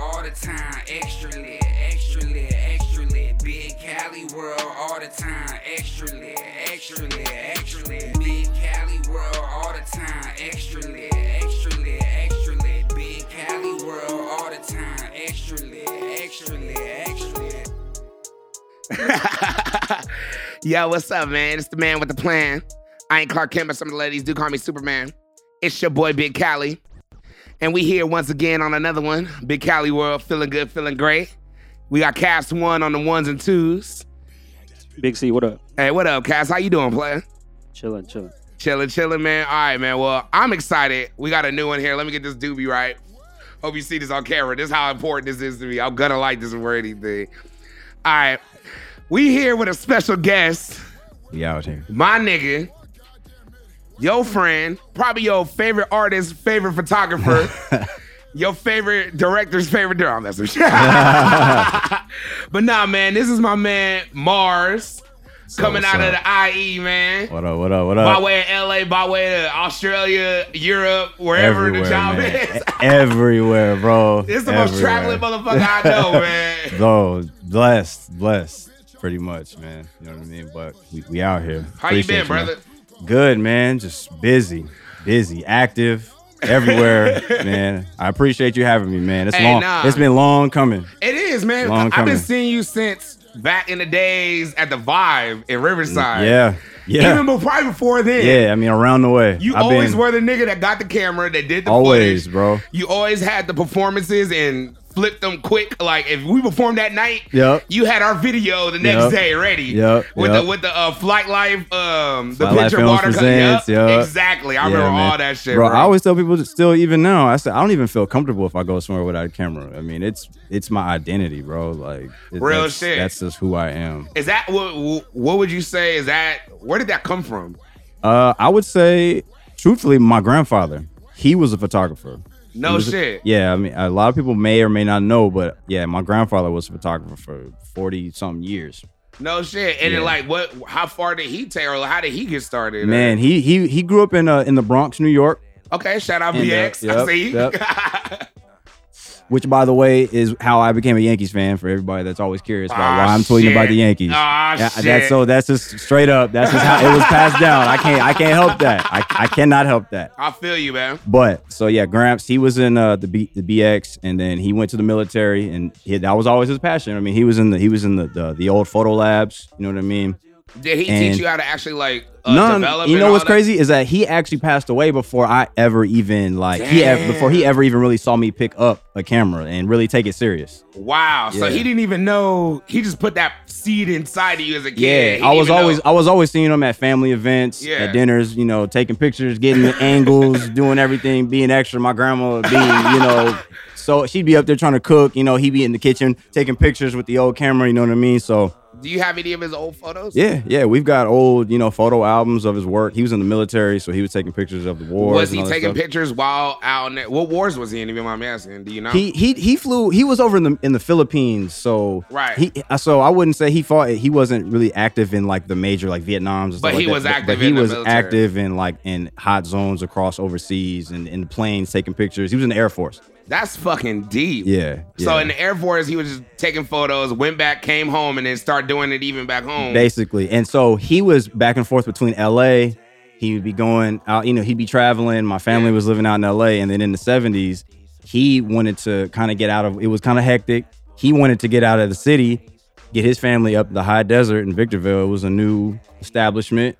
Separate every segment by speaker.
Speaker 1: all the time. Extra lit, extra lit, extra lit. Big Cali world all the time. Extra lit, extra lit, extra lit. Big Cali world all the time. Extra lit, extra lit, extra lit. Big Cali world all the time. Extra lit, extra lit, extra lit.
Speaker 2: Yo, what's up, man? It's the man with the plan. I ain't Clark Kent, but some of the ladies do call me Superman. It's your boy Big Cali. And we here once again on another one. Big Cali World, feeling good, feeling great. We got Cast One on the ones and twos.
Speaker 3: Big C, what up?
Speaker 2: Hey, what up, Cass? How you doing, player?
Speaker 3: Chilling, chilling.
Speaker 2: Chilling, chilling, man. All right, man. Well, I'm excited. We got a new one here. Let me get this doobie right. Hope you see this on camera. This is how important this is to me. I'm gonna like this more than anything. All right. We here with a special guest,
Speaker 4: We out here.
Speaker 2: my nigga, your friend, probably your favorite artist, favorite photographer, your favorite director's favorite director. I'm messing with you. but nah, man, this is my man Mars coming
Speaker 4: what's
Speaker 2: out of
Speaker 4: up?
Speaker 2: the IE, man.
Speaker 4: What up? What up? What
Speaker 2: By
Speaker 4: up?
Speaker 2: way of LA, by way of Australia, Europe, wherever the job
Speaker 4: man.
Speaker 2: is.
Speaker 4: E- Everywhere, bro.
Speaker 2: This is the most traveling motherfucker I know, man.
Speaker 4: Bro, blessed, blessed, pretty much, man. You know what I mean? But we, we out here.
Speaker 2: How
Speaker 4: Appreciate
Speaker 2: you been, brother?
Speaker 4: man. Good, man. Just busy, busy, active, everywhere, man. I appreciate you having me, man. It's
Speaker 2: Hey,
Speaker 4: long.
Speaker 2: nah.
Speaker 4: It's been long coming.
Speaker 2: It is, man.
Speaker 4: Long
Speaker 2: I've been
Speaker 4: coming.
Speaker 2: seeing you since back in the days at the Vibe in Riverside.
Speaker 4: Yeah, yeah,
Speaker 2: Even before, probably before then.
Speaker 4: yeah. I mean, around the way.
Speaker 2: You
Speaker 4: I've
Speaker 2: always
Speaker 4: been,
Speaker 2: were the nigga that got the camera, that did the
Speaker 4: always,
Speaker 2: footage.
Speaker 4: bro.
Speaker 2: You always had the performances and flipped them quick. Like if we performed that night,
Speaker 4: Yep.
Speaker 2: you had our video the next
Speaker 4: Yup.
Speaker 2: day ready.
Speaker 4: Yup,
Speaker 2: With
Speaker 4: yup.
Speaker 2: the with the uh, flight life, um, the
Speaker 4: Flight Life
Speaker 2: picture
Speaker 4: Films
Speaker 2: water.
Speaker 4: Presents, yup.
Speaker 2: Exactly. I
Speaker 4: Yeah,
Speaker 2: remember
Speaker 4: man.
Speaker 2: all that shit,
Speaker 4: bro.
Speaker 2: bro.
Speaker 4: I always tell people, that still even now, I said I don't even feel comfortable if I go somewhere without a camera. I mean, it's it's my identity, bro. Like it-
Speaker 2: Real
Speaker 4: that's,
Speaker 2: shit.
Speaker 4: That's just who I am.
Speaker 2: is that what? What would you say? Is that where did that come from?
Speaker 4: Uh, I would say, truthfully, my grandfather, he was a photographer. He
Speaker 2: No
Speaker 4: was a-
Speaker 2: shit.
Speaker 4: yeah, I mean, a lot of people may or may not know, but yeah, my grandfather was a photographer for forty something years.
Speaker 2: No shit. And then
Speaker 4: Yeah.
Speaker 2: like what how far did he take or how did he get started? Uh,
Speaker 4: Man, he he he grew up in uh, in the Bronx, New York.
Speaker 2: Okay, shout out
Speaker 4: And, uh,
Speaker 2: BX. I
Speaker 4: yup,
Speaker 2: see.
Speaker 4: Which, by the way, is how I became a Yankees fan. For everybody that's always curious about
Speaker 2: Ah,
Speaker 4: why I'm tweeting
Speaker 2: shit.
Speaker 4: about the Yankees,
Speaker 2: Ah,
Speaker 4: Yeah,
Speaker 2: shit.
Speaker 4: that's so. That's just straight up. That's just how it was passed down. I can't. I can't help that. I, I cannot help that.
Speaker 2: I feel you, man.
Speaker 4: But so yeah, Gramps. He was in uh, the B, the BX, and then he went to the military, and he, that was always his passion. I mean, he was in the he was in the the, the old photo labs. You know what I mean?
Speaker 2: Did he
Speaker 4: And-
Speaker 2: teach you how to actually like uh,
Speaker 4: No, no,
Speaker 2: develop?
Speaker 4: you
Speaker 2: and
Speaker 4: know
Speaker 2: all
Speaker 4: what's
Speaker 2: that?
Speaker 4: crazy is that he actually passed away before I ever even like he ever, before he ever even really saw me pick up a camera and really take it serious.
Speaker 2: Wow. So
Speaker 4: Yeah.
Speaker 2: he didn't even know. He just put that seed inside of you as a
Speaker 4: Yeah,
Speaker 2: kid.
Speaker 4: I was always uh, I was always seeing him at family events,
Speaker 2: Yeah.
Speaker 4: at dinners, you know, taking pictures, getting the angles, doing everything, being extra. My grandma being, you know, so she'd be up there trying to cook, you know, he'd be in the kitchen taking pictures with the old camera, you know what I mean? So
Speaker 2: Do you have any of his old photos?
Speaker 4: yeah, yeah, we've got old, you know, photo albums of his work. He was in the military, so he was taking pictures of the war.
Speaker 2: Was he taking pictures while out in there? What wars was he in? If you mind me asking, do you know?
Speaker 4: He he he flew. He was over in the in the Philippines, so
Speaker 2: Right.
Speaker 4: He uh, so I wouldn't say he fought. He wasn't really active in like the major like Vietnam's. and
Speaker 2: But
Speaker 4: stuff
Speaker 2: he
Speaker 4: like
Speaker 2: was
Speaker 4: that.
Speaker 2: active
Speaker 4: But, he
Speaker 2: in the
Speaker 4: was
Speaker 2: military.
Speaker 4: active in like in hot zones across overseas and in planes taking pictures. He was in the Air Force.
Speaker 2: That's fucking deep.
Speaker 4: Yeah.
Speaker 2: So
Speaker 4: yeah.
Speaker 2: in the Air Force, he was just taking photos, went back, came home, and then start doing it even back home.
Speaker 4: basically, and so he was back and forth between L.A. He would be going out. You know, he'd be traveling. My family was living out in L.A. And then in the '70s, he wanted to kind of get out of. It was kind of hectic. He wanted to get out of the city, get his family up the high desert in Victorville. It was a new establishment.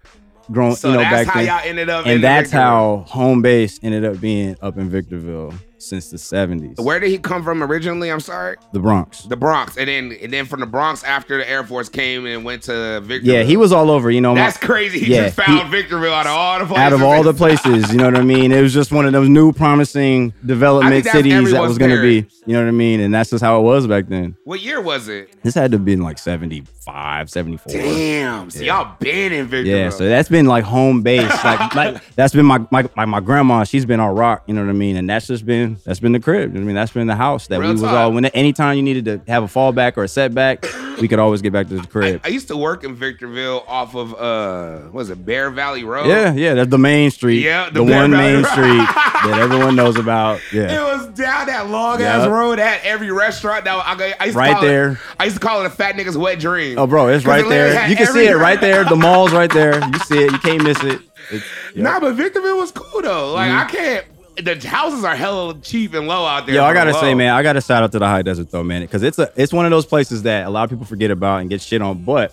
Speaker 4: Grown,
Speaker 2: so
Speaker 4: you know,
Speaker 2: that's
Speaker 4: back
Speaker 2: how
Speaker 4: then
Speaker 2: y'all ended up. in
Speaker 4: and
Speaker 2: the
Speaker 4: that's
Speaker 2: Victor Room.
Speaker 4: how home base ended up being up in Victorville since the 70s.
Speaker 2: Where did he come from originally? I'm sorry,
Speaker 4: The Bronx.
Speaker 2: the Bronx, and then and then from the Bronx after the Air Force came and went to Victorville.
Speaker 4: Yeah, he was all over, you know. my-
Speaker 2: That's crazy. He
Speaker 4: Yeah,
Speaker 2: just found
Speaker 4: he-
Speaker 2: Victorville out of all the places.
Speaker 4: out of all the places, you know what I mean? It was just one of those new promising development
Speaker 2: that's
Speaker 4: cities that
Speaker 2: everyone's
Speaker 4: was going to be,
Speaker 2: parents.
Speaker 4: you know what I mean? And that's just how it was back then.
Speaker 2: What year was it?
Speaker 4: This had to have been like 75, 74.
Speaker 2: Damn. So y'all been in Victorville.
Speaker 4: Yeah, so that's been like home base. Like, like that's been my, my like my grandma. She's been on rock. You know what I mean? And that's just been man. That's been the crib. I mean, that's been the house that
Speaker 2: Real
Speaker 4: we was
Speaker 2: talk.
Speaker 4: all when anytime you needed to have a fallback or a setback, we could always get back to the
Speaker 2: I,
Speaker 4: crib.
Speaker 2: I used to work in Victorville off of uh, what is it Bear Valley Road?
Speaker 4: yeah, yeah, that's the main street.
Speaker 2: Yeah, the
Speaker 4: the,
Speaker 2: Bear
Speaker 4: one
Speaker 2: Valley
Speaker 4: main
Speaker 2: Road.
Speaker 4: street that everyone knows about.
Speaker 2: It
Speaker 4: Yeah.
Speaker 2: was down that long ass
Speaker 4: Yeah.
Speaker 2: road at every restaurant. That I, I used to
Speaker 4: Right
Speaker 2: call it-
Speaker 4: there.
Speaker 2: I used to call it a fat nigga's wet dream.
Speaker 4: Oh, bro, it's
Speaker 2: 'Cause
Speaker 4: right
Speaker 2: it literally
Speaker 4: there.
Speaker 2: had
Speaker 4: You can see
Speaker 2: every-
Speaker 4: it right there. The mall's right there. You see it. You can't miss it. It's, yeah.
Speaker 2: Nah, but Victorville was cool though. Like I can't. The houses are hella cheap and low out there.
Speaker 4: Mm-hmm. Yo, I
Speaker 2: bro,
Speaker 4: gotta
Speaker 2: low.
Speaker 4: say, man, I gotta shout out to the High Desert though, man, because it's a it's one of those places that a lot of people forget about and get shit on, but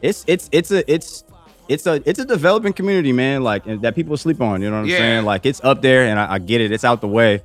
Speaker 4: it's it's it's a it's it's a it's a developing community, man, like and that people sleep on. You know what I'm
Speaker 2: Yeah.
Speaker 4: saying? Like it's up there, and I, I get it, it's out the way,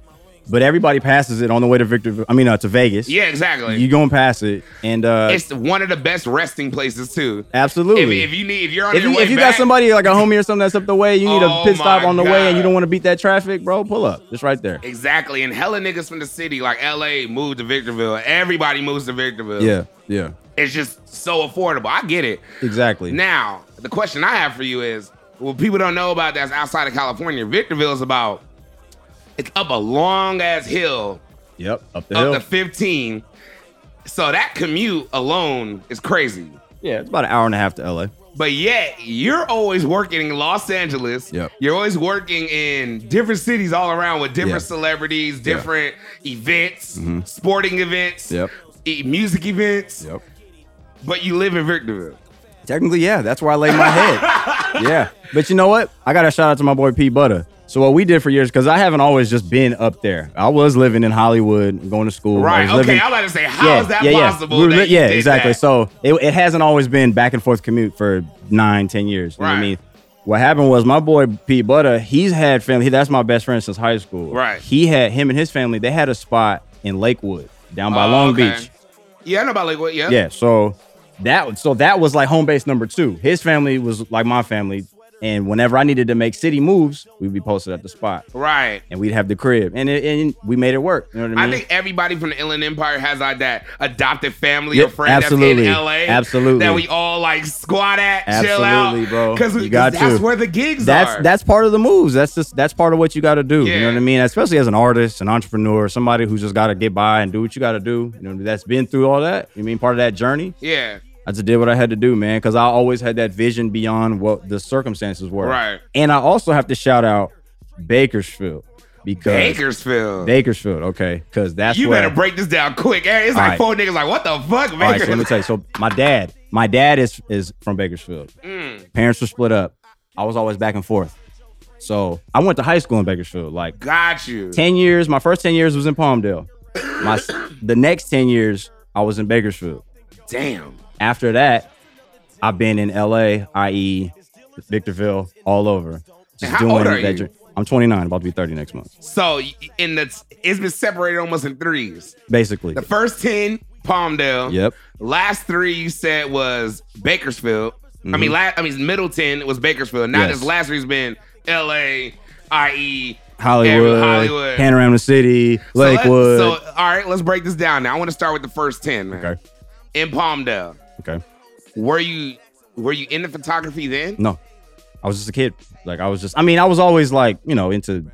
Speaker 4: but everybody passes it on the way to Victor. I mean, uh, to Vegas.
Speaker 2: Yeah, exactly.
Speaker 4: you going past it, and uh,
Speaker 2: it's one of the best resting places too. If,
Speaker 4: absolutely.
Speaker 2: if you need, if you're on
Speaker 4: If
Speaker 2: your
Speaker 4: you,
Speaker 2: way
Speaker 4: if you
Speaker 2: back,
Speaker 4: got somebody like a homie or something that's up the way, you need
Speaker 2: Oh
Speaker 4: a pit stop
Speaker 2: my
Speaker 4: on the way, and
Speaker 2: God.
Speaker 4: you don't want to beat that traffic, bro. Pull up, just right there.
Speaker 2: exactly, and hella niggas from the city like L.A. moved to Victorville. Everybody moves to Victorville.
Speaker 4: Yeah, yeah,
Speaker 2: it's just so affordable. I get it.
Speaker 4: exactly.
Speaker 2: Now, the question I have for you is what people don't know about that's outside of California, Victorville is about it's up a long ass hill
Speaker 4: Yep, up the
Speaker 2: up
Speaker 4: hill.
Speaker 2: to 15. So that commute alone is crazy.
Speaker 4: Yeah, it's about an hour and a half to LA.
Speaker 2: But yet, you're always working in Los Angeles.
Speaker 4: Yep.
Speaker 2: You're always working in different cities all around with different
Speaker 4: Yeah. Mm-hmm.
Speaker 2: celebrities, different events, sporting events,
Speaker 4: Yep.
Speaker 2: e- music events.
Speaker 4: Yep.
Speaker 2: But you live in Victorville.
Speaker 4: Technically, yeah, that's where I lay my head. yeah, but you know what? I got to shout out to my boy P Butter. So what we did for years, because I haven't always just been up there. I was living in Hollywood, going to school. I
Speaker 2: Right.
Speaker 4: was
Speaker 2: Okay.
Speaker 4: living-
Speaker 2: I like to say, how is that possible?
Speaker 4: We were
Speaker 2: that
Speaker 4: li-
Speaker 2: you
Speaker 4: yeah,
Speaker 2: did
Speaker 4: exactly.
Speaker 2: that?
Speaker 4: So it, it hasn't always been back and forth commute for nine, ten years. You know what
Speaker 2: Right.
Speaker 4: I mean? What happened was my boy Pete Butter, he's had family. That's my best friend since high school.
Speaker 2: Right.
Speaker 4: He had him and his family, they had a spot in Lakewood down by
Speaker 2: Oh,
Speaker 4: Long
Speaker 2: okay.
Speaker 4: Beach.
Speaker 2: Yeah, I know about Lakewood. Yeah.
Speaker 4: Yeah, so that so that was like home base number two. His family was like my family, and whenever I needed to make city moves, we'd be posted at the spot,
Speaker 2: Right.
Speaker 4: and we'd have the crib, and it, and we made it work. You know what I
Speaker 2: I
Speaker 4: mean?
Speaker 2: think everybody from the Inland Empire has like that adopted family or
Speaker 4: Yep,
Speaker 2: friend
Speaker 4: absolutely.
Speaker 2: that's in LA.
Speaker 4: Absolutely.
Speaker 2: That we all like squat at, chill
Speaker 4: Absolutely,
Speaker 2: out.
Speaker 4: bro.
Speaker 2: Because
Speaker 4: You got
Speaker 2: that's
Speaker 4: to.
Speaker 2: where the gigs
Speaker 4: that's
Speaker 2: are.
Speaker 4: that's part of the moves. That's just that's part of what you got to do. You
Speaker 2: Yeah.
Speaker 4: know what I mean? Especially as an artist, an entrepreneur, somebody who's just got to get by and do what you got to do. You know, that's been through all that. You mean part of that journey?
Speaker 2: yeah.
Speaker 4: I just did what I had to do, man, because I always had that vision beyond what the circumstances were.
Speaker 2: Right.
Speaker 4: And I also have to shout out Bakersfield because
Speaker 2: Bakersfield.
Speaker 4: Bakersfield, okay, because that's
Speaker 2: you
Speaker 4: where,
Speaker 2: better break this down quick. It's like
Speaker 4: All right.
Speaker 2: four niggas like, what the fuck,
Speaker 4: All right, so let me
Speaker 2: Bakersfield?
Speaker 4: tell you. So my dad, my dad is is from Bakersfield.
Speaker 2: Mm,
Speaker 4: Parents were split up. I was always back and forth. So I went to high school in Bakersfield, like.
Speaker 2: got you.
Speaker 4: 10 years, my first 10 years was in Palmdale. My the next 10 years I was in Bakersfield.
Speaker 2: Damn.
Speaker 4: After that, I've been in LA, i.e. E, Victorville, all over. Just
Speaker 2: How old are you?
Speaker 4: jour- I'm 29, about to be 30 next month.
Speaker 2: So y- in the it's been separated almost in threes.
Speaker 4: Basically.
Speaker 2: The first ten, Palmdale.
Speaker 4: Yep.
Speaker 2: Last three you said was Bakersfield. I mean, last, I mean Middleton was Bakersfield. Now
Speaker 4: Mm-hmm. Yes.
Speaker 2: this last three's been L.A., I.E.
Speaker 4: Hollywood,
Speaker 2: Hollywood.
Speaker 4: Panorama City,
Speaker 2: E. So let-
Speaker 4: Lakewood.
Speaker 2: So, all right, let's break this down. Now I want to start with the first ten, man.
Speaker 4: okay.
Speaker 2: In Palmdale,
Speaker 4: Okay.
Speaker 2: were you were you into photography then?
Speaker 4: No. I was just a kid. Like I was just I mean, I was always like, you know, into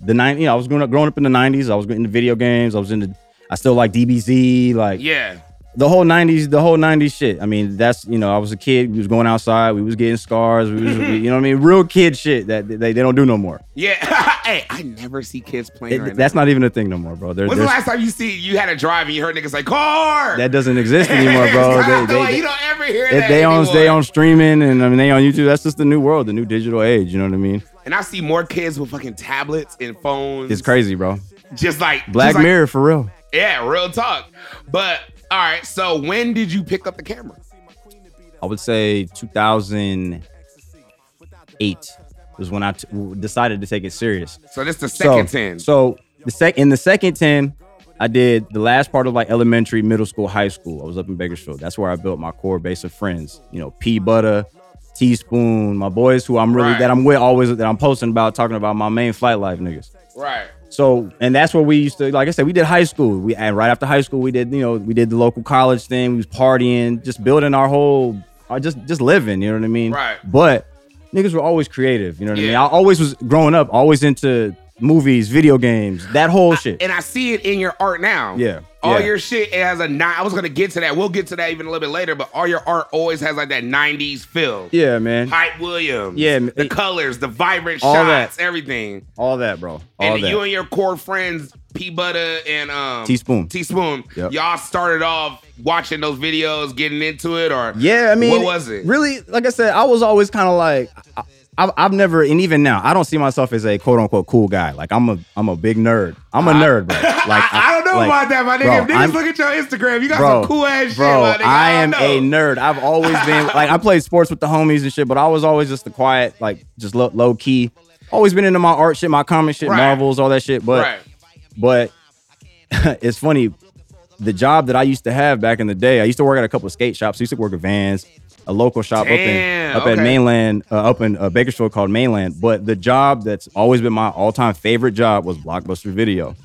Speaker 4: the nine you know, I was growing up growing up in the nineties. I was into video games. I was into I still like DBZ, like
Speaker 2: Yeah.
Speaker 4: the whole 90s the whole 90s shit i mean that's you know i was a kid we was going outside we was getting scars we was you know what i mean real kid shit that they, they don't do no more
Speaker 2: Yeah. hey, I never see kids playing
Speaker 4: It-
Speaker 2: right
Speaker 4: that's
Speaker 2: now.
Speaker 4: not even a thing no more bro There-
Speaker 2: When's the
Speaker 4: there's-
Speaker 2: last time you see you had a drive and you heard niggas like car?
Speaker 4: that doesn't exist anymore bro
Speaker 2: It's not
Speaker 4: they,
Speaker 2: the
Speaker 4: they,
Speaker 2: way-
Speaker 4: they,
Speaker 2: you don't ever hear
Speaker 4: if
Speaker 2: that
Speaker 4: they on
Speaker 2: anymore.
Speaker 4: they on streaming and i mean they on youtube that's just the new world the new digital age you know what i mean
Speaker 2: And I see more kids with fucking tablets and phones.
Speaker 4: it's crazy bro
Speaker 2: Just like
Speaker 4: black
Speaker 2: just like-
Speaker 4: mirror for real
Speaker 2: Yeah, real talk. But all right, so when did you pick up the camera?
Speaker 4: i would say 2008 was when I t- decided to take it serious
Speaker 2: So this the second
Speaker 4: so,
Speaker 2: ten.
Speaker 4: So the sec in the second ten, I did the last part of like elementary, middle school, high school. I was up in Bakersfield. That's where I built my core base of friends. You know, P Butter, Teaspoon, my boys who I'm really
Speaker 2: Right.
Speaker 4: that I'm with always that I'm posting about, talking about my main flight life niggas.
Speaker 2: right.
Speaker 4: So and that's where we used to, like I said, we did high school. We and right after high school, we did you know we did the local college thing. We was partying, just building our whole, uh, just just living. You know what I mean?
Speaker 2: Right.
Speaker 4: But niggas were always creative. You know what I mean?
Speaker 2: Yeah.
Speaker 4: I always was growing up, always into movies, video games, that whole shit.
Speaker 2: and I see it in your art now.
Speaker 4: Yeah,
Speaker 2: All
Speaker 4: yeah.
Speaker 2: your shit it has a nine. I was gonna get to that. We'll get to that even a little bit later. But all your art always has like that '90s feel.
Speaker 4: yeah, man.
Speaker 2: Hype Williams.
Speaker 4: Yeah, m-
Speaker 2: the colors, the vibrant
Speaker 4: All
Speaker 2: shots,
Speaker 4: that.
Speaker 2: everything.
Speaker 4: All that, bro. All
Speaker 2: and
Speaker 4: that.
Speaker 2: you and your core friends, P Butter and um,
Speaker 4: Teaspoon.
Speaker 2: Teaspoon.
Speaker 4: Yep.
Speaker 2: Y'all started off watching those videos, getting into it, or
Speaker 4: Yeah, I mean,
Speaker 2: what was it?
Speaker 4: Really, like I said, I was always kind of like, I, I've, I've never, and even now, I don't see myself as a quote unquote cool guy. Like I'm a, I'm a big nerd. I'm a nerd, bro. Like
Speaker 2: I, I don't know
Speaker 4: like,
Speaker 2: about that, my nigga.
Speaker 4: bro,
Speaker 2: if niggas
Speaker 4: I'm-
Speaker 2: look at your Instagram, you got
Speaker 4: Bro,
Speaker 2: some cool ass
Speaker 4: Bro,
Speaker 2: shit, my nigga.
Speaker 4: I
Speaker 2: don't
Speaker 4: am a
Speaker 2: know.
Speaker 4: nerd. I've always been like I played sports with the homies and shit, but I was always just the quiet, like just low, low key. Always been into my art shit, my comic shit,
Speaker 2: Right.
Speaker 4: Marvels, all that shit. But
Speaker 2: right.
Speaker 4: but it's funny. The job that I used to have back in the day, I used to work at a couple of skate shops. I used to work at Vans, a local shop
Speaker 2: Damn,
Speaker 4: up in up
Speaker 2: okay.
Speaker 4: at Mainland, uh, up in uh, Bakersfield called Mainland. But the job that's always been my all-time favorite job was Blockbuster Video.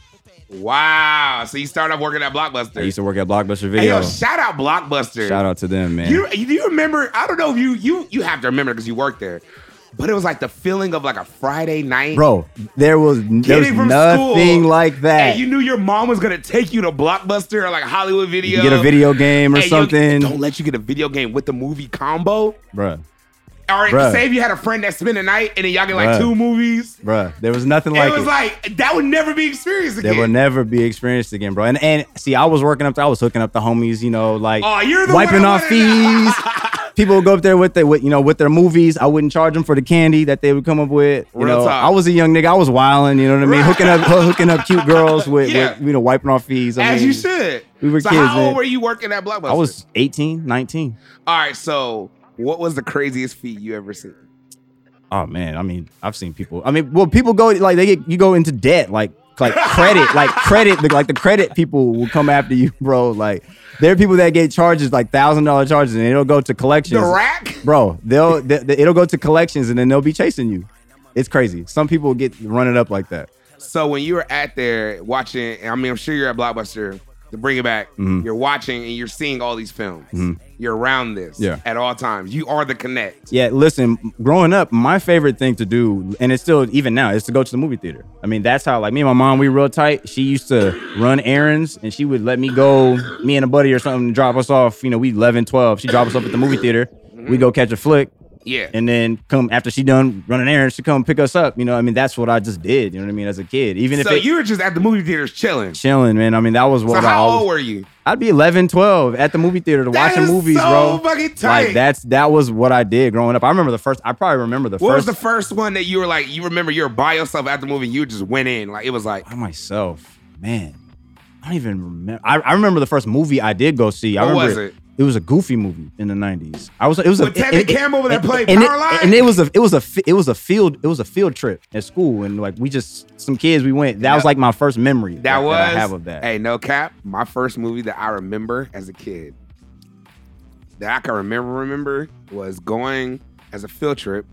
Speaker 2: Wow. So you started off working at Blockbuster.
Speaker 4: I used to work at Blockbuster
Speaker 2: Hey,
Speaker 4: Video.
Speaker 2: yo, shout out Blockbuster.
Speaker 4: Shout out to them, man.
Speaker 2: You you- do you remember? I don't know if you you you have to remember because you worked there, but it was like the feeling of like a Friday night,
Speaker 4: Bro, there was there was
Speaker 2: Getting from
Speaker 4: nothing
Speaker 2: school,
Speaker 4: like that.
Speaker 2: And you knew your mom was gonna take you to Blockbuster or like Hollywood Video,
Speaker 4: You get a video game or
Speaker 2: and you-
Speaker 4: something,
Speaker 2: Don't let you get a video game with the movie combo.
Speaker 4: bruh,
Speaker 2: Or
Speaker 4: Bruh.
Speaker 2: say if you had a friend that spent a night and then y'all get like
Speaker 4: Bruh.
Speaker 2: two movies.
Speaker 4: bruh. There was nothing like
Speaker 2: it was like that would never be experienced
Speaker 4: They
Speaker 2: again.
Speaker 4: will never be experienced again, bro. And and see, I was working up. I was hooking up the homies, you know, like
Speaker 2: Aw, you're the
Speaker 4: wiping
Speaker 2: one I
Speaker 4: off
Speaker 2: wanted
Speaker 4: fees. People would go up there with their, with, you know, with their movies. I wouldn't charge them for the candy that they would come up with. You
Speaker 2: Real
Speaker 4: know,
Speaker 2: talk.
Speaker 4: I was a young nigga. I was wilding. You know what I mean? Hooking up, hooking up cute girls with,
Speaker 2: Yeah.
Speaker 4: with, you know, wiping off fees. I
Speaker 2: as
Speaker 4: mean,
Speaker 2: you should.
Speaker 4: we were
Speaker 2: so
Speaker 4: kids,
Speaker 2: how old
Speaker 4: man.
Speaker 2: were you working at Blockbuster?
Speaker 4: I was 18, 19.
Speaker 2: All right. So what was the craziest feat you ever seen?
Speaker 4: Oh man, I mean, I've seen people. I mean, well, people go like they get you go into debt, like like credit, like credit, the, like the credit people will come after you, bro. Like there are people that get charges like thousand dollar charges, and it'll go to collections,
Speaker 2: The rack.
Speaker 4: bro. They'll they, they- it'll go to collections, and then they'll be chasing you. It's crazy. Some people get running up like that.
Speaker 2: So when you were at there watching, I mean, I'm sure you're at Blockbuster. To bring it back,
Speaker 4: Mm-hmm.
Speaker 2: you're watching and you're seeing all these films. You're around this
Speaker 4: Yeah.
Speaker 2: at all times. You are the connect.
Speaker 4: Yeah, listen, growing up, my favorite thing to do, and it's still even now, is to go to the movie theater. I mean, that's how like me and my mom, we real tight. She used to run errands and she would let me go, me and a buddy or something, drop us off. You know, we 11, 12. She drop us off at the movie theater. We go catch a flick
Speaker 2: Yeah.
Speaker 4: and then come after she done running errands, she come pick us up. You know, I mean, that's what I just did. You know what I mean? As a kid, even if
Speaker 2: so
Speaker 4: it,
Speaker 2: you were just at the movie theaters chilling. So
Speaker 4: chilling, man. I mean, that was what I
Speaker 2: how
Speaker 4: always,
Speaker 2: old were you?
Speaker 4: I'd be 11, 12 at the movie theater to
Speaker 2: That
Speaker 4: watching
Speaker 2: is
Speaker 4: movies,
Speaker 2: so
Speaker 4: bro.
Speaker 2: fucking tight.
Speaker 4: Like that's that was what I did growing up. I remember the first. I probably remember the
Speaker 2: What was
Speaker 4: first
Speaker 2: the first one that you were like, you remember you were by yourself at the movie, you just went in. Like it was like,
Speaker 4: by myself. Man, I don't even remember. I, I remember the first movie I did go see. I
Speaker 2: What
Speaker 4: remember
Speaker 2: was it?
Speaker 4: It was a goofy movie in the nineties. I was. It was
Speaker 2: With
Speaker 4: a,
Speaker 2: Tevin
Speaker 4: it- it-
Speaker 2: Campbell that
Speaker 4: it-
Speaker 2: played
Speaker 4: and
Speaker 2: Powerline?
Speaker 4: It, and it was a. It was a. fi- It was a field. It was a field trip at school, and like we just some kids we went. That was like my first memory.
Speaker 2: that
Speaker 4: like,
Speaker 2: was
Speaker 4: I have of that.
Speaker 2: Hey, no cap. My first movie that I remember as a kid that I can remember remember was going as a field trip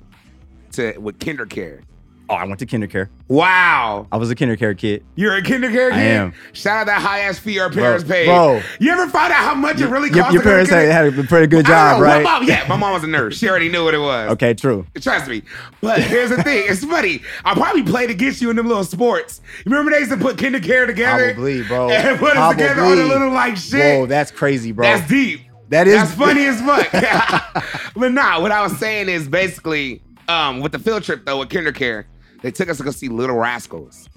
Speaker 2: to with KinderCare.
Speaker 4: Oh, I went to kindercare.
Speaker 2: Wow.
Speaker 4: I was a kindercare kid.
Speaker 2: You're a KinderCare kid?
Speaker 4: I am.
Speaker 2: Shout out that high ass fee your parents
Speaker 4: Bro,
Speaker 2: paid.
Speaker 4: bro.
Speaker 2: You ever found out how much it really cost? to
Speaker 4: Your, your
Speaker 2: go to
Speaker 4: parents
Speaker 2: kinder-
Speaker 4: had, had a pretty good
Speaker 2: I don't
Speaker 4: job,
Speaker 2: know.
Speaker 4: right?
Speaker 2: My mom, yeah, my mom was a nurse. She already knew what it was.
Speaker 4: Okay, true.
Speaker 2: Trust me. But here's the thing. It's funny. I probably played against you in them little sports. You remember they used to put kindergarten together?
Speaker 4: Probably, bro.
Speaker 2: And put us together on a
Speaker 4: Probably.
Speaker 2: little like shit.
Speaker 4: Whoa, that's crazy, bro.
Speaker 2: That's deep.
Speaker 4: That is-
Speaker 2: That's funny as fuck. but nah, what I was saying is basically, um, with the field trip though, with kindergarten, they took us to go see Little Rascals.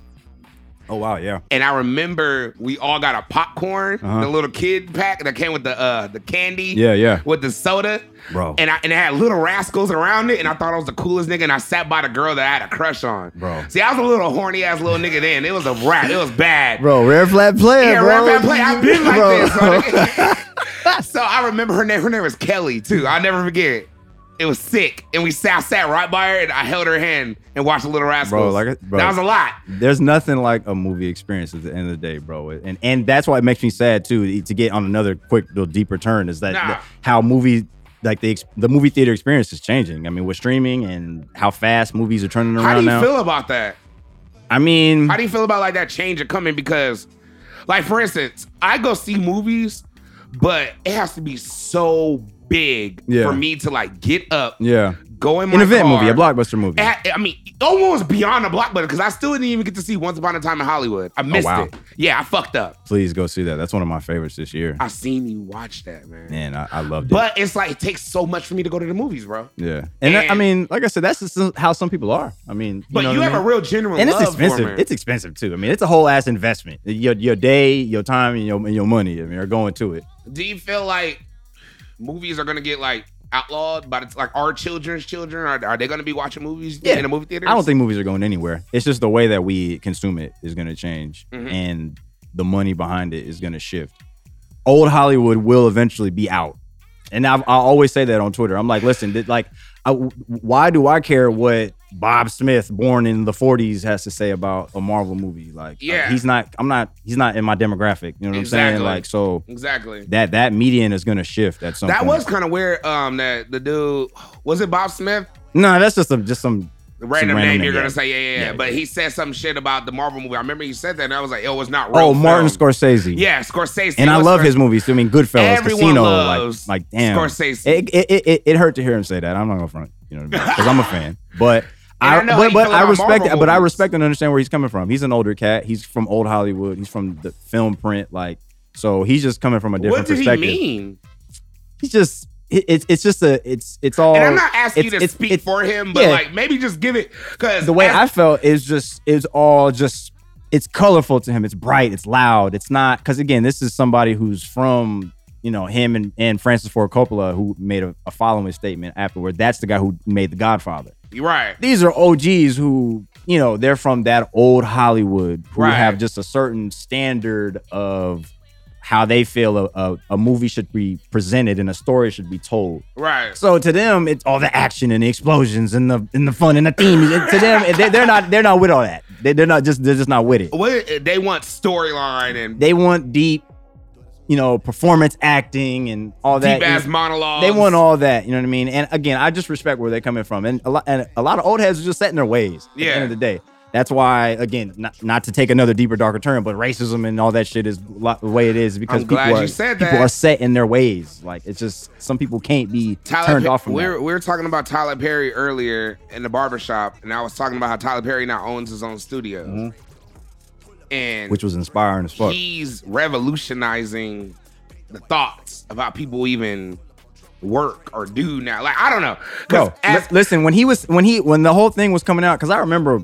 Speaker 4: oh wow, yeah.
Speaker 2: And I remember we all got a popcorn,
Speaker 4: Uh-huh.
Speaker 2: the little kid pack that came with the uh the candy.
Speaker 4: Yeah, yeah.
Speaker 2: With the soda.
Speaker 4: Bro.
Speaker 2: And I and it had little rascals around it. And I thought I was the coolest nigga. And I sat by the girl that I had a crush on.
Speaker 4: Bro.
Speaker 2: See, I was a little horny ass little nigga then. It was a rap. It was bad.
Speaker 4: Bro, rare flat player,
Speaker 2: Yeah,
Speaker 4: bro.
Speaker 2: rap and play. I've been like
Speaker 4: Bro.
Speaker 2: this. my nigga. so I remember her name. Her name was Kelly too. I'll never forget it. It was sick. And we sat, I sat right by her and I held her hand and watched Little Rascals.
Speaker 4: like I- bro.
Speaker 2: That was a lot.
Speaker 4: There's nothing like a movie experience at the end of the day, bro. And and that's why it makes me sad too to get on another quick little deeper turn is that
Speaker 2: Nah.
Speaker 4: the- how movie like the ex- the movie theater experience is changing. I mean, with streaming and how fast movies are turning
Speaker 2: How do
Speaker 4: around
Speaker 2: you
Speaker 4: now.
Speaker 2: feel about that?
Speaker 4: I mean,
Speaker 2: How do you feel about like that change of coming? Because, like for instance, I go see movies, but it has to be so big
Speaker 4: Yeah.
Speaker 2: for me to like get up,
Speaker 4: yeah,
Speaker 2: go in my
Speaker 4: An event
Speaker 2: car,
Speaker 4: movie, a blockbuster movie.
Speaker 2: at- I mean, almost beyond a blockbuster because I still didn't even get to see Once Upon a Time in Hollywood. I missed
Speaker 4: Oh, wow.
Speaker 2: it. Yeah, I fucked up.
Speaker 4: Please go see that. That's one of my favorites this year.
Speaker 2: I seen you watch that, man.
Speaker 4: and I, I loved it.
Speaker 2: But it's like it takes so much for me to go to the movies, bro.
Speaker 4: yeah, and, I, I
Speaker 2: and-
Speaker 4: mean, like I said, that's just how some people are. I mean,
Speaker 2: But
Speaker 4: know
Speaker 2: you,
Speaker 4: what I
Speaker 2: have
Speaker 4: mean?
Speaker 2: a real general
Speaker 4: and it's
Speaker 2: love
Speaker 4: expensive.
Speaker 2: For it.
Speaker 4: It's expensive too. I mean, it's a whole ass investment. Your your day, your time, and your and your money. I mean, are going to it.
Speaker 2: Do you feel like movies are gonna get like outlawed? But it's like our children's children are, are they gonna be watching movies
Speaker 4: Yeah.
Speaker 2: in the movie theater?
Speaker 4: I don't think movies are going anywhere. It's just the way that we consume it is going to change,
Speaker 2: Mhm.
Speaker 4: and the money behind it is going to shift. Old Hollywood will eventually be out, and I've, I always say that on Twitter. I'm like, listen, did, like, I, why do I care what Bob Smith, born in the '40s, has to say about a Marvel movie? Like, uh,
Speaker 2: Yeah.
Speaker 4: he's not. I'm not. He's not in my demographic. You know what I'm
Speaker 2: Exactly.
Speaker 4: saying? Like, so
Speaker 2: exactly.
Speaker 4: that that median is going to shift at some.
Speaker 2: That
Speaker 4: point.
Speaker 2: was kind of weird. Um, that the dude was it Bob Smith?
Speaker 4: no. That's just some just some
Speaker 2: The random,
Speaker 4: random
Speaker 2: name
Speaker 4: name,
Speaker 2: you're gonna
Speaker 4: yeah.
Speaker 2: say, yeah, yeah, yeah.
Speaker 4: Yeah,
Speaker 2: But
Speaker 4: yeah.
Speaker 2: he said some shit about the Marvel movie. I remember he said that, and I was like, oh, it's not. Real
Speaker 4: oh Martin
Speaker 2: film.
Speaker 4: Scorsese.
Speaker 2: Yeah, Scorsese.
Speaker 4: and I
Speaker 2: was
Speaker 4: love
Speaker 2: Scor-
Speaker 4: his movies. too. I mean, Goodfellas,
Speaker 2: Everyone
Speaker 4: Casino,
Speaker 2: loves
Speaker 4: like, like damn,
Speaker 2: Scorsese.
Speaker 4: It, it, it, it- it hurt to hear him say that. I'm not gonna front, you know, what I mean? because I'm a fan. But
Speaker 2: And
Speaker 4: I,
Speaker 2: I know how
Speaker 4: but,
Speaker 2: you
Speaker 4: but
Speaker 2: feel
Speaker 4: I
Speaker 2: about
Speaker 4: respect,
Speaker 2: Marvel
Speaker 4: but I
Speaker 2: movies.
Speaker 4: respect and understand where he's coming from. He's an older cat. He's from old Hollywood. He's from the film print, like so. He's just coming from a different
Speaker 2: What did he
Speaker 4: perspective.
Speaker 2: mean?
Speaker 4: He's just it, it's it's just a it's it's all.
Speaker 2: And I'm not asking you to
Speaker 4: Oh, it's-
Speaker 2: speak
Speaker 4: it's-
Speaker 2: for him, but
Speaker 4: yeah.
Speaker 2: like maybe just give it because
Speaker 4: the way I felt is just is all just it's colorful to him. It's bright. It's loud. It's not because again, this is somebody who's from you know him and, and Francis Ford Coppola who made a, a following statement afterward. That's the guy who made The Godfather.
Speaker 2: you're right.
Speaker 4: These are OGs who you know they're from that old Hollywood who
Speaker 2: Right.
Speaker 4: have just a certain standard of how they feel a, a, a movie should be presented and a story should be told.
Speaker 2: Right.
Speaker 4: So to them, it's all the action and the explosions and the and the fun and the themes. And to them, they, they're not they're not with all that. They, they're not just they're just not with it.
Speaker 2: What they want storyline and
Speaker 4: They want deep, you know, performance acting and all that.
Speaker 2: deep ass monologues.
Speaker 4: they want all that. You know what I mean? And again, I just respect where they're coming from. And a lot and a lot of old heads are just set in their ways. At
Speaker 2: Yeah.
Speaker 4: the end of the day. That's why, again, not, not to take another deeper, darker turn, but racism and all that shit is lo- the way it is because
Speaker 2: I'm
Speaker 4: people
Speaker 2: glad
Speaker 4: are
Speaker 2: you said
Speaker 4: people
Speaker 2: that.
Speaker 4: are set in their ways. Like it's just some people can't be
Speaker 2: Tyler
Speaker 4: turned
Speaker 2: Pe-
Speaker 4: off from
Speaker 2: we
Speaker 4: that.
Speaker 2: were, we were talking about Tyler Perry earlier in the barbershop, and I was talking about how Tyler Perry now owns his own studio. And
Speaker 4: Mm-hmm. which was inspiring as fuck.
Speaker 2: he's revolutionizing the thoughts about people even work or do now. Like, I don't know. 'Cause
Speaker 4: Bro,
Speaker 2: as-
Speaker 4: li- listen, when he was when he when the whole thing was coming out, because I remember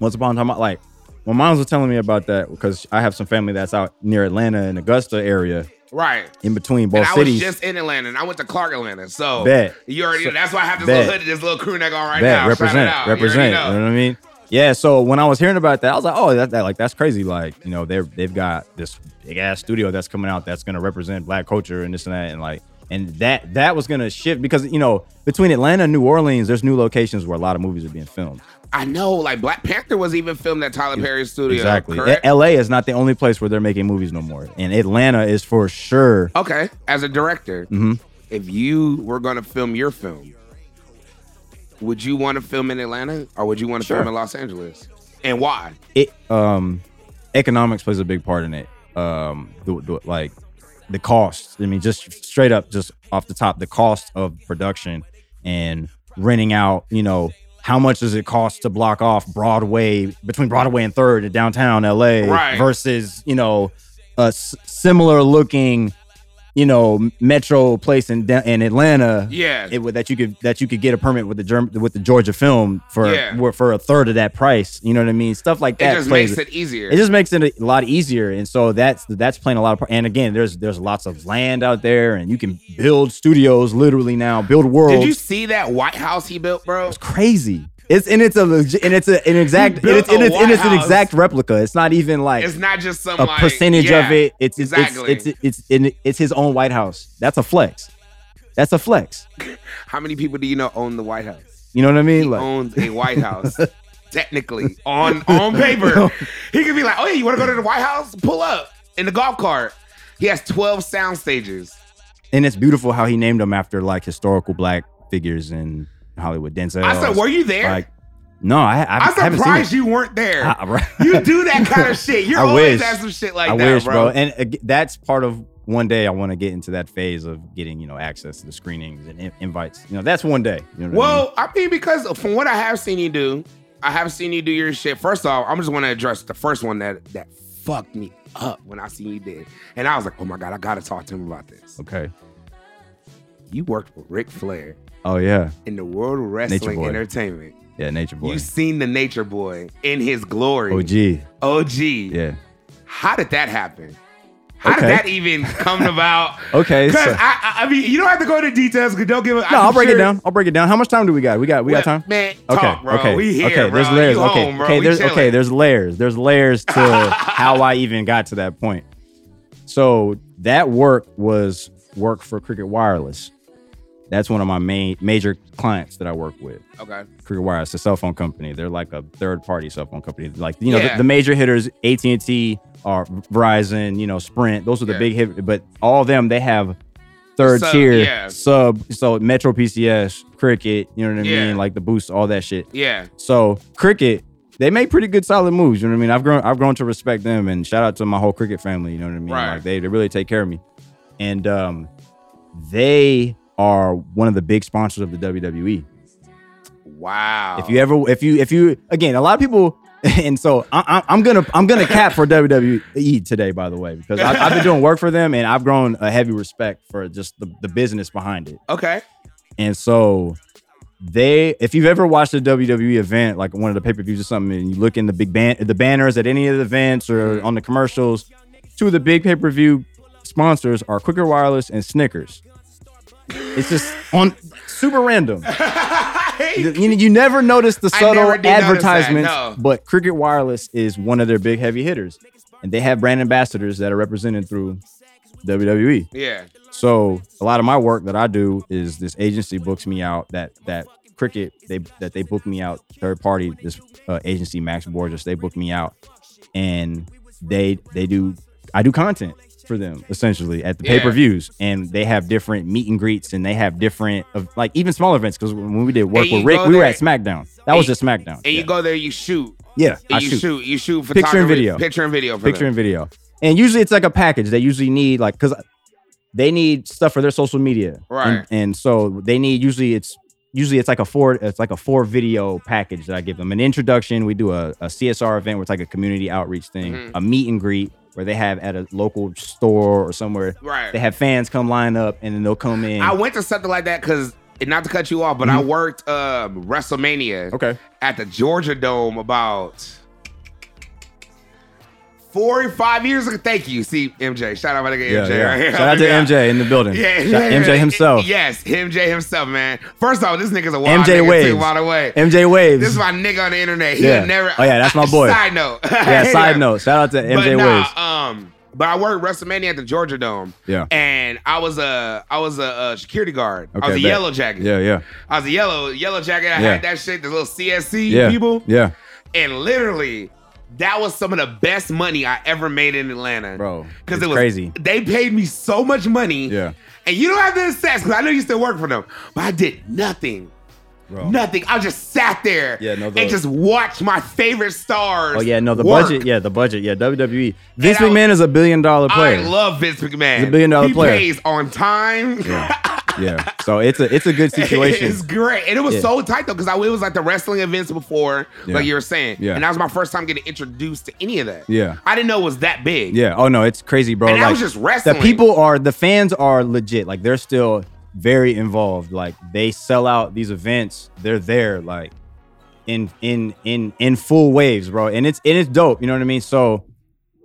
Speaker 4: once upon a time, like when moms was telling me about that, because I have some family that's out near Atlanta and Augusta area,
Speaker 2: right.
Speaker 4: in between both
Speaker 2: and I
Speaker 4: cities.
Speaker 2: was just in Atlanta, and I went to Clark, Atlanta. So
Speaker 4: Bet.
Speaker 2: you already know. That's why I have this
Speaker 4: Bet.
Speaker 2: little hood, this little crew neck on right
Speaker 4: Bet,
Speaker 2: now.
Speaker 4: represent,
Speaker 2: Shout it out.
Speaker 4: represent.
Speaker 2: You
Speaker 4: You
Speaker 2: already
Speaker 4: know.
Speaker 2: know.
Speaker 4: what I mean? Yeah. So when I was hearing about that, I was like, oh, that, that like that's crazy. Like you know, they are they've got this big ass studio that's coming out that's gonna represent black culture and this and that and like and that that was gonna shift because you know between Atlanta and New Orleans, there's new locations where a lot of movies are being filmed.
Speaker 2: I know, like Black Panther was even filmed at Tyler Perry's studio.
Speaker 4: Exactly.
Speaker 2: correct?
Speaker 4: LA is not the only place where they're making movies no more. And Atlanta is for sure.
Speaker 2: okay, as a director,
Speaker 4: Mhm.
Speaker 2: if you were going to film your film, would you want to film in Atlanta or would you want to
Speaker 4: Sure.
Speaker 2: film in Los Angeles? And why?
Speaker 4: It um economics plays a big part in it. Um the, the- like the cost. I mean just straight up just off the top the cost of production and renting out, you know, how much does it cost to block off Broadway between Broadway and 3rd in downtown LA
Speaker 2: Right.
Speaker 4: versus, you know, a s- similar looking, you know, metro place in da- in Atlanta
Speaker 2: Yeah.
Speaker 4: it would that you could that you could get a permit with the Germ, with the Georgia film for
Speaker 2: Yeah.
Speaker 4: were- for a third of that price. You know what I mean? Stuff like
Speaker 2: it
Speaker 4: that.
Speaker 2: just
Speaker 4: plays-
Speaker 2: makes it easier.
Speaker 4: it just makes it a lot easier, and so that's that's playing a lot of part. And again, there's there's lots of land out there, and you can build studios literally now, build worlds.
Speaker 2: Did you see that White House he built, bro?
Speaker 4: it's crazy. It's and it's a legi- and it's a, an exact and
Speaker 2: built
Speaker 4: it's, and
Speaker 2: a
Speaker 4: it's, and it's an
Speaker 2: White House.
Speaker 4: exact replica. It's not even like
Speaker 2: It's not just some
Speaker 4: a
Speaker 2: like,
Speaker 4: percentage
Speaker 2: yeah,
Speaker 4: of it. It's it's
Speaker 2: exactly.
Speaker 4: it's it's it's, it's, it's his own White House. That's a flex. That's a flex.
Speaker 2: How many people do you know own the White House?
Speaker 4: You know what I mean? Like,
Speaker 2: Owns a White House. Technically, on on paper, he could be like, "Oh yeah, you want to go to the White House? Pull up in the golf cart." He has twelve sound stages.
Speaker 4: and it's beautiful how he named them after like historical black figures in Hollywood. Denzel.
Speaker 2: I said, "Were you there?"
Speaker 4: Like, no, I, I, I
Speaker 2: I'm
Speaker 4: haven't seen
Speaker 2: surprised
Speaker 4: it.
Speaker 2: you weren't there.
Speaker 4: I, right.
Speaker 2: you do that kind of shit. You're
Speaker 4: I
Speaker 2: always
Speaker 4: wish.
Speaker 2: at some shit like
Speaker 4: I
Speaker 2: that,
Speaker 4: wish,
Speaker 2: bro.
Speaker 4: bro. And uh, that's part of one day I want to get into that phase of getting you know access to the screenings and in- invites. You know, that's one day. You know what I mean?
Speaker 2: Well, I mean, because from what I have seen you do, I have seen you do your shit. First off, I'm just want to address the first one that that fucked me up when I seen you did, and I was like, oh my god, I gotta talk to him about this.
Speaker 4: okay.
Speaker 2: You worked with Ric Flair
Speaker 4: Oh yeah,
Speaker 2: in the World of
Speaker 4: Nature
Speaker 2: Wrestling
Speaker 4: Boy.
Speaker 2: Entertainment.
Speaker 4: yeah, Nature Boy.
Speaker 2: You seen the Nature Boy in his glory.
Speaker 4: OG. Yeah,
Speaker 2: OG. How did that happen? How
Speaker 4: Okay.
Speaker 2: did that even come about?
Speaker 4: Okay,
Speaker 2: Because
Speaker 4: so-
Speaker 2: I, I, I mean, you don't have to go into details. Cause don't give.
Speaker 4: No, I'll break it down. I'll break it down. How much time do we got? We got we got time.
Speaker 2: man.
Speaker 4: Okay.
Speaker 2: talk, bro.
Speaker 4: Okay.
Speaker 2: We here,
Speaker 4: okay.
Speaker 2: bro.
Speaker 4: There's layers.
Speaker 2: You
Speaker 4: okay.
Speaker 2: home, bro.
Speaker 4: Okay.
Speaker 2: We
Speaker 4: There's okay.
Speaker 2: chilling.
Speaker 4: There's layers. There's layers to how I even got to that point. So that work was work for Cricket Wireless. That's one of my main major clients that I work with.
Speaker 2: Okay.
Speaker 4: Cricket Wireless, a cell phone company. They're like a third party cell phone company. Like you know,
Speaker 2: Yeah.
Speaker 4: the, the major hitters, AT and T, or Verizon, you know, Sprint. Those are the
Speaker 2: Yeah.
Speaker 4: big hit. But all of them, they have third
Speaker 2: Sub,
Speaker 4: tier
Speaker 2: yeah.
Speaker 4: sub. So Metro PCS, Cricket, you know what I
Speaker 2: Yeah.
Speaker 4: mean, like the Boost, all that shit.
Speaker 2: Yeah.
Speaker 4: So Cricket, they make pretty good solid moves. You know what I mean? I've grown I've grown to respect them and shout out to my whole cricket family. You know what I mean?
Speaker 2: Right.
Speaker 4: Like they, they really take care of me. And um they are one of the big sponsors of the WWE.
Speaker 2: Wow.
Speaker 4: If you ever if you if you again, a lot of people and so I, I, I'm gonna I'm gonna cap for WWE today, by the way, because I, I've been doing work for them and I've grown a heavy respect for just the, the business behind it.
Speaker 2: okay.
Speaker 4: And so they, if you've ever watched a WWE event, like one of the pay per views or something, and you look in the big ban- the banners at any of the events or
Speaker 2: Mm-hmm.
Speaker 4: on the commercials, two of the big pay per view sponsors are Quicker Wireless and Snickers. It's just on super random. You,
Speaker 2: I
Speaker 4: you, you never notice the
Speaker 2: I
Speaker 4: subtle
Speaker 2: never did notice that,
Speaker 4: advertisements,
Speaker 2: no.
Speaker 4: but Cricket Wireless is one of their big heavy hitters, and they have brand ambassadors that are represented through E. WWE.
Speaker 2: yeah.
Speaker 4: So a lot of my work that I do is this agency books me out that that cricket they that they book me out third party this uh, agency Max Borges they book me out and they they do I do content for them essentially at the
Speaker 2: Yeah.
Speaker 4: pay per views and they have different meet and greets and they have different of like even small events because when we did work
Speaker 2: And you
Speaker 4: with Rick
Speaker 2: go
Speaker 4: we were
Speaker 2: there-
Speaker 4: at SmackDown that
Speaker 2: and
Speaker 4: was
Speaker 2: you-
Speaker 4: just SmackDown
Speaker 2: And
Speaker 4: yeah,
Speaker 2: you go there, you shoot.
Speaker 4: yeah
Speaker 2: And
Speaker 4: I
Speaker 2: you
Speaker 4: shoot,
Speaker 2: shoot. You shoot
Speaker 4: Picture and
Speaker 2: photography-
Speaker 4: video.
Speaker 2: Picture and video. For
Speaker 4: picture
Speaker 2: them.
Speaker 4: and video and usually it's like a package they usually need like because they need stuff for their social media
Speaker 2: Right.
Speaker 4: and, and so they need usually it's usually it's like a four it's like a four video package that i give them an introduction we do a, a csr event where it's like a community outreach thing
Speaker 2: Mhm.
Speaker 4: a meet and greet where they have at a local store or somewhere
Speaker 2: Right.
Speaker 4: they have fans come line up and then they'll come in
Speaker 2: I went to something like that because, not to cut you off, but I worked um, WrestleMania
Speaker 4: Mm-hmm. okay
Speaker 2: at the Georgia Dome about four or five years ago. Thank you. See, MJ. Shout out my nigga
Speaker 4: yeah,
Speaker 2: MJ
Speaker 4: yeah.
Speaker 2: right here.
Speaker 4: shout out to mj in the building
Speaker 2: Yeah,
Speaker 4: Shout- mj himself
Speaker 2: Yes, MJ himself, man. First off, this nigga's a wild
Speaker 4: MJ
Speaker 2: nigga
Speaker 4: waves.
Speaker 2: too, by the way.
Speaker 4: mj waves
Speaker 2: This is my nigga on the internet. He
Speaker 4: Yeah.
Speaker 2: yeah. never.
Speaker 4: Oh, yeah, that's my boy.
Speaker 2: Side note.
Speaker 4: yeah side note shout out to
Speaker 2: but
Speaker 4: mj
Speaker 2: nah,
Speaker 4: waves
Speaker 2: um, but I worked WrestleMania at the Georgia Dome,
Speaker 4: yeah
Speaker 2: and I was a I was a, a security guard. I was a
Speaker 4: Okay, bet.
Speaker 2: yellow jacket.
Speaker 4: yeah yeah
Speaker 2: I was a yellow yellow jacket. I
Speaker 4: Yeah.
Speaker 2: had that shit, the little CSC
Speaker 4: yeah
Speaker 2: people,
Speaker 4: yeah
Speaker 2: and literally. That was some of the best money I ever made in Atlanta,
Speaker 4: bro
Speaker 2: Because
Speaker 4: it's
Speaker 2: it was
Speaker 4: crazy
Speaker 2: They paid me so much money,
Speaker 4: yeah
Speaker 2: and you don't have to assess because I know you still work for them, but I did nothing.
Speaker 4: bro
Speaker 2: Nothing. I just sat there
Speaker 4: Oh. Yeah, no, the-
Speaker 2: and just watched my favorite stars.
Speaker 4: Oh yeah, no, the
Speaker 2: work.
Speaker 4: budget, yeah, the budget, yeah, WWE. Vince
Speaker 2: And I-
Speaker 4: McMahon is a billion dollar player.
Speaker 2: I love Vince McMahon.
Speaker 4: He's a billion dollar
Speaker 2: he
Speaker 4: player.
Speaker 2: Pays on time.
Speaker 4: yeah, so it's a it's a good situation.
Speaker 2: it's great, and it was
Speaker 4: Yeah.
Speaker 2: so tight though because I it was like the wrestling events before,
Speaker 4: Yeah.
Speaker 2: like you were saying,
Speaker 4: Yeah.
Speaker 2: and that was my first time getting introduced to any of that.
Speaker 4: Yeah.
Speaker 2: I didn't know it was that big.
Speaker 4: yeah. Oh no, it's crazy, bro.
Speaker 2: and
Speaker 4: like
Speaker 2: I was just
Speaker 4: the
Speaker 2: wrestling.
Speaker 4: people are the fans are legit. Like they're still very involved. Like they sell out these events. They're there, like in in in in full waves, bro. And it's and it's dope. You know what I mean? So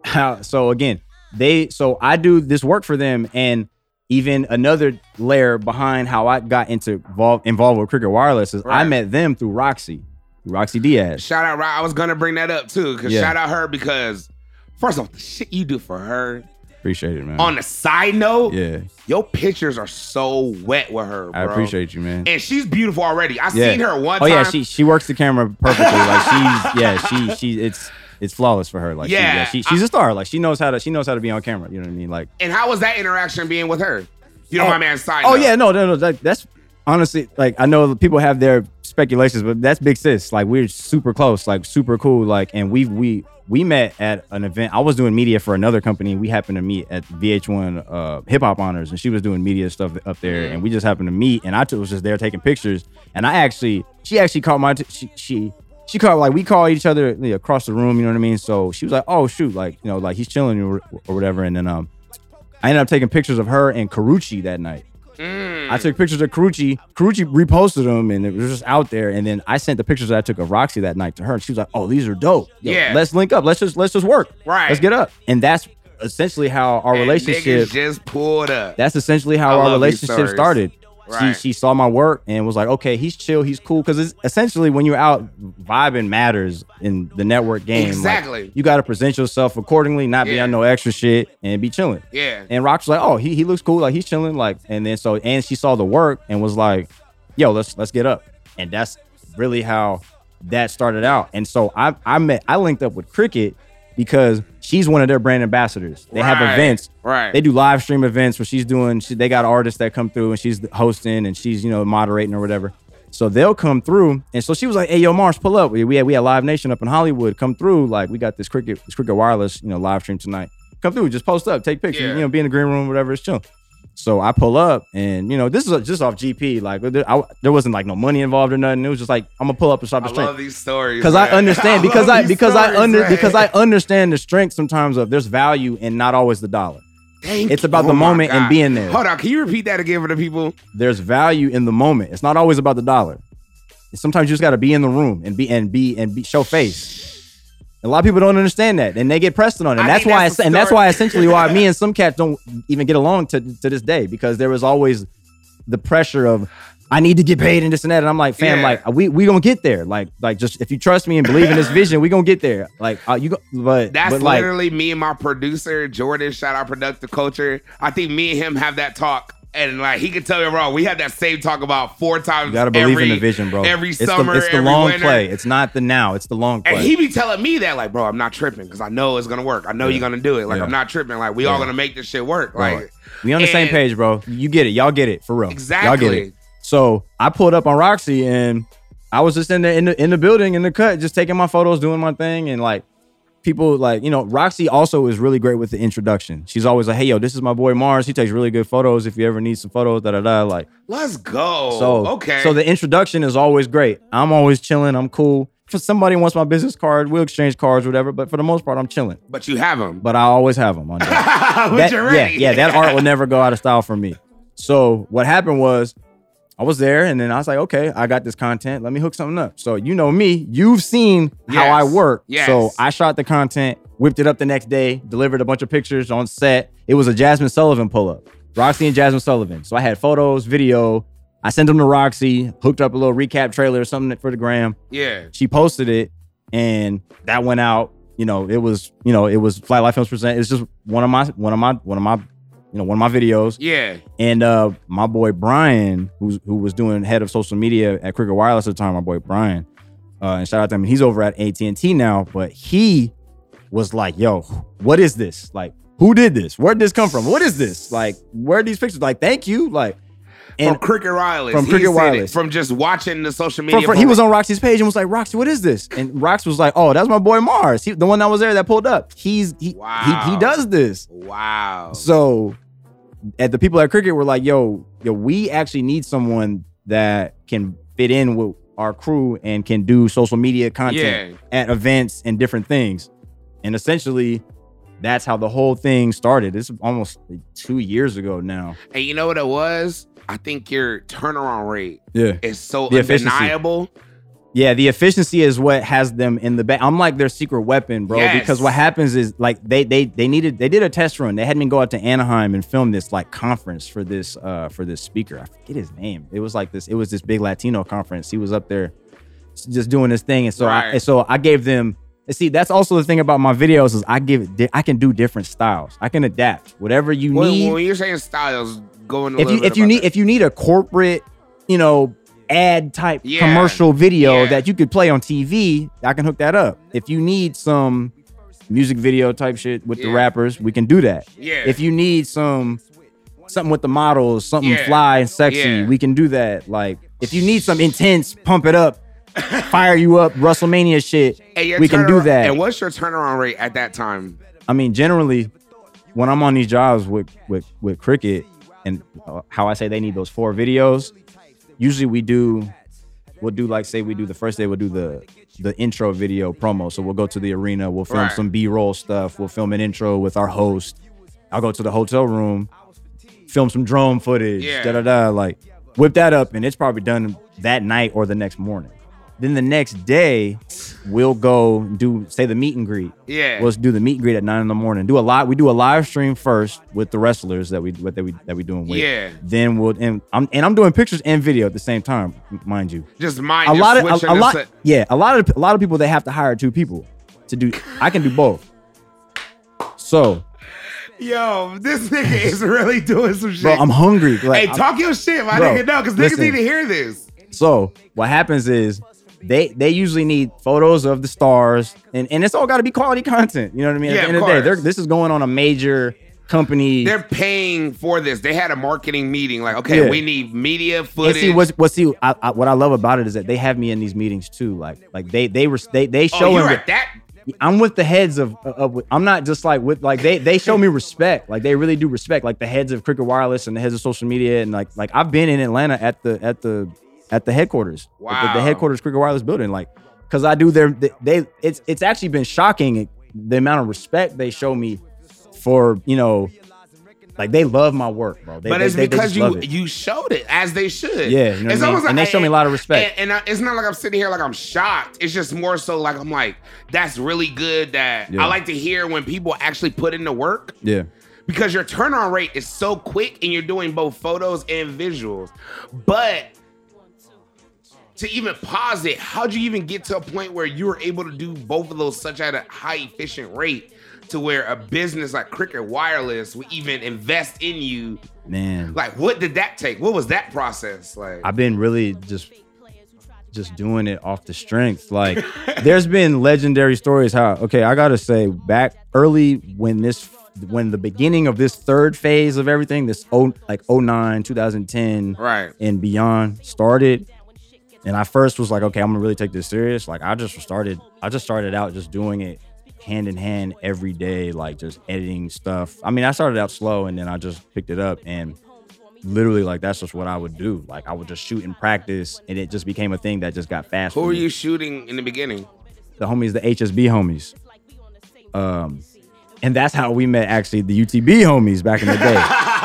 Speaker 4: how so again, they so I do this work for them and even another layer behind how I got into involved involved with Cricket Wireless is I
Speaker 2: Right.
Speaker 4: met them through Roxy, Roxy Diaz.
Speaker 2: Shout out, Ro- I was gonna bring that up too because
Speaker 4: Yeah.
Speaker 2: shout out her because first off, the shit you do for her.
Speaker 4: Appreciate it, man.
Speaker 2: On a side note,
Speaker 4: yeah,
Speaker 2: your pictures are so wet with her. Bro.
Speaker 4: I appreciate you, man.
Speaker 2: And she's beautiful already. I seen her one
Speaker 4: oh,
Speaker 2: time.
Speaker 4: yeah, she she works the camera perfectly. Like she's yeah, she she it's it's flawless for her. Like she- yeah,
Speaker 2: Yeah,
Speaker 4: she, she's a star. Like she knows how to she knows how to be on camera. You know what I mean? Like
Speaker 2: and how was that interaction being with her? You know
Speaker 4: Oh.
Speaker 2: my man side.
Speaker 4: oh
Speaker 2: note.
Speaker 4: yeah, no no no that, that's honestly, like I know people have their speculations, but that's Big Sis. Like we're super close, like super cool. Like and we we we met at an event. I was doing media for another company. We happened to meet at VH1 uh, Hip Hop Honors, and she was doing media stuff up there, and we just happened to meet. And I t- was just there taking pictures, and I actually she actually caught my t- she. she she called like we call each other you know, across the room, you know what I mean. So she was like, "Oh shoot, like you know, like he's chilling or, or whatever." And then um, I ended up taking pictures of her and Karuchi that night.
Speaker 2: Mm.
Speaker 4: I took pictures of Karuchi. Karuchi reposted them and it was just out there. And then I sent the pictures that I took of Roxy that night to her. And she was like, Oh, these are dope. Yo,
Speaker 2: Yeah.
Speaker 4: Let's link up. Let's just let's just work.
Speaker 2: Right.
Speaker 4: Let's get up. And that's essentially how our
Speaker 2: And
Speaker 4: relationship
Speaker 2: niggas just pulled up.
Speaker 4: that's essentially
Speaker 2: I
Speaker 4: how
Speaker 2: love
Speaker 4: our
Speaker 2: you,
Speaker 4: relationship
Speaker 2: sirs.
Speaker 4: started.
Speaker 2: Right.
Speaker 4: She she saw my work and was like, okay, he's chill, he's cool. Cause it's essentially when you're out, vibing matters in the network game. Like,
Speaker 2: Exactly.
Speaker 4: you gotta present yourself accordingly, not be
Speaker 2: Yeah.
Speaker 4: on no extra shit and be chilling.
Speaker 2: yeah.
Speaker 4: And Rock's like, oh, he he looks cool, like he's chilling, like. And then so, and she saw the work and was like, yo, let's let's get up. And that's really how that started out. And so I I met I linked up with Cricket because she's one of their brand ambassadors. They have
Speaker 2: Right.
Speaker 4: events.
Speaker 2: Right.
Speaker 4: They do live stream events where she's doing. She, they got artists that come through and she's hosting and she's you know moderating or whatever. So they'll come through, and so she was like, "Hey, yo, Mars, pull up. We, we had we had Live Nation up in Hollywood. Come through. Like we got this cricket this cricket wireless you know live stream tonight. Come through. Just post up, take pictures.
Speaker 2: Yeah.
Speaker 4: You know, be in the green room, whatever. It's chill." So I pull up, and you know, this is just off GP. Like there, I, there wasn't like no money involved or nothing. It was just like I'm gonna pull up and stop
Speaker 2: I
Speaker 4: the stream
Speaker 2: love these stories.
Speaker 4: because I
Speaker 2: man.
Speaker 4: understand because
Speaker 2: love
Speaker 4: I
Speaker 2: these
Speaker 4: because I
Speaker 2: stories,
Speaker 4: under
Speaker 2: man.
Speaker 4: because I understand the strength sometimes of there's value and not always the dollar.
Speaker 2: Thank
Speaker 4: It's
Speaker 2: you.
Speaker 4: about
Speaker 2: Oh
Speaker 4: the
Speaker 2: my
Speaker 4: moment and
Speaker 2: God.
Speaker 4: being there.
Speaker 2: Hold on, can you repeat that again for the people?
Speaker 4: There's value in the moment. It's not always about the dollar. And sometimes you just got to be in the room and be and be and be show face. A lot of people don't understand that, and they get pressed on it. And
Speaker 2: I
Speaker 4: that's
Speaker 2: think
Speaker 4: why,
Speaker 2: that's
Speaker 4: I,
Speaker 2: the
Speaker 4: and that's
Speaker 2: story.
Speaker 4: why, essentially, why me and some cats don't even get along to, to this day because there was always the pressure of I need to get paid and this and that. And I'm like, fam,
Speaker 2: Yeah.
Speaker 4: like we we gonna get there. Like like just if you trust me and believe in this vision, we gonna get there. Like uh, you, go, but
Speaker 2: That's
Speaker 4: but like
Speaker 2: literally me and my producer, Jordan, shout out Productive Culture. I think me and him have that talk. And like he could tell me wrong, we had that same talk about four times.
Speaker 4: you gotta believe
Speaker 2: every,
Speaker 4: in the vision, bro.
Speaker 2: Every
Speaker 4: it's
Speaker 2: summer,
Speaker 4: the, it's the
Speaker 2: every
Speaker 4: long
Speaker 2: winter.
Speaker 4: play. It's not the now. It's the long play.
Speaker 2: And he be telling me that, like, bro, I'm not tripping because I know it's gonna work. I know you're gonna do it. Like,
Speaker 4: Yeah.
Speaker 2: I'm not tripping. Like, we all gonna make this shit work.
Speaker 4: Bro,
Speaker 2: Like,
Speaker 4: we on the same
Speaker 2: and-
Speaker 4: page, bro. You get it. Y'all get it for real. Y'all get
Speaker 2: Exactly.
Speaker 4: it. So I pulled up on Roxy and I was just in the in the in the building in the cut, just taking my photos, doing my thing, and like people like you know Roxy also is really great with the introduction. She's always like, "Hey yo, this is my boy Mars. He takes really good photos. If you ever need some photos, da da da." Like
Speaker 2: let's go.
Speaker 4: so
Speaker 2: Oh, okay.
Speaker 4: So the introduction is always great. I'm always chilling. I'm cool. For somebody wants my business card, we'll exchange cards, whatever. But for the most part, I'm chilling.
Speaker 2: but you have him.
Speaker 4: But I always have them on. deck.
Speaker 2: But
Speaker 4: That-
Speaker 2: you're ready.
Speaker 4: Yeah, yeah, that art will never go out of style for me. So what happened was I was there and then I was like, okay, I got this content. Let me hook something up. So you know me, you've seen how I
Speaker 2: Yes,
Speaker 4: work.
Speaker 2: yes.
Speaker 4: So I shot the content, whipped it up the next day, delivered a bunch of pictures on set. It was a Jasmine Sullivan pull up. Roxy and Jasmine Sullivan. So I had photos, video. I sent them to Roxy, hooked up a little recap trailer or something for the gram
Speaker 2: yeah.
Speaker 4: she posted it and that went out you know it was you know it was fly life films present it's just one of my one of my one of my you know one of my videos
Speaker 2: Yeah.
Speaker 4: and uh my boy brian who's who was doing head of social media at cricket wireless at the time my boy brian uh and shout out to him he's over at at&t now but he was like yo what is this like who did this where'd this come from what is this like where are these pictures like thank you like
Speaker 2: from Cricket Wireless.
Speaker 4: From
Speaker 2: He
Speaker 4: Cricket
Speaker 2: said it
Speaker 4: Wireless.
Speaker 2: From just watching the social
Speaker 4: Bro,
Speaker 2: media.
Speaker 4: bro, he was on Roxy's page and was like, "Roxy, what is this?" And Rox was like, "Oh, that's my boy Mars. He, the one that was there that pulled up. He's he
Speaker 2: Wow.
Speaker 4: he, he does this."
Speaker 2: Wow.
Speaker 4: So, at the people at Cricket were like, "Yo, yo, we actually need someone that can fit in with our crew and can do social media content at events and different things." And essentially, that's how the whole thing started. It's almost two years ago now.
Speaker 2: And you know what it was? I think your turnaround rate
Speaker 4: Yeah,
Speaker 2: is so
Speaker 4: The efficiency.
Speaker 2: undeniable.
Speaker 4: Yeah, the efficiency is what has them in the back. I'm like their secret weapon, bro.
Speaker 2: Yes.
Speaker 4: Because what happens is like they they they needed they did a test run. They had me go out to Anaheim and film this like conference for this uh for this speaker. I forget his name. It was like this. It was this big Latino conference. He was up there just doing his thing, and so I
Speaker 2: Right.
Speaker 4: and so I gave them. and See, that's also the thing about my videos is I give it. di- I can do different styles. I can adapt whatever you need
Speaker 2: When, when you're saying styles, going a
Speaker 4: if
Speaker 2: little
Speaker 4: you
Speaker 2: bit
Speaker 4: if you
Speaker 2: about
Speaker 4: need
Speaker 2: that.
Speaker 4: if you need a corporate, you know, ad type
Speaker 2: Yeah.
Speaker 4: commercial video
Speaker 2: Yeah.
Speaker 4: that you could play on TV, I can hook that up. If you need some music video type shit with the
Speaker 2: Yeah.
Speaker 4: rappers, we can do that.
Speaker 2: Yeah.
Speaker 4: If you need some something with the models, something
Speaker 2: Yeah.
Speaker 4: fly and sexy.
Speaker 2: Yeah.
Speaker 4: We can do that. Like if you need some intense, pump it up, fire you up, WrestleMania shit.
Speaker 2: And your
Speaker 4: We can do
Speaker 2: turnaround-
Speaker 4: that.
Speaker 2: And what's your turnaround rate at that time?
Speaker 4: I mean, generally, when I'm on these jobs with with with cricket, and uh, how I say they need those four videos. Usually, we do. We'll do like say we do the first day. We'll do the the intro video promo. So we'll go to the arena. We'll film
Speaker 2: Right.
Speaker 4: some B-roll stuff. We'll film an intro with our host. I'll go to the hotel room, film some drone footage.
Speaker 2: Yeah.
Speaker 4: Da da da. Like whip that up, and it's probably done that night or the next morning. Then the next day, we'll go do say the meet and greet.
Speaker 2: Yeah.
Speaker 4: Let's do the meet and greet at nine in the morning. Do a live. We do a live stream first with the wrestlers that we what that we that we doing with.
Speaker 2: Yeah.
Speaker 4: Then we'll and I'm and I'm doing pictures and video at the same time, m- mind you.
Speaker 2: Just mind
Speaker 4: A
Speaker 2: just
Speaker 4: lot of a-
Speaker 2: switching
Speaker 4: a,
Speaker 2: and
Speaker 4: lot
Speaker 2: sit-
Speaker 4: yeah a lot of a lot of people they have to hire two people to do. I can do both. So,
Speaker 2: Yo, this nigga is really doing some shit.
Speaker 4: bro, I'm hungry. Like,
Speaker 2: hey,
Speaker 4: I'm-
Speaker 2: talk your shit, my
Speaker 4: Bro,
Speaker 2: nigga. No, because niggas
Speaker 4: listen.
Speaker 2: need to hear this.
Speaker 4: So what happens is they they usually need photos of the stars, and and it's all got to be quality content. You know what I mean?
Speaker 2: Yeah,
Speaker 4: At the
Speaker 2: of
Speaker 4: end of the day,
Speaker 2: course.
Speaker 4: they're, this is going on a major company.
Speaker 2: They're paying for this. They had a marketing meeting. Like, okay,
Speaker 4: Yeah.
Speaker 2: we need media
Speaker 4: And
Speaker 2: footage.
Speaker 4: see what's what's see I, I, what I love about it is that they have me in these meetings too. Like like they they were they they
Speaker 2: oh,
Speaker 4: showing.
Speaker 2: you're at that.
Speaker 4: I'm with the heads of, of I'm not just like with like they they show me respect. Like they really do respect. Like the heads of Cricket Wireless and the heads of social media and like like I've been in Atlanta at the at the at the headquarters. Like, the- the,
Speaker 2: Wow.
Speaker 4: headquarters Cricket Wireless building. Like because I do their they, they it's it's actually been shocking the amount of respect they show me for you know like they love my work, bro. They,
Speaker 2: But
Speaker 4: they-
Speaker 2: it's
Speaker 4: they- they
Speaker 2: because
Speaker 4: just love
Speaker 2: you
Speaker 4: it.
Speaker 2: you showed it as they should.
Speaker 4: Yeah, you know what I
Speaker 2: It's
Speaker 4: mean?
Speaker 2: almost
Speaker 4: And they show me a lot of respect.
Speaker 2: And, and I, it's not like I'm sitting here like I'm shocked. It's just more so like I'm like, that's really good. That
Speaker 4: Yeah.
Speaker 2: I like to hear when people actually put in the work.
Speaker 4: yeah.
Speaker 2: because your turnaround rate is so quick and you're doing both photos and visuals. But to even pause it, how'd you even get to a point where you were able to do both of those such at a high efficient rate to where a business like Cricket Wireless would even invest in you?
Speaker 4: Man.
Speaker 2: Like, what did that take? What was that process? Like,
Speaker 4: I've been really just just doing it off the strength. Like there's been legendary stories how okay, I got to say back early when this when the beginning of this third phase of everything, this oh like 09, 2010
Speaker 2: right.
Speaker 4: and beyond started and I first was like, okay, I'm going to really take this serious. Like I just started I just started out just doing it hand in hand every day like just editing stuff. I mean, I started out slow and then I just picked it up and literally like that's just what I would do. Like I would just shoot and practice, and it just became a thing that just got fast.
Speaker 2: Who
Speaker 4: for
Speaker 2: were
Speaker 4: me.
Speaker 2: you shooting in the beginning?
Speaker 4: The homies, the HSB homies. Um, and that's how we met actually the UTB homies back in the day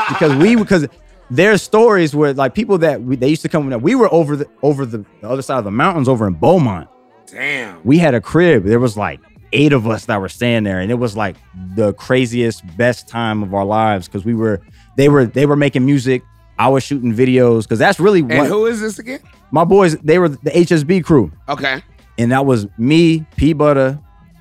Speaker 4: because we because there's stories where like people that we, they used to come. We were over the over the, the other side of the mountains over in Beaumont
Speaker 2: Damn.
Speaker 4: we had a crib. There was like eight of us that were staying there, and it was like the craziest, best time of our lives because we were they were they were making music. I was shooting videos because that's really
Speaker 2: And
Speaker 4: what
Speaker 2: who is this again?
Speaker 4: my boys. They were the HSB crew,
Speaker 2: Okay,
Speaker 4: and that was me, P Butter,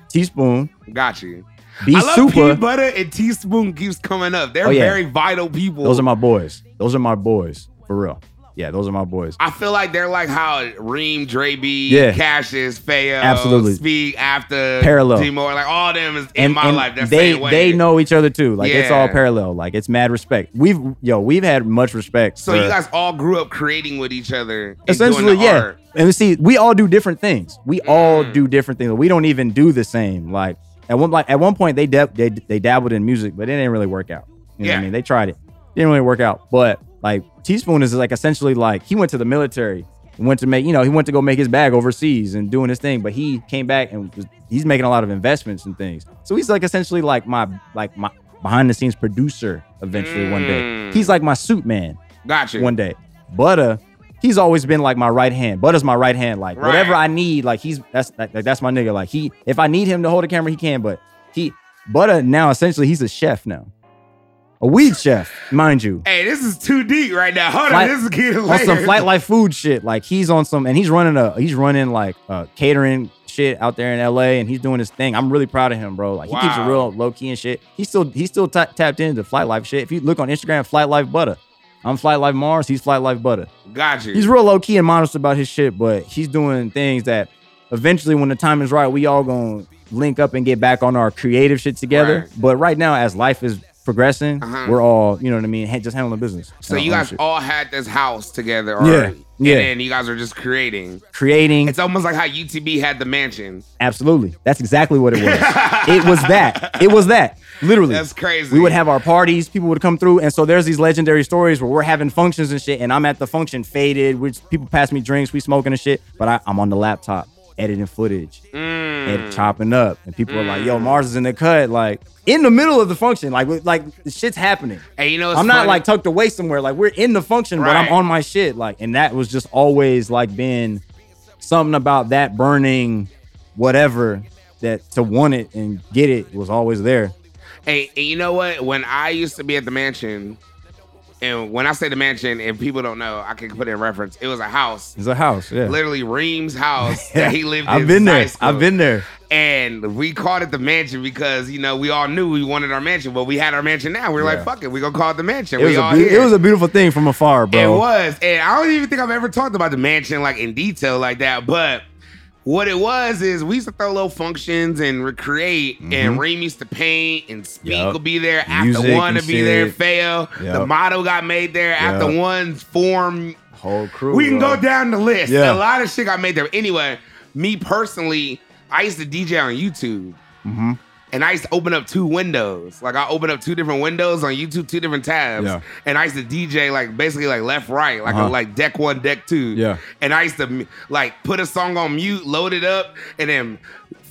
Speaker 4: Teaspoon,
Speaker 2: got you.
Speaker 4: B
Speaker 2: I love
Speaker 4: Super.
Speaker 2: peanut butter and teaspoon keeps coming up. They're
Speaker 4: Oh, yeah.
Speaker 2: very vital people.
Speaker 4: Those are my boys. Those are my boys for real. Yeah, those are my boys.
Speaker 2: I feel like they're like how Reem, Dre B,
Speaker 4: Yeah.
Speaker 2: Cassius, Fayo,
Speaker 4: Absolutely.
Speaker 2: Speed after
Speaker 4: Parallel.
Speaker 2: D Moore, like all them is in my life. That's
Speaker 4: they
Speaker 2: same way.
Speaker 4: they know each other too. Like it's all
Speaker 2: Yeah.
Speaker 4: parallel. Like it's mad respect. We've yo we've had much respect.
Speaker 2: So
Speaker 4: for-
Speaker 2: you guys all grew up creating with each other. and doing
Speaker 4: essentially
Speaker 2: the
Speaker 4: yeah
Speaker 2: art. Mm.
Speaker 4: and we see we all do different things we all do different things we don't even do the same like at one like at one point they dab- they, they dabbled in music but it didn't really work out you know what
Speaker 2: Yeah.
Speaker 4: i mean they tried it didn't really work out but like teaspoon is like essentially like he went to the military and went to make you know he went to go make his bag overseas and doing his thing but he came back and was, he's making a lot of investments and things so he's like essentially like my like my behind the scenes producer eventually one day
Speaker 2: Mm.
Speaker 4: he's like my suit man
Speaker 2: Gotcha.
Speaker 4: one day. Butter, he's always been like my right hand. Butter's my right hand. Like
Speaker 2: Right.
Speaker 4: whatever I need, like he's that's like, like, that's my nigga. Like he, if I need him to hold the camera, he can. But he, Butter now essentially he's a chef now, a weed chef, mind you.
Speaker 2: Hey, this is too deep right now. Hold
Speaker 4: Flight-
Speaker 2: on, this is getting
Speaker 4: On
Speaker 2: later.
Speaker 4: some flight life food shit, like he's on some, and he's running a, he's running like uh, catering shit out there in L.A. and he's doing his thing. I'm really proud of him, bro. Like he keeps it
Speaker 2: Wow.
Speaker 4: real low key and shit. He's still he's still ta- tapped into flight life shit. If you look on Instagram, flight life butter. I'm flight life Mars. He's flight life butter
Speaker 2: Gotcha.
Speaker 4: he's real low key and modest about his shit, but he's doing things that eventually, when the time is right, we all gonna link up and get back on our creative shit together.
Speaker 2: Right.
Speaker 4: But right now, as life is progressing,
Speaker 2: Uh-huh.
Speaker 4: we're all, you know what I mean, ha- just handling business.
Speaker 2: So
Speaker 4: and
Speaker 2: you
Speaker 4: all that
Speaker 2: guys
Speaker 4: shit.
Speaker 2: all had this house together
Speaker 4: Yeah,
Speaker 2: already.
Speaker 4: yeah.
Speaker 2: And then you guys are just creating.
Speaker 4: creating.
Speaker 2: It's almost like how UTB had the mansion.
Speaker 4: Absolutely. That's exactly what it was. it was that. It was that. Literally.
Speaker 2: That's crazy.
Speaker 4: We would have our parties, people would come through. And so there's these legendary stories where we're having functions and shit, and I'm at the function faded, which people pass me drinks, we smoking and shit, but I, I'm on the laptop editing footage
Speaker 2: Mm.
Speaker 4: and chopping up. And people are like, yo, Mars is in the cut, like in the middle of the function. Like, we- like shit's happening.
Speaker 2: And you know, it's
Speaker 4: I'm not
Speaker 2: funny.
Speaker 4: like tucked away somewhere. Like we're in the function, but
Speaker 2: Right.
Speaker 4: I'm on my shit. Like, and that was just always like been something about that burning whatever that to want it and get it was always there.
Speaker 2: Hey, and you know what? When I used to be at the mansion, and when I say the mansion, if people don't know, I can put in reference. It was a house,
Speaker 4: It's a house. Yeah.
Speaker 2: literally Reem's house that he lived in.
Speaker 4: I've been
Speaker 2: since high
Speaker 4: there.
Speaker 2: school.
Speaker 4: I've been there.
Speaker 2: And we called it the mansion because you know we all knew we wanted our mansion, but we had our mansion now. We were like,
Speaker 4: Yeah.
Speaker 2: "Fuck it, we gonna call it the mansion."
Speaker 4: It
Speaker 2: we
Speaker 4: was, a
Speaker 2: all
Speaker 4: beau-
Speaker 2: here.
Speaker 4: it was a beautiful thing from afar, bro.
Speaker 2: It was, and I don't even think I've ever talked about the mansion like in detail like that. But what it was is we used to throw little functions and recreate, and Reem used to paint, and Speak
Speaker 4: Mm-hmm. Yup.
Speaker 2: will be there after
Speaker 4: Music
Speaker 2: one to
Speaker 4: and
Speaker 2: be there.
Speaker 4: shit.
Speaker 2: Fail, the
Speaker 4: Yup.
Speaker 2: motto got made there after
Speaker 4: Yup.
Speaker 2: one's form.
Speaker 4: Whole crew.
Speaker 2: We can
Speaker 4: bro.
Speaker 2: go down the list.
Speaker 4: Yeah.
Speaker 2: A lot of shit got made there. Anyway, me personally, I used to DJ on YouTube.
Speaker 4: Mhm.
Speaker 2: And I used to open up two windows. Like I opened up two different windows on YouTube, two different tabs.
Speaker 4: Yeah.
Speaker 2: And I used to DJ like basically like left, right, like a,
Speaker 4: Uh-huh.
Speaker 2: like deck one, deck two.
Speaker 4: Yeah.
Speaker 2: And I used to like put a song on mute, load it up, and then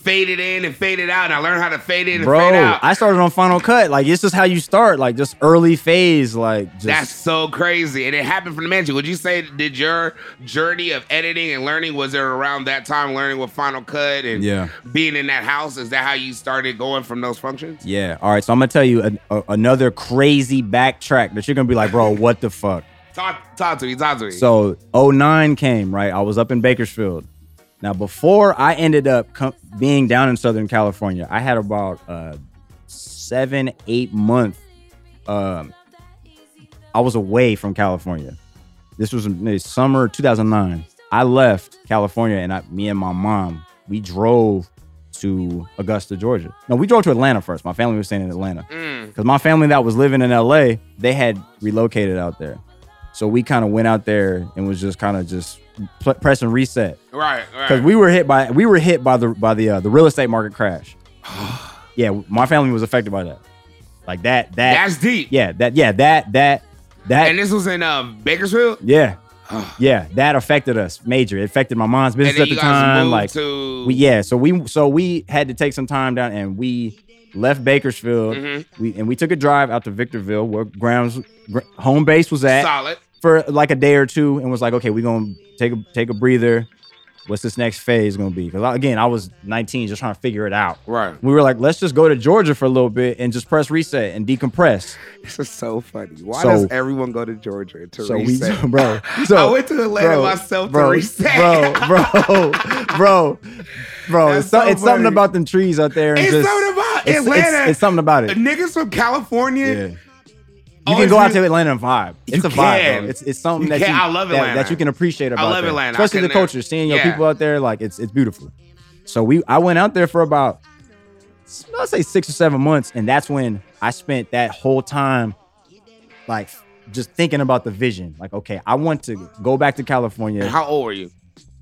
Speaker 2: fade it in and fade it out. And I learned how to fade in and
Speaker 4: Bro,
Speaker 2: fade out.
Speaker 4: I started on Final Cut. Like, it's just how you start. Like, just early phase. Like, just
Speaker 2: That's so crazy. And it happened from the mansion. Would you say did your journey of editing and learning was there around that time learning with Final Cut and
Speaker 4: Yeah.
Speaker 2: being in that house? Is that how you started going from those functions?
Speaker 4: Yeah. All right. So I'm gonna tell you an, a, another crazy backtrack that you're gonna be like, bro, what the fuck?
Speaker 2: Talk talk to me, talk to me.
Speaker 4: So 09 came right. I was up in Bakersfield. Now before I ended up com- being down in Southern California, I had about uh, seven, eight month. Um, I was away from California. This was in the summer 2009. I left California, and I, me and my mom, we drove to Augusta, Georgia. No, we drove to Atlanta first. My family was staying in Atlanta
Speaker 2: Mm,
Speaker 4: because my family that was living in LA, they had relocated out there. So we kind of went out there and was just kind of just pl- press and reset
Speaker 2: right, right.
Speaker 4: because we were hit by we were hit by the by the uh, the real estate market crash. yeah, my family was affected by that. Like that that
Speaker 2: That's deep.
Speaker 4: yeah that yeah that that that
Speaker 2: And this was in uh, Bakersfield.
Speaker 4: yeah yeah that affected us major. It affected my mom's business
Speaker 2: and then
Speaker 4: at
Speaker 2: you
Speaker 4: the
Speaker 2: guys
Speaker 4: time.
Speaker 2: moved
Speaker 4: Like
Speaker 2: to
Speaker 4: we yeah, so we so we had to take some time down and we left Bakersfield.
Speaker 2: Mhm.
Speaker 4: We and we took a drive out to Victorville where grounds gr- home base was at
Speaker 2: solid.
Speaker 4: for like a day or two and was like, "Okay, we're going to take a take a breather. What's this next phase going to be?" Cuz again, I was 19 just trying to figure it out.
Speaker 2: Right.
Speaker 4: We were like, "Let's just go to Georgia for a little bit and just press reset and decompress."
Speaker 2: This is so funny. Why
Speaker 4: So-
Speaker 2: does everyone go to Georgia to
Speaker 4: So we,
Speaker 2: reset?
Speaker 4: bro. So
Speaker 2: I went to Atlanta myself
Speaker 4: bro,
Speaker 2: to reset.
Speaker 4: Bro, bro, bro, bro.
Speaker 2: That's
Speaker 4: It's, so-
Speaker 2: so
Speaker 4: it's something
Speaker 2: funny.
Speaker 4: about them trees out there. And
Speaker 2: It's
Speaker 4: just,
Speaker 2: something about
Speaker 4: it's, it's-
Speaker 2: Atlanta.
Speaker 4: It's something about it.
Speaker 2: Niggas from California.
Speaker 4: Yeah. You
Speaker 2: Oh,
Speaker 4: can
Speaker 2: it's
Speaker 4: go out
Speaker 2: really-
Speaker 4: to Atlanta and vibe. It's
Speaker 2: You
Speaker 4: a vibe.
Speaker 2: can.
Speaker 4: Bro. It's it's something
Speaker 2: You
Speaker 4: that
Speaker 2: can.
Speaker 4: you
Speaker 2: I love
Speaker 4: that-
Speaker 2: Atlanta.
Speaker 4: that you can appreciate about.
Speaker 2: love
Speaker 4: that.
Speaker 2: Atlanta. I
Speaker 4: especially the
Speaker 2: couldn't-
Speaker 4: culture. Seeing your
Speaker 2: yeah.
Speaker 4: people out there, like it's it's beautiful. So we, I went out there for about I'll say six or seven months, and that's when I spent that whole time, like just thinking about the vision. Like, okay, I want to go back to California.
Speaker 2: And how old were you?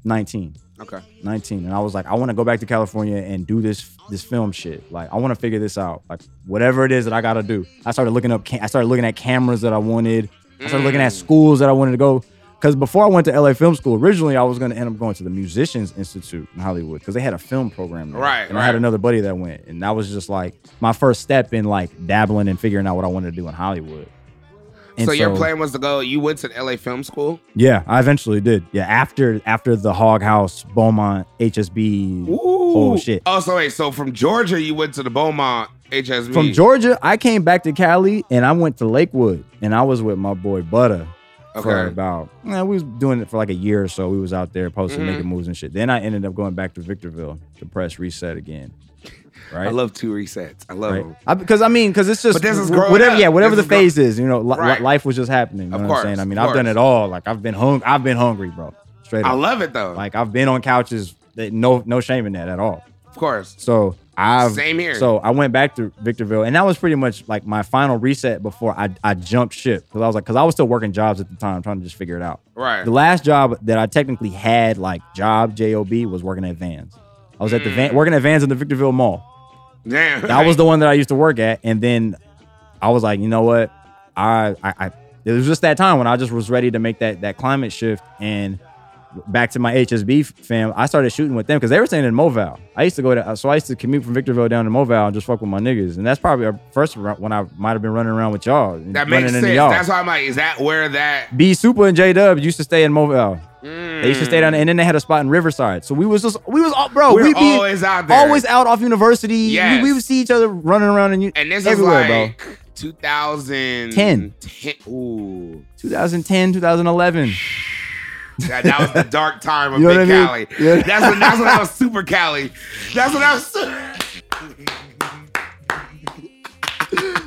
Speaker 4: 19
Speaker 2: Okay.
Speaker 4: 19 and i was like i want to go back to california and do this this film shit like i want to figure this out like whatever it is that i gotta do i started looking up ca- i started looking at cameras that i wanted i started looking
Speaker 2: Mm.
Speaker 4: at schools that i wanted to go because before i went to la film school originally i was going to end up going to the musicians institute in hollywood because they had a film program there.
Speaker 2: Right,
Speaker 4: and i had
Speaker 2: right.
Speaker 4: another buddy that went and that was just like my first step in like dabbling and figuring out what i wanted to do in hollywood And
Speaker 2: so, your plan was to go. You went to LA Film School.
Speaker 4: yeah, I eventually did. Yeah, after after the Hog House, Beaumont, HSB whole shit.
Speaker 2: Oh, so wait. So from Georgia, you went to the Beaumont HSB.
Speaker 4: From Georgia, I came back to Cali and I went to Lakewood and I was with my boy Butter for
Speaker 2: Okay.
Speaker 4: about eh, we was doing it for like a year or so. We was out there posting
Speaker 2: Mm-hmm.
Speaker 4: making moves and shit. Then I ended up going back to Victorville to press reset again. Right.
Speaker 2: I love two resets. I love
Speaker 4: Right,
Speaker 2: them.
Speaker 4: because I, mean, because it's just
Speaker 2: But this is growing
Speaker 4: whatever,
Speaker 2: up.
Speaker 4: yeah, whatever
Speaker 2: This
Speaker 4: the
Speaker 2: is grow-
Speaker 4: phase is, you know, li-
Speaker 2: Right.
Speaker 4: life was just happening. You
Speaker 2: Of
Speaker 4: know
Speaker 2: course,
Speaker 4: what I'm saying? I mean,
Speaker 2: of
Speaker 4: I've done
Speaker 2: course.
Speaker 4: it all. Like I've been hung, I've been hungry, bro. Straight up,
Speaker 2: I love it though.
Speaker 4: like I've been on couches, that- no no shame in that at all.
Speaker 2: of course.
Speaker 4: So I've
Speaker 2: Same here.
Speaker 4: So I went back to Victorville, and that was pretty much like my final reset before I, I jumped ship because I was like, because I was still working jobs at the time, trying to just figure it out.
Speaker 2: right.
Speaker 4: The last job that I technically had, like job job, was working at Vans. I was at
Speaker 2: Mm.
Speaker 4: the van, working at Vans in the Victorville Mall.
Speaker 2: Damn.
Speaker 4: That was the one that I used to work at, and then I was like, you know what? I I, I it was just that time when I just was ready to make that that climate shift and back to my HSB fam. I started shooting with them because they were staying in Movile. I used to go to uh, so I used to commute from Victorville down to Movile and just fuck with my niggas, and that's probably our first ru- when I might have been running around with y'all, and
Speaker 2: that
Speaker 4: running
Speaker 2: makes sense.
Speaker 4: into y'all.
Speaker 2: That's why I'm like, is that where that? mm,
Speaker 4: B Super and J Dub used to stay in Mobile. They used to stay down, there, and then they had a spot in Riverside. So we was just we was all bro.
Speaker 2: Hmm. We're
Speaker 4: we be
Speaker 2: always out there.
Speaker 4: always out off university.
Speaker 2: Yes.
Speaker 4: We, we would see each other running around and you
Speaker 2: And this
Speaker 4: everywhere,
Speaker 2: is
Speaker 4: bro.
Speaker 2: like 2010.
Speaker 4: Ten.
Speaker 2: Ooh,
Speaker 4: 2010, 2011.
Speaker 2: that, that was the dark time of
Speaker 4: You know
Speaker 2: Big
Speaker 4: what I
Speaker 2: Cali.
Speaker 4: mean? Yeah.
Speaker 2: That's when that's when I was super Cali. That's when I was. Su-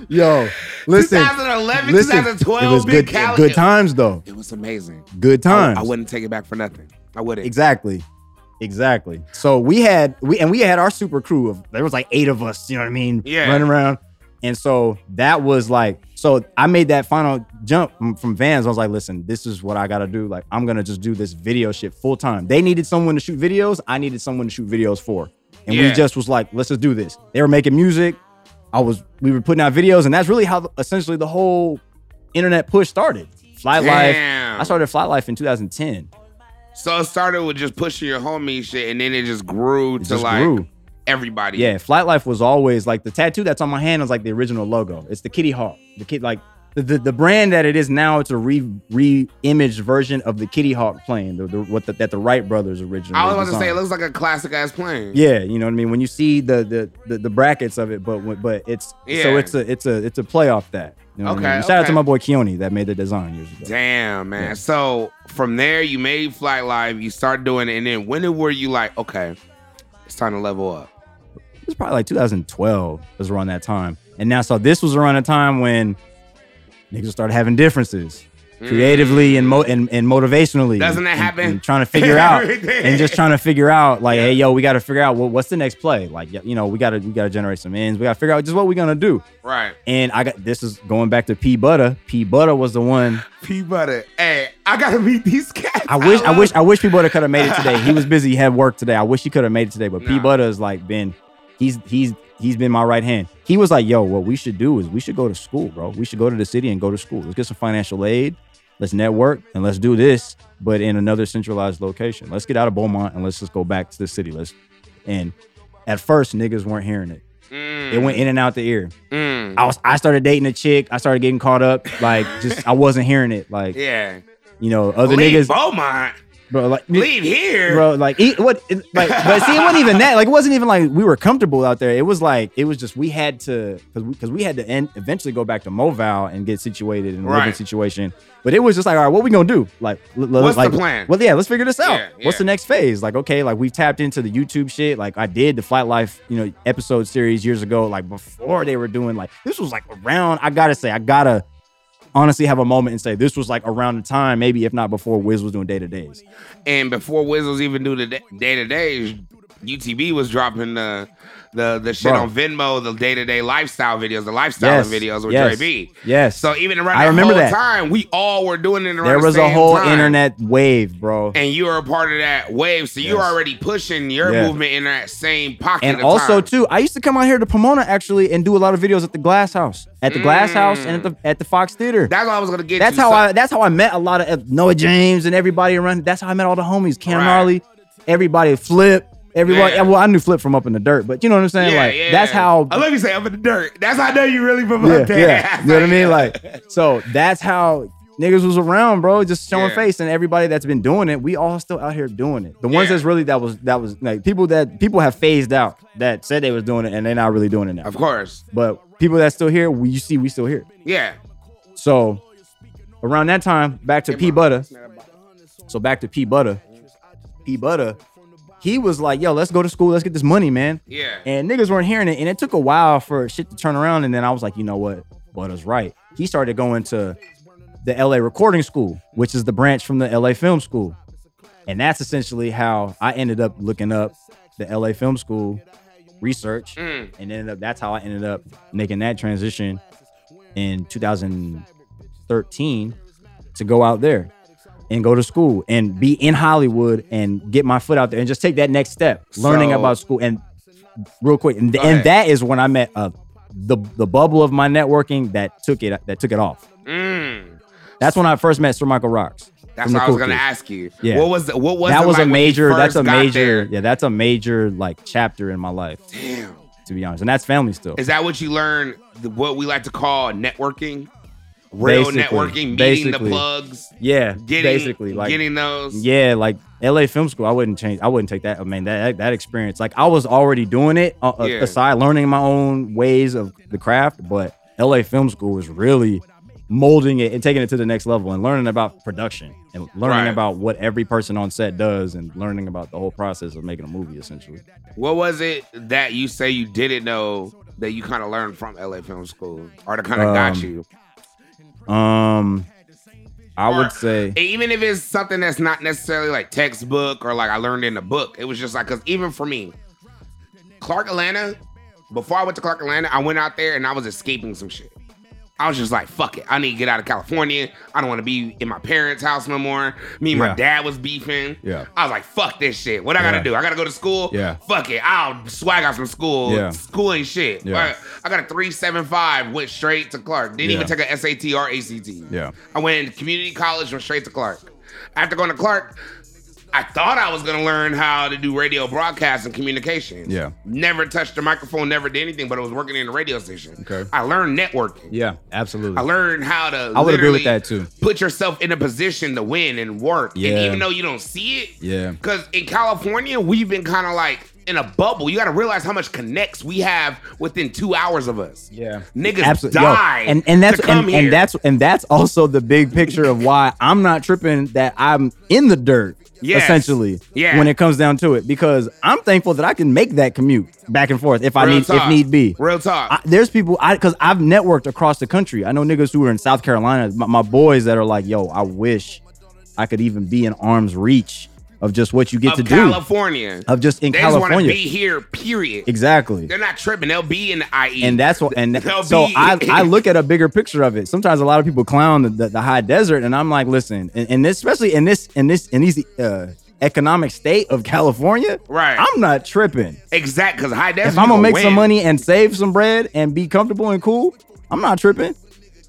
Speaker 4: Yo, listen,
Speaker 2: 2011, 2012,
Speaker 4: it was
Speaker 2: Big
Speaker 4: good,
Speaker 2: Cali.
Speaker 4: good times though.
Speaker 2: It was amazing.
Speaker 4: Good
Speaker 2: I,
Speaker 4: times.
Speaker 2: I wouldn't take it back for nothing. I wouldn't.
Speaker 4: Exactly. Exactly. So we had we and we had our super crew of there was like eight of us, you know what I mean?
Speaker 2: Yeah.
Speaker 4: Running around. And so that was like, so I made that final jump from- from Vans. I was like, listen, this is what I gotta do. Like, I'm gonna just do this video shit full time. They needed someone to shoot videos. I needed someone to shoot videos for. And we
Speaker 2: Yeah.
Speaker 4: just was like, let's just do this. They were making music. I was we were putting out videos, and that's really how essentially the whole internet push started. Fly
Speaker 2: Damn.
Speaker 4: Life. I started Fly Life in 2010.
Speaker 2: So it started with just pushing your homie shit, and then it just grew to
Speaker 4: just
Speaker 2: like
Speaker 4: grew.
Speaker 2: everybody.
Speaker 4: Yeah, Flight Life was always like the tattoo that's on my hand is like the original logo. It's the Kitty Hawk. The kid like the, the, the brand that it is now. It's a re re imaged version of the Kitty Hawk plane. The, the what the, that the Wright brothers originally.
Speaker 2: I was about to say it
Speaker 4: designed.
Speaker 2: looks like a classic ass plane.
Speaker 4: Yeah, you know what I mean. When you see the the the, the brackets of it, but when- but it's
Speaker 2: Yeah.
Speaker 4: so it's a it's a it's a play off that. You know what I
Speaker 2: Okay,
Speaker 4: mean? Shout out
Speaker 2: okay.
Speaker 4: to my boy Keone that made the design years ago.
Speaker 2: Damn, man.
Speaker 4: Yeah.
Speaker 2: So from there, you made Flight Live, you started doing it, and then when were you like, okay, it's time to level up?
Speaker 4: it was probably like 2012 was around that time. And now, so this was around a time when niggas started having differences creatively and, mo- and, and motivationally.
Speaker 2: Doesn't that
Speaker 4: And-
Speaker 2: happen?
Speaker 4: and trying to figure out
Speaker 2: Every day.
Speaker 4: and just trying to figure out like, hey, yo, we got to figure out what, what's the next play. Like, y- you know, we got to we got to generate some ends. We got to figure out just what we're gonna do.
Speaker 2: Right.
Speaker 4: And I got this is going back to P Butter. P Butter was the one.
Speaker 2: Pea butter. Hey, I gotta meet these cats.
Speaker 4: I wish, I
Speaker 2: love-
Speaker 4: wish, I wish P Butter could have made it today. He was busy, he had work today. I wish he could have made it today, but P
Speaker 2: Nah.
Speaker 4: Butter has like been, he's he's he's been my right hand. He was like, "Yo, what we should do is we should go to school, bro. We should go to the city and go to school. Let's get some financial aid. Let's network and let's do this, but in another centralized location. Let's get out of Beaumont and let's just go back to the city. Let's." And at first, niggas weren't hearing it.
Speaker 2: Mm,
Speaker 4: It went in and out the ear.
Speaker 2: mm.
Speaker 4: I was, I started dating a chick. I started getting caught up. Like, just I wasn't hearing it. Like,
Speaker 2: Yeah.
Speaker 4: you know, other
Speaker 2: mm. Leave
Speaker 4: niggas,
Speaker 2: Beaumont.
Speaker 4: bro. Like,
Speaker 2: Leave here.
Speaker 4: bro. Like, it, what? It, like, but see, it wasn't even that. Like, it wasn't even like we were comfortable out there. It was like it was just we had to because because we, had to end, eventually go back to Moval and get situated in a
Speaker 2: Right.
Speaker 4: living situation. But it was just like, all right, what we gonna do? Like, l- l-
Speaker 2: What's the
Speaker 4: like,
Speaker 2: plan?
Speaker 4: Well, yeah, let's figure this out.
Speaker 2: Yeah, yeah.
Speaker 4: What's the next phase? Like, okay, like we've tapped into the YouTube shit. Like, I did the Flight Life, you know, episode series years ago. Like before they were doing like this was like around. I gotta say, I gotta. Honestly, have a moment and say this was like around the time, maybe if not before, Wiz was doing day to days.
Speaker 2: And before Wizzles even do the day to days, UTB was dropping the the the shit
Speaker 4: Bro.
Speaker 2: on Venmo, the day to day lifestyle videos, the lifestyle videos with Dre B.
Speaker 4: Yes.
Speaker 2: So even around
Speaker 4: I
Speaker 2: that
Speaker 4: remember
Speaker 2: whole
Speaker 4: that.
Speaker 2: time, we all were doing it around
Speaker 4: there
Speaker 2: the
Speaker 4: was a
Speaker 2: same
Speaker 4: whole
Speaker 2: time.
Speaker 4: internet wave, bro. And,
Speaker 2: and you are a part of that wave, so you're
Speaker 4: Yes.
Speaker 2: already pushing your
Speaker 4: Yeah.
Speaker 2: movement in that same pocket. of
Speaker 4: also
Speaker 2: time.
Speaker 4: too, I used to come out here to Pomona actually and do a lot of videos at the Glass House, at the Glass House, and at the at the Fox Theater.
Speaker 2: that's what I was gonna get.
Speaker 4: that's
Speaker 2: to.
Speaker 4: how
Speaker 2: So-
Speaker 4: I that's how I met a lot of Noah James and everybody around. That's how I met all the homies, Cam
Speaker 2: Right.
Speaker 4: Marley, everybody, Flip, everybody.
Speaker 2: Yeah.
Speaker 4: Well, I knew Flip from up in the dirt, but you know what I'm saying?
Speaker 2: Yeah,
Speaker 4: like
Speaker 2: yeah.
Speaker 4: that's how
Speaker 2: I love you say up in the dirt. That's how I know you really from
Speaker 4: yeah,
Speaker 2: up there.
Speaker 4: yeah. You know what I mean? Like, so that's how niggas was around, bro, just showing
Speaker 2: Yeah.
Speaker 4: face. And everybody that's been doing it, we all still out here doing it. The ones
Speaker 2: Yeah.
Speaker 4: that's really that was that was like people that people have phased out that said they was doing it and they're not really doing it now.
Speaker 2: of course.
Speaker 4: But people that's still here, we, you see, we still here.
Speaker 2: Yeah.
Speaker 4: So around that time, back to P Butter. So back to P Butter. P Butter, he was like, yo, let's go to school, let's get this money, man.
Speaker 2: Yeah.
Speaker 4: And niggas weren't hearing it. And it took a while for shit to turn around. And then I was like, you know what? Butter's right. He started going to the LA Recording School, which is the branch from the LA Film School. And that's essentially how I ended up looking up the LA Film School research,
Speaker 2: Mm.
Speaker 4: and ended up that's how I ended up making that transition in 2013 to go out there and go to school and be in Hollywood and get my foot out there and just take that next step, learning
Speaker 2: So-
Speaker 4: about school and real quick and,
Speaker 2: Go ahead.
Speaker 4: and that is when I met uh, the the bubble of my networking that took it that took it off.
Speaker 2: Mm.
Speaker 4: That's when I first met Sir Michael Rocks.
Speaker 2: That's
Speaker 4: From the
Speaker 2: what I was
Speaker 4: cool
Speaker 2: gonna
Speaker 4: kids.
Speaker 2: ask you.
Speaker 4: Yeah.
Speaker 2: What was the, what was
Speaker 4: that
Speaker 2: it
Speaker 4: was
Speaker 2: like when
Speaker 4: a
Speaker 2: you
Speaker 4: major. That's
Speaker 2: first
Speaker 4: a
Speaker 2: got
Speaker 4: major.
Speaker 2: there?
Speaker 4: Yeah, that's a major like chapter in my life,
Speaker 2: Damn.
Speaker 4: to be honest. And that's family still.
Speaker 2: Is that what you learn? The, what we like to call networking, real
Speaker 4: Basically,
Speaker 2: networking, meeting the
Speaker 4: basically.
Speaker 2: plugs,
Speaker 4: yeah,
Speaker 2: getting
Speaker 4: basically like
Speaker 2: getting those.
Speaker 4: yeah, like LA Film School. I wouldn't change. I wouldn't take that. I mean that that experience. Like I was already doing it uh, uh,
Speaker 2: Yeah.
Speaker 4: aside learning my own ways of the craft, but LA Film School was really molding it and taking it to the next level and learning about production and learning
Speaker 2: Right.
Speaker 4: about what every person on set does and learning about the whole process of making a movie essentially.
Speaker 2: What was it that you say you didn't know that you kind of learned from LA Film School, or that kind of got
Speaker 4: Um,
Speaker 2: you?
Speaker 4: Um I
Speaker 2: Or-
Speaker 4: would say
Speaker 2: Even if it's something that's not necessarily like textbook or like I learned in the book, it was just like because even for me, Clark Atlanta. Before I went to Clark Atlanta, I went out there and I was escaping some shit. I was just like, fuck it. I need to get out of California. I don't want to be in my parents' house no more. Me and my
Speaker 4: Yeah.
Speaker 2: dad was beefing.
Speaker 4: Yeah.
Speaker 2: I was like, fuck this shit. What I
Speaker 4: Yeah.
Speaker 2: gotta do? I gotta go to school.
Speaker 4: Yeah.
Speaker 2: Fuck it. I'll swag out from school.
Speaker 4: Yeah.
Speaker 2: School ain't shit.
Speaker 4: Yeah.
Speaker 2: Like, I got a 375, went straight to Clark. Didn't even
Speaker 4: Yeah.
Speaker 2: take a SAT or ACT.
Speaker 4: Yeah.
Speaker 2: I went into community college, went straight to Clark. After going to Clark, I thought I was gonna learn how to do radio broadcast and communication.
Speaker 4: Yeah.
Speaker 2: Never touched the microphone, never did anything, but I was working in a radio station.
Speaker 4: Okay.
Speaker 2: I learned networking.
Speaker 4: Yeah, absolutely.
Speaker 2: I learned how to
Speaker 4: I would agree with
Speaker 2: literally
Speaker 4: that, too.
Speaker 2: Put yourself in a position to win and work. And
Speaker 4: Yeah.
Speaker 2: even though you don't see it,
Speaker 4: Yeah.
Speaker 2: because in California, we've been kind of like in a bubble. You gotta realize how much connects we have within two hours of us.
Speaker 4: Yeah.
Speaker 2: Niggas
Speaker 4: Absolutely,
Speaker 2: die.
Speaker 4: and and that's
Speaker 2: to come
Speaker 4: and,
Speaker 2: here.
Speaker 4: and that's and that's also the big picture of why I'm not tripping that I'm in the dirt,
Speaker 2: Yes.
Speaker 4: essentially.
Speaker 2: Yeah.
Speaker 4: When it comes down to it, because I'm thankful that I can make that commute back and forth if I
Speaker 2: Real
Speaker 4: need
Speaker 2: talk.
Speaker 4: if need be.
Speaker 2: Real talk.
Speaker 4: I, there's people I because I've networked across the country. I know niggas who are in South Carolina, my, my boys that are like, yo, I wish I could even be in arm's reach of just what you get
Speaker 2: of
Speaker 4: to
Speaker 2: California.
Speaker 4: do of just in
Speaker 2: they just want to
Speaker 4: California.
Speaker 2: be here, period.
Speaker 4: exactly.
Speaker 2: They're not tripping. They'll be in the E. IE.
Speaker 4: and that's what and
Speaker 2: They'll
Speaker 4: so
Speaker 2: be-
Speaker 4: I, I look at a bigger picture of it sometimes a lot of people clown the, the, the high desert and i'm like listen and, and this, especially in this in this in these uh economic state of california
Speaker 2: Right.
Speaker 4: i'm not tripping
Speaker 2: exact because high desert.
Speaker 4: if i'm
Speaker 2: you
Speaker 4: gonna make
Speaker 2: win.
Speaker 4: some money and save some bread and be comfortable and cool i'm not tripping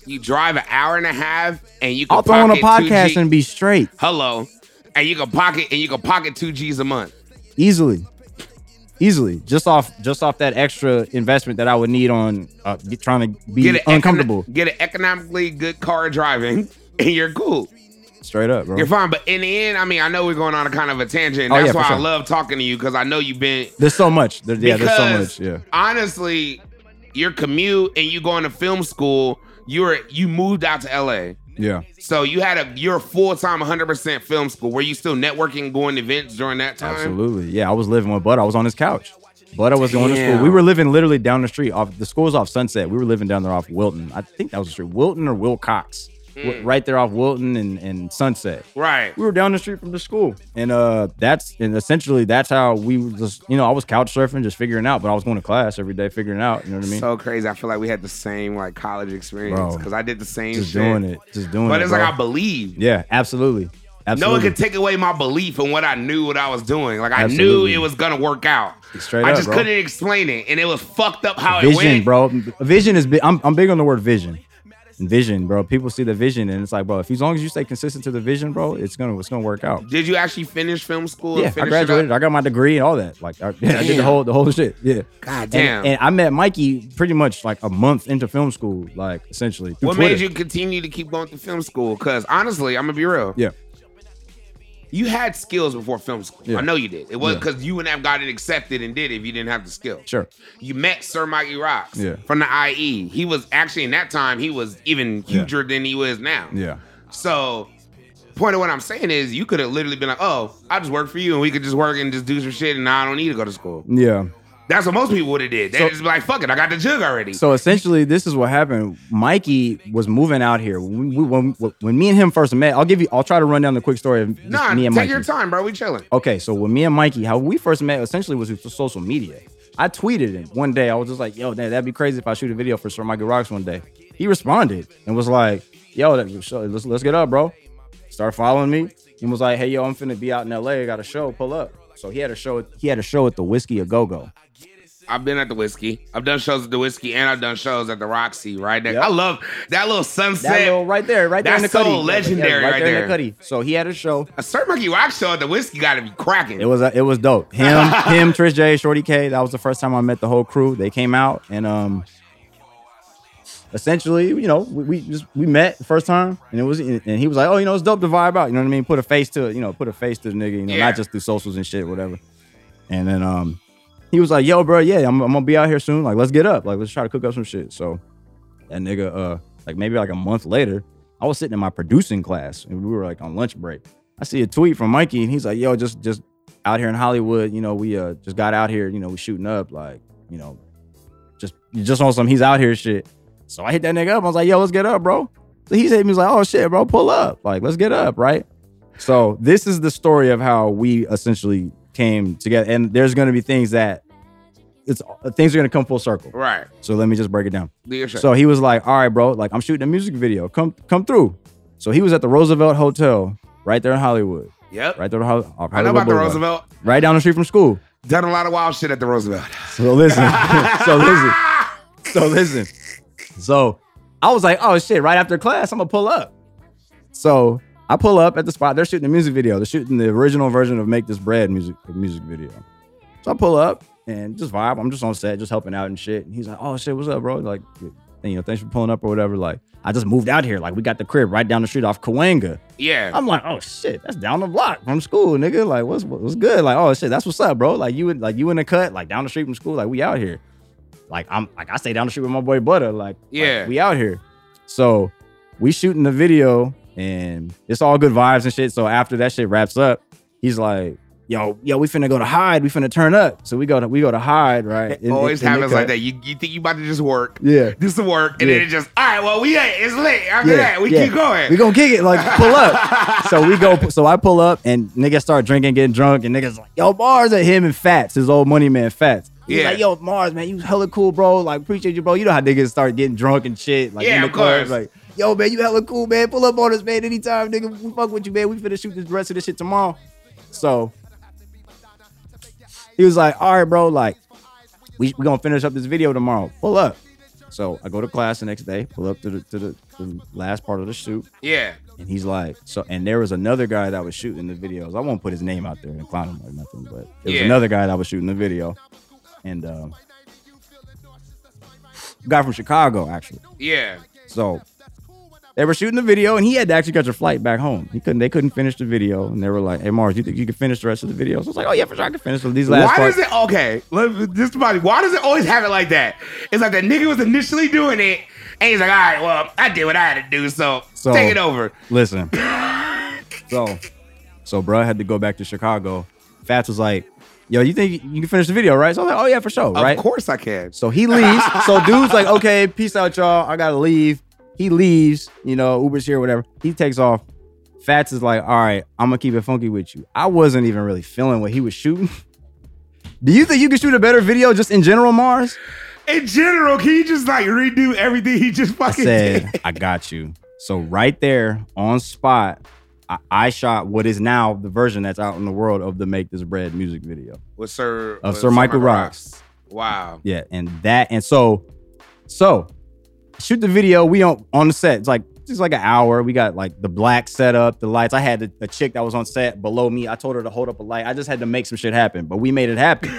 Speaker 2: you drive an hour and a half, and you can
Speaker 4: i'll throw on a
Speaker 2: pocket two
Speaker 4: podcast
Speaker 2: G-
Speaker 4: and be straight
Speaker 2: hello, and you can pocket and you can pocket two G's a month.
Speaker 4: easily easily just off just off that extra investment that i would need on uh, get, trying to be
Speaker 2: Get an econo-
Speaker 4: uncomfortable
Speaker 2: get an economically good car driving, and you're cool.
Speaker 4: straight up bro
Speaker 2: You're fine. But in the end, I mean, I know we're going on a kind of a tangent. And
Speaker 4: Oh,
Speaker 2: that's
Speaker 4: yeah, for
Speaker 2: why I
Speaker 4: sure.
Speaker 2: love talking to you because I know you've been
Speaker 4: there's so much there, yeah there's
Speaker 2: Because
Speaker 4: so much yeah
Speaker 2: Honestly, your commute and you going to film school, you were you moved out to LA.
Speaker 4: yeah
Speaker 2: So you had a you're full time 100% film school. Were you still networking, going to events during that time?
Speaker 4: Absolutely. Yeah, I was living with Bud. I was on his couch. Bud, I was going to
Speaker 2: Damn.
Speaker 4: school. We were living literally down the street off the school's off Sunset. We were living down there off Wilton. I think that was the street. Wilton or Wilcox.
Speaker 2: Hmm.
Speaker 4: W- Right there off Wilton and, and Sunset.
Speaker 2: Right.
Speaker 4: We were down the street from the school. And uh that's and essentially that's how we were just you know, I was couch surfing, just figuring out, but I was going to class every day figuring out, you know what I mean?
Speaker 2: So crazy. I feel like we had the same like college experience
Speaker 4: Bro.
Speaker 2: because I did the same
Speaker 4: just
Speaker 2: shit.
Speaker 4: doing it. Just doing it.
Speaker 2: But it's
Speaker 4: bro.
Speaker 2: like I believe.
Speaker 4: yeah, absolutely.
Speaker 2: No
Speaker 4: Absolutely.
Speaker 2: one could take away my belief in what I knew what I was doing. Like I
Speaker 4: Absolutely.
Speaker 2: knew it was gonna work out.
Speaker 4: Straight
Speaker 2: I
Speaker 4: up,
Speaker 2: just
Speaker 4: bro.
Speaker 2: couldn't explain it, and it was fucked up how it
Speaker 4: vision,
Speaker 2: went.
Speaker 4: bro. Vision is big. I'm, I'm big on the word vision. Vision, bro. People see the vision, and it's like, bro, if as long as you stay consistent to the vision, bro, it's gonna it's gonna work out.
Speaker 2: Did you actually finish film school? and
Speaker 4: Yeah, I
Speaker 2: finish it up?
Speaker 4: graduated. I got my degree and all that. Like, I, I did the
Speaker 2: Damn.
Speaker 4: whole the whole shit. Yeah.
Speaker 2: God damn.
Speaker 4: And, and I met Mikey pretty much like a month into film school, like essentially. through
Speaker 2: what
Speaker 4: Twitter.
Speaker 2: made you continue to keep going to film school? Because honestly, I'm gonna be real.
Speaker 4: Yeah.
Speaker 2: You had skills before film school.
Speaker 4: Yeah.
Speaker 2: I know you did. It wasn't
Speaker 4: Yeah.
Speaker 2: because you wouldn't have gotten accepted and did it if you didn't have the skill.
Speaker 4: Sure.
Speaker 2: You met Sir Mikey Rocks
Speaker 4: Yeah.
Speaker 2: from the IE. He was actually in that time he was even
Speaker 4: Yeah.
Speaker 2: huger than he was now.
Speaker 4: Yeah.
Speaker 2: So, point of what I'm saying is, you could have literally been like, "Oh, I just work for you, and we could just work and just do some shit, and I don't need to go to school."
Speaker 4: Yeah.
Speaker 2: That's what most people would have did. They
Speaker 4: So-
Speaker 2: just be like, "Fuck it, I got the jug already."
Speaker 4: So essentially, this is what happened. Mikey was moving out here when we, when, when me and him first met. I'll give you. I'll try to run down the quick story of just
Speaker 2: nah,
Speaker 4: me
Speaker 2: take
Speaker 4: and Mikey.
Speaker 2: your time, bro. We chilling.
Speaker 4: Okay, so with me and Mikey, how we first met essentially was through social media. I tweeted him one day. I was just like, yo, man, that'd be crazy if I shoot a video for Sir Michael Rocks one day. He responded and was like, yo, that, so let's, let's get up, bro. Started following me and was like, hey, yo, I'm finna be out in LA. I got a show. Pull up. So he had a show. He had a show at the Whiskey a Go Go.
Speaker 2: I've been at the whiskey. I've done shows at the whiskey, and I've done shows at the Roxy. Right there,
Speaker 4: Yep.
Speaker 2: I love that little sunset.
Speaker 4: That little right there, right there in the
Speaker 2: That's
Speaker 4: cutty.
Speaker 2: so legendary
Speaker 4: Yeah,
Speaker 2: right
Speaker 4: in
Speaker 2: there.
Speaker 4: the cutty. So he had a show.
Speaker 2: a Sir Monkey Rock show at the whiskey got to be cracking.
Speaker 4: It was it was dope. Him, him, Trish J, Shorty K. That was the first time I met the whole crew. They came out and um, essentially, you know, we, we just we met the first time, and it was and he was like, oh, you know, it's dope to vibe out. You know what I mean? Put a face to it. You know, put a face to the nigga. You know,
Speaker 2: Yeah.
Speaker 4: not just through socials and shit, whatever. And then um, he was like, yo, bro, yeah, I'm, I'm gonna be out here soon. Like, let's get up. Like, let's try to cook up some shit. So that nigga, uh, like maybe like a month later, I was sitting in my producing class and we were like on lunch break. I see a tweet from Mikey and he's like, yo, just just out here in Hollywood, you know, we uh just got out here, you know, we shooting up, like, you know, just just on some he's out here shit. So I hit that nigga up. I was like, yo, let's get up, bro. So he hit me, he's like, oh shit, bro, pull up. Like, let's get up, right? So this is the story of how we essentially came together. And there's gonna be things that it's uh, things are gonna come full circle.
Speaker 2: right.
Speaker 4: So let me just break it down.
Speaker 2: Do your show.
Speaker 4: So he was like, "All right, bro, like I'm shooting a music video. Come come through." So he was at the Roosevelt Hotel right there in Hollywood,
Speaker 2: yep.
Speaker 4: right there. in Hol- off
Speaker 2: I know
Speaker 4: Hollywood
Speaker 2: about the
Speaker 4: Boulevard.
Speaker 2: Roosevelt.
Speaker 4: right down the street from school.
Speaker 2: Done a lot of wild shit at the Roosevelt. Ah!
Speaker 4: So listen, so listen, so listen. So I was like, "Oh shit!" Right after class, I'm gonna pull up. So I pull up at the spot. They're shooting a music video. They're shooting the original version of "Make This Bread" music music video. So I pull up and just vibe. I'm just on set, just helping out and shit. And he's like, "Oh shit, what's up, bro?" Like, you know, thanks for pulling up or whatever. Like, I just moved out here. Like, we got the crib right down the street off Kawanga.
Speaker 2: Yeah.
Speaker 4: I'm like, oh shit, that's down the block from school, nigga. Like, what's what's good? Like, oh shit, that's what's up, bro. Like you in- like you in the cut, like down the street from school, like we out here. Like I'm like I stay down the street with my boy Butter, like like,
Speaker 2: Yeah.
Speaker 4: we out here. So we shooting the video and it's all good vibes and shit. So after that shit wraps up, he's like, yo yo, we finna go to Hyde, we finna turn up. So we go to we go to Hyde, right? in-
Speaker 2: Always
Speaker 4: in the
Speaker 2: happens like
Speaker 4: cut.
Speaker 2: that. You, you think you about to just work,
Speaker 4: Yeah.
Speaker 2: do some work, and
Speaker 4: Yeah.
Speaker 2: then it just all right. Well, we ain't. It's late. After that, we keep going.
Speaker 4: We gonna kick it, like pull up. so we go. So I pull up, and niggas start drinking, getting drunk, and niggas like, yo, bars at him and Fats, his old money man Fats. He's
Speaker 2: Yeah.
Speaker 4: like, yo, Mars, man, you hella cool, bro. Like, appreciate you, bro. You know how niggas start getting drunk and shit. Like,
Speaker 2: Yeah,
Speaker 4: in the
Speaker 2: of course.
Speaker 4: clubs, Like, yo, man, you hella cool, man. Pull up on us, man, anytime, nigga. We fuck with you, man. We finna shoot this rest of this shit tomorrow. So he was like, all right, bro, like, we, we gonna finish up this video tomorrow. Pull up. So I go to class the next day, pull up to the to the, the last part of the shoot,
Speaker 2: yeah.
Speaker 4: and he's like, so and there was another guy that was shooting the videos. I won't put his name out there and clown him or nothing, but there was
Speaker 2: Yeah.
Speaker 4: another guy that was shooting the video. And um guy from Chicago, actually.
Speaker 2: Yeah.
Speaker 4: So they were shooting the video, and he had to actually catch a flight back home. He couldn't. They couldn't finish the video, and they were like, "Hey, Mars, you think you can finish the rest of the video?" So I was like, "Oh yeah, for sure, I can finish these last."
Speaker 2: why
Speaker 4: parts.
Speaker 2: does it okay? Let, this body. Why does it always have it like that? It's like the nigga was initially doing it, and he's like, all right, well, I did what I had to do, so,
Speaker 4: So-
Speaker 2: take it over.
Speaker 4: Listen. so, so bruh had to go back to Chicago. Fats was like, "Yo, you think you can finish the video, right?" So I was like, "Oh yeah, for sure, right?"
Speaker 2: Of course I can.
Speaker 4: So he leaves. so dude's like, "Okay, peace out, y'all. I gotta leave." He leaves. You know, Uber's here, whatever. He takes off. Fats is like, "All right, I'm gonna keep it funky with you." I wasn't even really feeling what he was shooting. Do you think you could shoot a better video just in general, Mars?
Speaker 2: In general, can you just like redo everything he just
Speaker 4: I
Speaker 2: fucking did?
Speaker 4: said, I got you. So right there on spot, I, I shot what is now the version that's out in the world of the Make This Bread music video.
Speaker 2: With Sir
Speaker 4: Of
Speaker 2: with
Speaker 4: Sir Michael Rocks.
Speaker 2: Wow.
Speaker 4: Yeah, and that and so so shoot the video. We on on the set. It's like it's like an hour. We got like the black setup, the lights. I had a, a chick that was on set below me. I told her to hold up a light. I just had to make some shit happen, but we made it happen.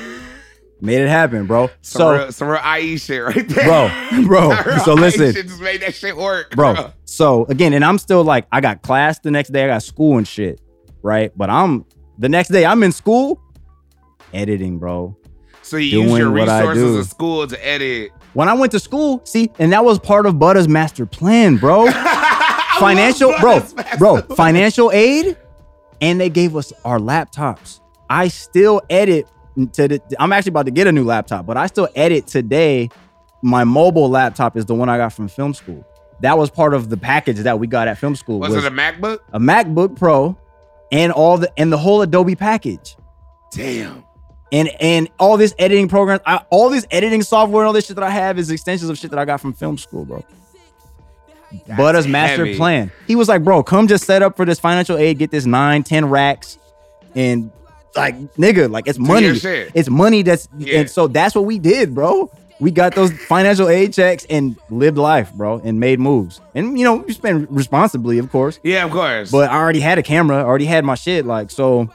Speaker 4: made it happen, bro.
Speaker 2: Some
Speaker 4: so
Speaker 2: real, some real IE shit right there,
Speaker 4: Bro, bro.
Speaker 2: Some real
Speaker 4: So
Speaker 2: IE
Speaker 4: listen.
Speaker 2: shit just made that shit work,
Speaker 4: bro. So again, and I'm still like, I got class the next day, I got school and shit, right? But I'm the next day, I'm in school editing, bro.
Speaker 2: So you use
Speaker 4: Doing
Speaker 2: your
Speaker 4: what I
Speaker 2: resources
Speaker 4: do.
Speaker 2: of school to edit.
Speaker 4: When I went to school, see, and that was part of Butta's master plan, bro.
Speaker 2: I
Speaker 4: financial,
Speaker 2: love
Speaker 4: bro,
Speaker 2: Butters, man.
Speaker 4: bro, financial aid, and they gave us our laptops. I still edit to the, I'm actually about to get a new laptop, but I still edit today. My mobile laptop is the one I got from film school. That was part of the package that we got at film school.
Speaker 2: Was,
Speaker 4: was-
Speaker 2: it a MacBook?
Speaker 4: a MacBook Pro, and all the and the whole Adobe package.
Speaker 2: Damn.
Speaker 4: And and all this editing programs, I, all this editing software and all this shit that I have is extensions of shit that I got from film school, bro. Butta's master
Speaker 2: heavy.
Speaker 4: plan. He was like, bro, come just set up for this financial aid, get this nine, ten racks, and like nigga, like it's money.
Speaker 2: your shit.
Speaker 4: It's money that's
Speaker 2: Yeah.
Speaker 4: and so that's what we did, bro. We got those financial aid checks and lived life, bro, and made moves. And you know, we spent responsibly, of course.
Speaker 2: Yeah, of course.
Speaker 4: But I already had a camera, I already had my shit. Like, so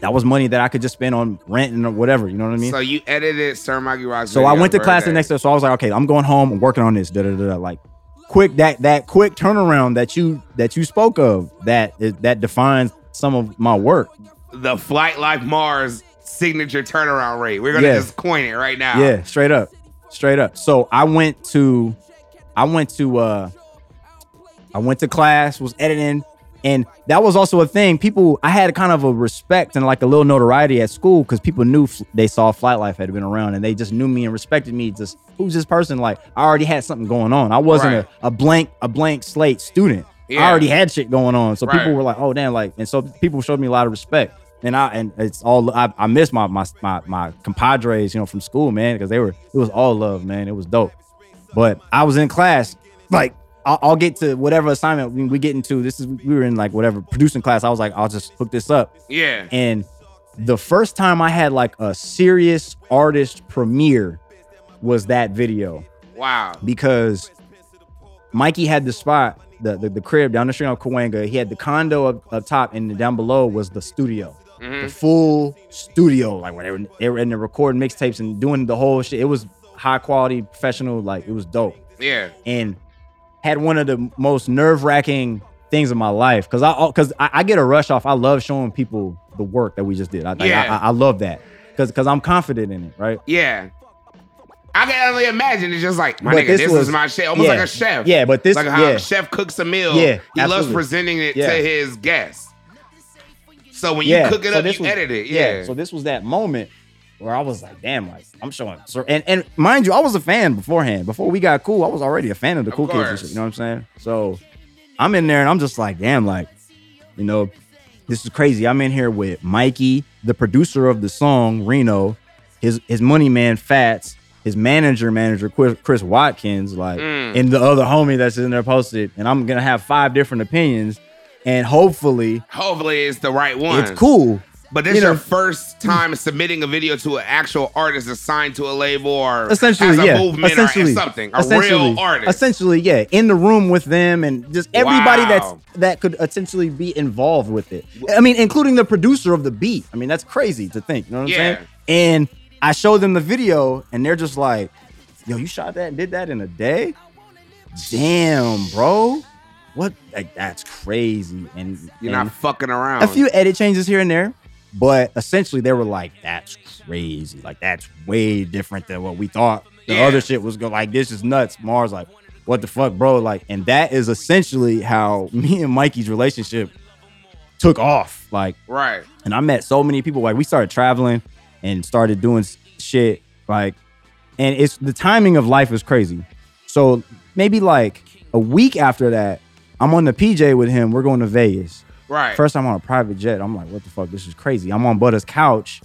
Speaker 4: that was money that I could just spend on rent and whatever. You know what I mean?
Speaker 2: so you edited Sir Maggie Rock's
Speaker 4: So I
Speaker 2: video
Speaker 4: went to
Speaker 2: for
Speaker 4: class
Speaker 2: her.
Speaker 4: the next day. So I was like, okay, I'm going home. I'm working on this. Da, da, da, da. Like quick that that quick turnaround that you that you spoke of that is, that defines some of my work.
Speaker 2: the flight like Mars signature turnaround rate. We're gonna
Speaker 4: Yeah.
Speaker 2: just coin it right now.
Speaker 4: Yeah, straight up, straight up. So I went to, I went to, uh I went to class, was editing, and that was also a thing. People, I had kind of a respect and like a little notoriety at school because people knew f- they saw Flight Life had been around, and they just knew me and respected me. Just who's this person? Like I already had something going on. I wasn't
Speaker 2: Right.
Speaker 4: a, a blank a blank slate student.
Speaker 2: Yeah.
Speaker 4: I already had shit going on, so
Speaker 2: Right.
Speaker 4: people were like, "Oh damn!" Like, and so people showed me a lot of respect, and I and it's all I, I miss my, my my my compadres, you know, from school, man, because they were it was all love, man. It was dope. But I was in class, like I'll, I'll get to whatever assignment we, we get into. This is we were in like whatever producing class. I was like, I'll just hook this up,
Speaker 2: Yeah.
Speaker 4: and the first time I had like a serious artist premiere was that video
Speaker 2: Wow.
Speaker 4: because Mikey had the spot, the, the, the crib down the street on Cahuenga. He had the condo up, up top, and down below was the studio, the full studio, like where they were, they were in the recording mixtapes and doing the whole shit. It was high quality, professional, like it was dope
Speaker 2: Yeah.
Speaker 4: and had one of the most nerve wracking things of my life because I because I, I get a rush off. I love showing people the work that we just did. I like,
Speaker 2: Yeah.
Speaker 4: I, I love that because because I'm confident in it, right?
Speaker 2: Yeah. I can only imagine. It's just like my
Speaker 4: But
Speaker 2: nigga, this,
Speaker 4: this
Speaker 2: is
Speaker 4: was-
Speaker 2: my shit. Almost
Speaker 4: yeah.
Speaker 2: like a chef.
Speaker 4: Yeah, but this
Speaker 2: like how
Speaker 4: yeah.
Speaker 2: a chef cooks a meal.
Speaker 4: Yeah,
Speaker 2: He loves
Speaker 4: absolutely.
Speaker 2: presenting it
Speaker 4: Yeah.
Speaker 2: to his guests. So when you
Speaker 4: yeah.
Speaker 2: cook it
Speaker 4: So
Speaker 2: up,
Speaker 4: this
Speaker 2: you
Speaker 4: was-
Speaker 2: edit it. Yeah.
Speaker 4: So this was that moment where I was like, damn, like I'm showing. So, and and mind you, I was a fan beforehand. Before we got cool, I was already a fan of the
Speaker 2: Of
Speaker 4: cool kids. And
Speaker 2: course.
Speaker 4: shit, you know what I'm saying? So I'm in there and I'm just like, damn, like you know, this is crazy. I'm in here with Mikey, the producer of the song Reno, his his money man Fats. His manager, manager Chris Chris Watkins, like,
Speaker 2: Mm.
Speaker 4: and the other homie that's in there posted, and I'm gonna have five different opinions, and hopefully
Speaker 2: Hopefully it's the right one.
Speaker 4: it's cool.
Speaker 2: But this
Speaker 4: you
Speaker 2: is your
Speaker 4: know.
Speaker 2: first time submitting a video to an actual artist assigned to a label or
Speaker 4: essentially,
Speaker 2: as a
Speaker 4: yeah,
Speaker 2: movement
Speaker 4: essentially,
Speaker 2: or something. A
Speaker 4: essentially,
Speaker 2: real artist.
Speaker 4: Essentially, yeah, in the room with them and just everybody
Speaker 2: Wow.
Speaker 4: that's that could essentially be involved with it. I mean, including the producer of the beat. I mean, that's crazy to think. You know what
Speaker 2: Yeah.
Speaker 4: I'm saying? And I show them the video, and they're just like, "Yo, you shot that and did that in a day? Damn, bro." What like that's crazy, and
Speaker 2: You're
Speaker 4: and
Speaker 2: not fucking around.
Speaker 4: a few edit changes here and there, but essentially they were like, "That's crazy! Like that's way different than what we thought." The
Speaker 2: Yeah.
Speaker 4: other shit was go like, "This is nuts." Mars like, "What the fuck, bro?" Like, and that is essentially how me and Mikey's relationship took off. Like,
Speaker 2: right.
Speaker 4: and I met so many people. Like, we started traveling and started doing s- shit. Like, and it's the timing of life is crazy. So maybe like a week after that, I'm on the PJ with him. We're going to Vegas.
Speaker 2: Right.
Speaker 4: First, I'm on a private jet. I'm like, what the fuck? This is crazy. I'm on Butter's couch,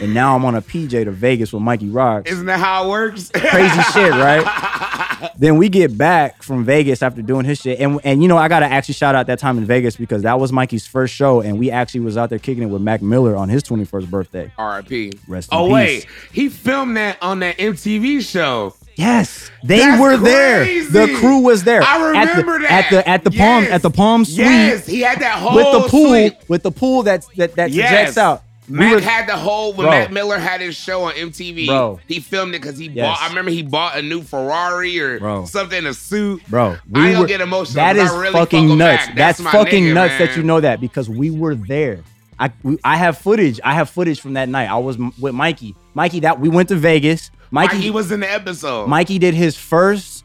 Speaker 4: and now I'm on a PJ to Vegas with Mikey Rocks.
Speaker 2: Isn't that how it works?
Speaker 4: crazy shit, right? Then we get back from Vegas after doing his shit, and and you know I gotta actually shout out that time in Vegas because that was Mikey's first show, and we actually was out there kicking it with Mac Miller on his 21st birthday.
Speaker 2: R.I.P.
Speaker 4: Rest in
Speaker 2: oh
Speaker 4: peace.
Speaker 2: wait, he filmed that on that MTV show.
Speaker 4: Yes, they
Speaker 2: That's
Speaker 4: were
Speaker 2: crazy.
Speaker 4: there. The crew was there.
Speaker 2: I
Speaker 4: At the-
Speaker 2: remember that
Speaker 4: at the at the palm
Speaker 2: Yes.
Speaker 4: at the Palm Suite
Speaker 2: Yes, he had that whole
Speaker 4: with the pool
Speaker 2: suite.
Speaker 4: with the pool that's that that
Speaker 2: Yes.
Speaker 4: projects out. We
Speaker 2: Mac
Speaker 4: were-
Speaker 2: had the whole when
Speaker 4: Bro.
Speaker 2: Matt Miller had his show on MTV.
Speaker 4: Bro.
Speaker 2: He filmed it because he
Speaker 4: Yes.
Speaker 2: bought. I remember he bought a new Ferrari or
Speaker 4: Bro.
Speaker 2: something, a suit.
Speaker 4: bro.
Speaker 2: I don't get emotional
Speaker 4: That
Speaker 2: 'cause
Speaker 4: is
Speaker 2: I really fuck
Speaker 4: fucking
Speaker 2: with
Speaker 4: nuts.
Speaker 2: Mac. That's
Speaker 4: That's,
Speaker 2: my
Speaker 4: fucking
Speaker 2: nigga,
Speaker 4: nuts
Speaker 2: man.
Speaker 4: that you know that because we were there. I we, I have footage. I have footage from that night. I was m- with Mikey. Mikey, that we went to Vegas.
Speaker 2: Mikey,
Speaker 4: Mikey,
Speaker 2: was in the episode.
Speaker 4: Mikey did his first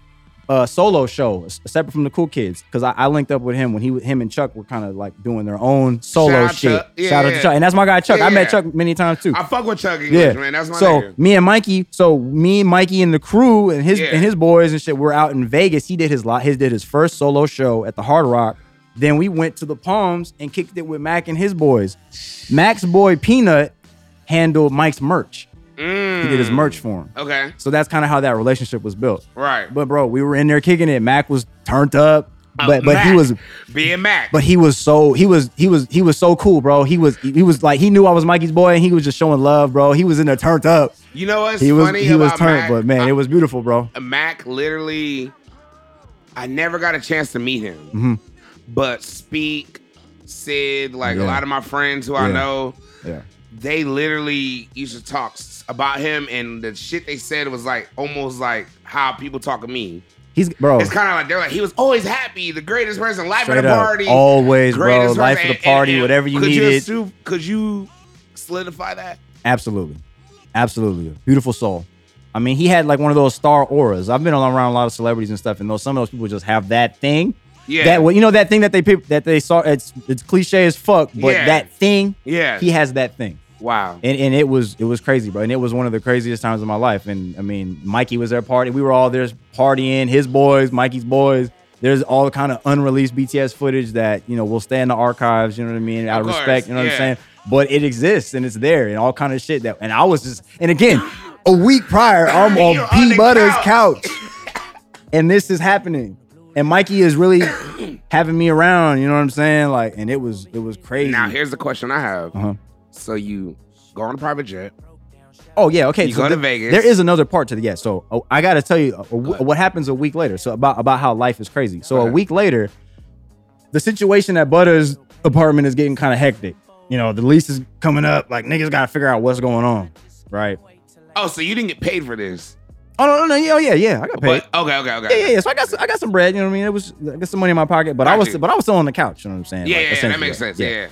Speaker 4: uh, solo show s- separate from the Cool Kids because I, I linked up with him when he him and Chuck were kind of like doing their own solo
Speaker 2: Shout out
Speaker 4: shit.
Speaker 2: Chuck. Yeah,
Speaker 4: Shout out
Speaker 2: yeah.
Speaker 4: to Chuck, and that's my guy Chuck.
Speaker 2: Yeah,
Speaker 4: I met
Speaker 2: yeah.
Speaker 4: Chuck many times too
Speaker 2: I fuck with Chuck English,
Speaker 4: yeah,
Speaker 2: man. That's my
Speaker 4: so
Speaker 2: nigga.
Speaker 4: me and Mikey, so me, Mikey, and the crew and his
Speaker 2: Yeah.
Speaker 4: and his boys and shit were out in Vegas. He did his lot. His did his first solo show at the Hard Rock. Then we went to the Palms and kicked it with Mac and his boys. Mac's boy Peanut handled Mike's merch. He did his
Speaker 2: Mm.
Speaker 4: merch for him.
Speaker 2: Okay.
Speaker 4: So that's kind of how that relationship was built.
Speaker 2: Right. Uh,
Speaker 4: But bro, we were in there kicking it. Mac was turned up, but but he
Speaker 2: Mac.
Speaker 4: was
Speaker 2: being Mac.
Speaker 4: but he was so he was he was he was so cool, bro. He was he was like he knew I was Mikey's boy and he was just showing love, bro. He was in there turned up.
Speaker 2: you know what's
Speaker 4: He was
Speaker 2: funny
Speaker 4: he was
Speaker 2: about
Speaker 4: turned,
Speaker 2: Mac?
Speaker 4: but man, it was beautiful, bro.
Speaker 2: Mac literally, I never got a chance to meet him,
Speaker 4: Mhm.
Speaker 2: but Speak, Sid, like a
Speaker 4: Yeah.
Speaker 2: lot of my friends who I
Speaker 4: Yeah.
Speaker 2: know,
Speaker 4: Yeah.
Speaker 2: they literally used to talk s- about him, and the shit they said was like almost like how people talk of me.
Speaker 4: He's bro.
Speaker 2: It's kind of like they're like he was always happy, the greatest person, life of
Speaker 4: Oh. Straight
Speaker 2: the
Speaker 4: up.
Speaker 2: party,
Speaker 4: Always, bro.
Speaker 2: greatest
Speaker 4: Life
Speaker 2: person,
Speaker 4: of the
Speaker 2: and- and-
Speaker 4: party,
Speaker 2: and
Speaker 4: whatever you
Speaker 2: could You
Speaker 4: needed.
Speaker 2: assume- could you solidify that?
Speaker 4: Absolutely. Absolutely. Beautiful soul. I mean, he had like one of those star auras. I've been around a lot of celebrities and stuff, and those some of those people just have that thing.
Speaker 2: Yeah,
Speaker 4: That well, you know that thing that they peop- that they saw. It's it's cliche as fuck, but
Speaker 2: Yeah.
Speaker 4: that thing,
Speaker 2: yeah.
Speaker 4: he has that thing,
Speaker 2: wow.
Speaker 4: and and it was it was crazy, bro. And it was one of the craziest times of my life. And I mean, Mikey was there partying. We were all there partying. His boys, Mikey's boys. There's all kind of unreleased BTS footage that you know will stay in the archives. You know what I mean? Out of,
Speaker 2: Of course,
Speaker 4: respect. You know what
Speaker 2: yeah.
Speaker 4: I'm saying? But it exists and it's there and all kind of shit that. And I was just and again, a week prior, I'm
Speaker 2: You're
Speaker 4: on
Speaker 2: on the
Speaker 4: P Butter's couch, and this is happening. And Mikey is really having me around. You know what I'm saying? Like, and it was it was crazy.
Speaker 2: Now here's the question I have.
Speaker 4: Uh-huh.
Speaker 2: So you go on a private jet.
Speaker 4: Oh yeah, okay.
Speaker 2: You go to
Speaker 4: there-
Speaker 2: Vegas.
Speaker 4: There is another part to the yeah. So oh, I got to tell you uh, wh- what happens a week later. So about about how life is crazy. So
Speaker 2: Okay.
Speaker 4: a week later, the situation at Butter's apartment is getting kind of hectic. You know, the lease is coming up. Like niggas got to figure out what's going on, right?
Speaker 2: Oh, so you didn't get paid for this?
Speaker 4: Oh no, no, no, yeah, oh, yeah, yeah. I got paid.
Speaker 2: But okay, okay,
Speaker 4: yeah,
Speaker 2: okay.
Speaker 4: yeah, yeah. So I got some, I got some bread. You know what I mean? It was I got some money in my pocket, but I
Speaker 2: Got
Speaker 4: was
Speaker 2: you.
Speaker 4: but I was still on the couch. You know what I'm saying?
Speaker 2: Yeah, yeah,
Speaker 4: Like,
Speaker 2: yeah, that
Speaker 4: essentially,
Speaker 2: makes sense. Yeah. yeah.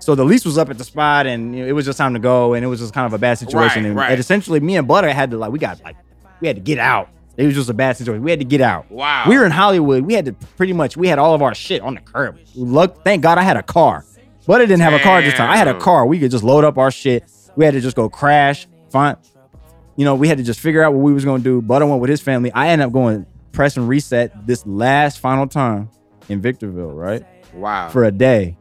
Speaker 4: So the lease was up at the spot, and you know, it was just time to go, and it was just kind of a bad situation.
Speaker 2: Right,
Speaker 4: and,
Speaker 2: right.
Speaker 4: and essentially, me and Butter had to like we got like we had to get out. It was just a bad situation. We had to get out.
Speaker 2: Wow.
Speaker 4: We were in Hollywood. We had to pretty much we had all of our shit on the curb. Luck, thank God I had a car. Butter didn't have a car at this time. I had a
Speaker 2: Damn.
Speaker 4: car. We could just load up our shit. We had to just go crash. Find, you know, we had to just figure out what we was gonna do. Butter went with his family. I ended up going press and reset this last final time in Victorville, right?
Speaker 2: Wow.
Speaker 4: for a day.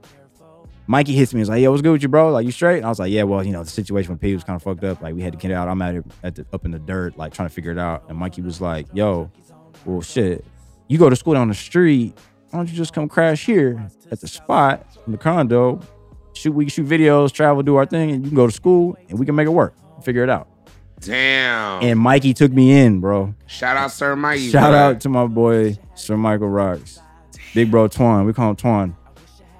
Speaker 4: Mikey hits me. He's like, "Yo, what's good with you, bro? Like, you straight?" And I was like, "Yeah, well, you know, the situation with P was kind of fucked up. Like, we had to get out. I'm out here at the, up in the dirt, like trying to figure it out." And Mikey was like, "Yo, well, shit, you go to school down the street. Why don't you just come crash here at the spot in the condo? Shoot, we can shoot videos, travel, do our thing, and you can go to school, and we can make it work, figure it out."
Speaker 2: Damn.
Speaker 4: And Mikey took me in, bro.
Speaker 2: Shout out, Sir Mike.
Speaker 4: Shout out to my boy Sir Michael Rocks, big bro Twan. We call him Twan.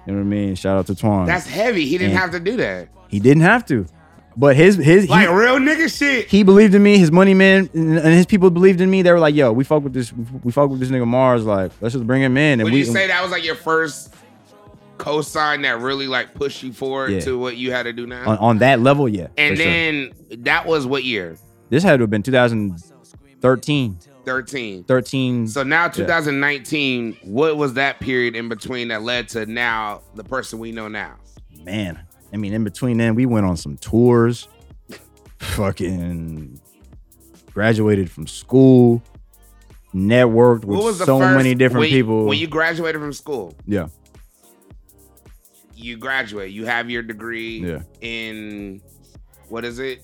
Speaker 4: You know what I mean? Shout out to Twan.
Speaker 2: That's heavy. He didn't
Speaker 4: Yeah.
Speaker 2: have to do that.
Speaker 4: He didn't have to, but his his he,
Speaker 2: Like real nigga shit.
Speaker 4: he believed in me. His money man and and his people believed in me. They were like, "Yo, we fuck with this. We fuck with this nigga Mars. Like, let's just bring him in." And
Speaker 2: Would
Speaker 4: we
Speaker 2: you say that was like your first cosign that really like pushed you forward
Speaker 4: Yeah.
Speaker 2: to what you had to do now?
Speaker 4: on, on that level, yeah. for
Speaker 2: and
Speaker 4: sure.
Speaker 2: then that was what year?
Speaker 4: this had to have been 2013,
Speaker 2: Thirteen.
Speaker 4: 13.
Speaker 2: So now 2019, what was that period in between that led to now the person we know now?
Speaker 4: man, I mean, in between then, we went on some tours, fucking graduated from school, networked
Speaker 2: What
Speaker 4: with
Speaker 2: was the
Speaker 4: so
Speaker 2: first-
Speaker 4: many different
Speaker 2: when you-
Speaker 4: people.
Speaker 2: When you graduated from school,
Speaker 4: yeah,
Speaker 2: you graduate, you have your degree
Speaker 4: Yeah.
Speaker 2: in what is it?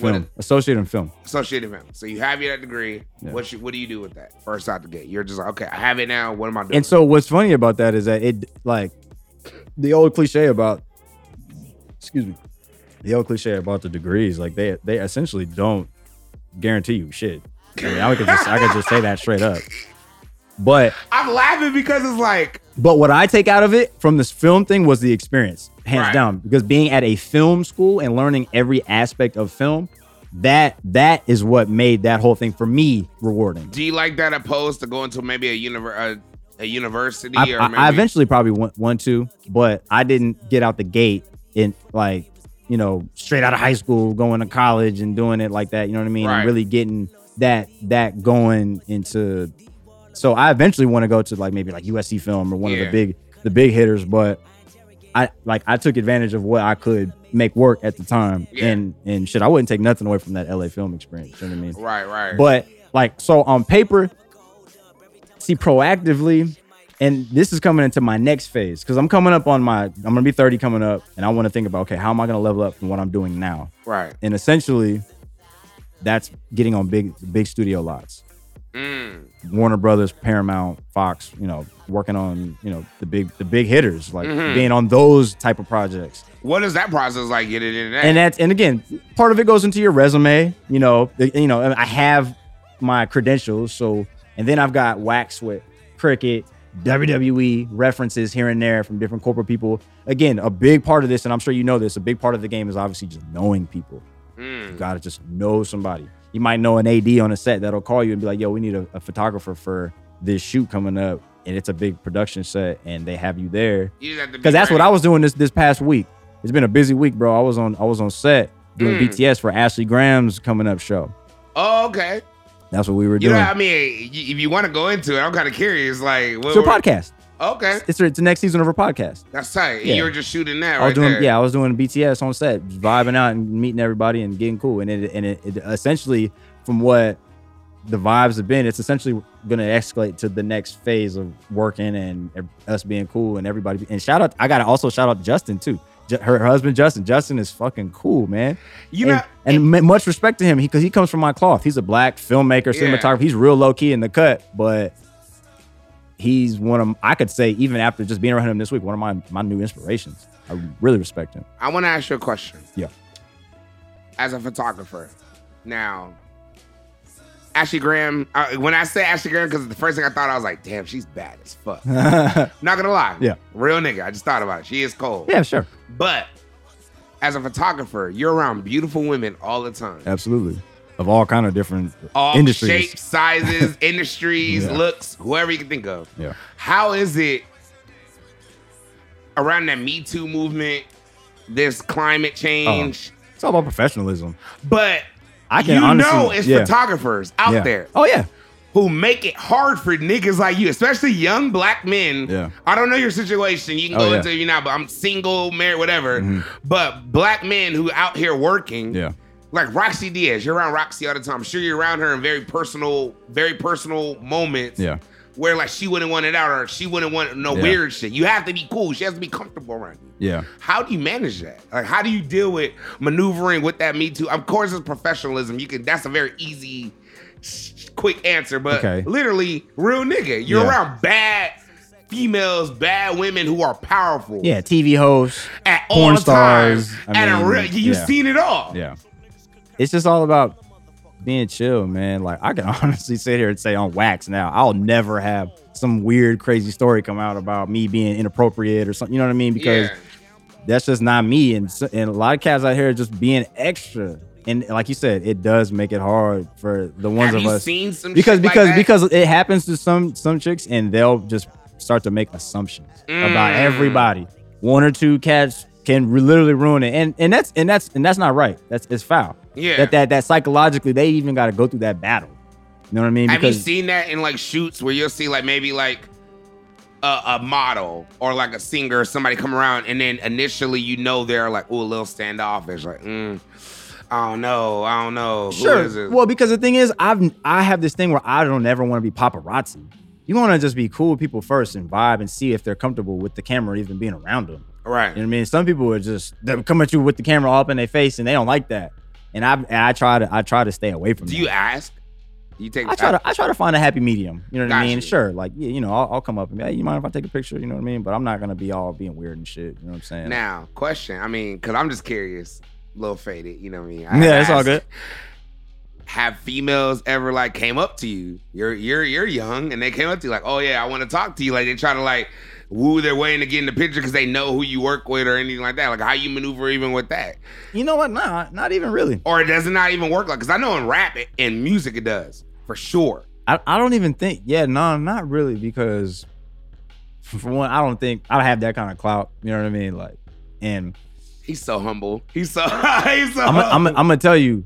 Speaker 2: What
Speaker 4: film, associated in film.
Speaker 2: is- associated film. So you have your degree.
Speaker 4: Yeah.
Speaker 2: What you, what do you do with that? First out the gate, you're just like, okay, I have it now. What am I doing?
Speaker 4: And so what's funny about that is that it like the old cliche about excuse me. The old cliche about the degrees, like they they essentially don't guarantee you shit. I mean, I could just I could just say that straight up. But
Speaker 2: I'm laughing because it's like,
Speaker 4: but what I take out of it from this film thing was the experience, hands
Speaker 2: Right.
Speaker 4: down. Because being at a film school and learning every aspect of film, that that is what made that whole thing for me rewarding.
Speaker 2: do you like that opposed to going to maybe a univer a, a university
Speaker 4: I,
Speaker 2: or
Speaker 4: I-
Speaker 2: maybe
Speaker 4: I eventually probably want, want to, but I didn't get out the gate in like, you know, straight out of high school, going to college and doing it like that. You know what I mean?
Speaker 2: Right.
Speaker 4: And really getting that that going into. So I eventually want to go to like maybe like USC film or one of
Speaker 2: Yeah.
Speaker 4: the big the big hitters, but I like I took advantage of what I could make work at the time
Speaker 2: Yeah.
Speaker 4: and and shit. I wouldn't take nothing away from that LA film experience. You know what I mean?
Speaker 2: right, right,
Speaker 4: But like, so on paper, see, proactively, and this is coming into my next phase because I'm coming up on my I'm gonna be 30 coming up, and I want to think about okay, how am I gonna level up from what I'm doing now?
Speaker 2: Right.
Speaker 4: And essentially, that's getting on big big studio lots,
Speaker 2: Mm.
Speaker 4: Warner Brothers, Paramount, Fox. You know, working on you know the big the big hitters, like
Speaker 2: Mhm.
Speaker 4: being on those type of projects.
Speaker 2: What is that process like getting in that?
Speaker 4: and that's and again part of it goes into your resume you know the- you know i have my credentials so and then i've got wax with cricket wwe references here and there from different corporate people again a big part of this and i'm sure you know this a big part of the game is obviously just knowing people you
Speaker 2: Mm.
Speaker 4: gotta just know somebody you might know an ad on a set that'll call you and be like yo we need a, a photographer for this shoot coming up and it's a big production set and they have you there
Speaker 2: You just have to be
Speaker 4: because that's what
Speaker 2: ready.
Speaker 4: I was doing this this past week. It's been a busy week, bro. I was on I was on set doing
Speaker 2: Mm.
Speaker 4: BTS for Ashley Graham's coming up show.
Speaker 2: Oh, okay.
Speaker 4: That's what we were
Speaker 2: You
Speaker 4: doing.
Speaker 2: know, I mean, y- if you want to go into it, I'm kind of curious. Like, what,
Speaker 4: it's her podcast.
Speaker 2: okay,
Speaker 4: It's her, it's the next season of her podcast.
Speaker 2: that's tight.
Speaker 4: Yeah.
Speaker 2: You were just shooting that
Speaker 4: I
Speaker 2: right
Speaker 4: was doing
Speaker 2: there.
Speaker 4: yeah, I was doing BTS on set, just vibing out and meeting everybody and getting cool. And it and it, it essentially from what the vibes have been, it's essentially gonna escalate to the next phase of working and ev- us being cool and everybody. And shout out, I gotta also shout out Justin too. Ju- Her her husband Justin. Justin is fucking cool, man.
Speaker 2: You know,
Speaker 4: and, and m- much respect to him because he, comes from my cloth. He's a black filmmaker,
Speaker 2: Yeah.
Speaker 4: cinematographer. He's real low key in the cut, but he's one of I could say even after just being around him this week, one of my my new inspirations. I really respect him.
Speaker 2: I want to ask you a question.
Speaker 4: Yeah.
Speaker 2: As a photographer, now, Ashley Graham. Uh, when I say Ashley Graham, because the first thing I thought, I was like, "Damn, she's bad as fuck."
Speaker 4: yeah,
Speaker 2: Not gonna lie.
Speaker 4: Yeah.
Speaker 2: Real nigga. I just thought about it. She is cold.
Speaker 4: sure,
Speaker 2: But as a photographer, you're around beautiful women all the time.
Speaker 4: absolutely. Of all kind of different
Speaker 2: all
Speaker 4: industries.
Speaker 2: shapes, sizes, industries,
Speaker 4: Yeah.
Speaker 2: looks, whoever you can think of.
Speaker 4: Yeah.
Speaker 2: How is it around that Me Too movement, this climate
Speaker 4: Uh-huh.
Speaker 2: change?
Speaker 4: It's all about professionalism.
Speaker 2: But
Speaker 4: I can
Speaker 2: you
Speaker 4: honestly
Speaker 2: know it's
Speaker 4: yeah,
Speaker 2: photographers out
Speaker 4: yeah.
Speaker 2: there
Speaker 4: Oh yeah,
Speaker 2: who make it hard for niggas like you, especially young black men.
Speaker 4: Yeah.
Speaker 2: I don't know your situation. You can
Speaker 4: Oh,
Speaker 2: go
Speaker 4: yeah.
Speaker 2: into you know, but I'm single, married, whatever.
Speaker 4: Mhm.
Speaker 2: But black men who out here working,
Speaker 4: yeah.
Speaker 2: like Roxy Diaz, you're around Roxy all the time. I'm sure you're around her in very personal, very personal moments.
Speaker 4: Yeah.
Speaker 2: Where like she wouldn't want it out or she wouldn't want no
Speaker 4: Yeah.
Speaker 2: weird shit. You have to be cool. She has to be comfortable around you.
Speaker 4: Yeah.
Speaker 2: How do you manage that? Like how do you deal with maneuvering with that me too? Of course it's professionalism. You can that's a very easy s- quick answer, but
Speaker 4: Okay.
Speaker 2: literally real nigga. You're
Speaker 4: Yeah.
Speaker 2: around bad females, bad women who are powerful.
Speaker 4: Yeah, TV hosts,
Speaker 2: At
Speaker 4: porn
Speaker 2: all
Speaker 4: stars.
Speaker 2: times.
Speaker 4: I
Speaker 2: at a
Speaker 4: mean,
Speaker 2: real you've
Speaker 4: yeah.
Speaker 2: seen it all.
Speaker 4: Yeah. It's just all about being chill, man. Like I can honestly sit here and say on wax now, I'll never have some weird, crazy story come out about me being inappropriate or something. You know what I mean? Because
Speaker 2: Yeah.
Speaker 4: that's just not me. And so- and a lot of cats out here are just being extra. And like you said, it does make it hard for the ones
Speaker 2: Have
Speaker 4: of
Speaker 2: you
Speaker 4: us
Speaker 2: seen some
Speaker 4: because
Speaker 2: shit like
Speaker 4: because
Speaker 2: that?
Speaker 4: because it happens to some some chicks and they'll just start to make assumptions about
Speaker 2: Mm.
Speaker 4: everybody. One or two cats can re- literally ruin it, and and that's and that's and that's not right. That's it's foul.
Speaker 2: Yeah.
Speaker 4: That that that psychologically they even got to go through that battle. You know what I mean?
Speaker 2: Have you seen that in like shoots where you'll see like maybe like a, a model or like a singer or somebody come around and then initially you know they're like, oh, a little standoffish, like, mm, I don't know, I don't know. Who is
Speaker 4: sure.
Speaker 2: this?
Speaker 4: Well, because the thing is, I've I have this thing where I don't ever want to be paparazzi. You want to just be cool with people first and vibe and see if they're comfortable with the camera even being around them.
Speaker 2: right.
Speaker 4: You know what I mean? Some people are just they come at you with the camera all up in their face, and they don't like that. And I, and I try to, I try to stay away from.
Speaker 2: Do
Speaker 4: that.
Speaker 2: you ask? You take
Speaker 4: I try to, I try to find a happy medium. You know what I
Speaker 2: Got
Speaker 4: mean?
Speaker 2: you.
Speaker 4: Sure, like yeah, you know, I'll, I'll come up and be, hey, you mind if I take a picture? You know what I mean? But I'm not gonna be all being weird and shit. You know what I'm saying?
Speaker 2: now, question. I mean, because I'm just curious, a little faded, you know what I mean? I
Speaker 4: yeah, it's all
Speaker 2: ask,
Speaker 4: good.
Speaker 2: Have females ever like came up to you? You're you're you're young, and they came up to you like, oh yeah, I want to talk to you. Like they try to like woo their way into getting the picture because they know who you work with or anything like that. Like how you maneuver even with that,
Speaker 4: You know what? Nah, not even really.
Speaker 2: or it does not even work. Like because I know in rap it- and music it does for sure.
Speaker 4: I, I don't even think. Yeah, no, not really because for one, I don't think I don't have that kind of clout. You know what I mean? Like, and
Speaker 2: He's so humble. He's so he's so.
Speaker 4: I'm
Speaker 2: humble.
Speaker 4: I'm I'm gonna tell you,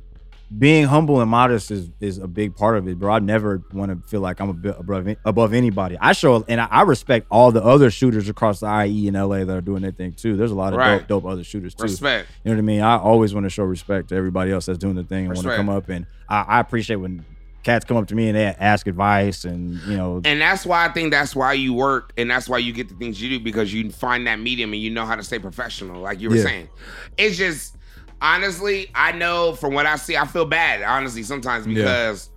Speaker 4: being humble and modest is is a big part of it, bro. I never want to feel like I'm a bit above above anybody. I show and I, I respect all the other shooters across the E IE in LA that are doing their thing too. There's a lot of
Speaker 2: Right.
Speaker 4: dope, dope other shooters too.
Speaker 2: respect.
Speaker 4: You know what I mean? I always want to show respect to everybody else that's doing the thing and want to
Speaker 2: Respect.
Speaker 4: come up and I, I appreciate when cats come up to me and they ask advice and you know
Speaker 2: And that's why I think that's why you work and that's why you get the things you do because you find that medium and you know how to stay professional, like you were
Speaker 4: Yeah.
Speaker 2: saying. It's just honestly, I know from what I see, I feel bad, honestly, sometimes
Speaker 4: Yeah.
Speaker 2: because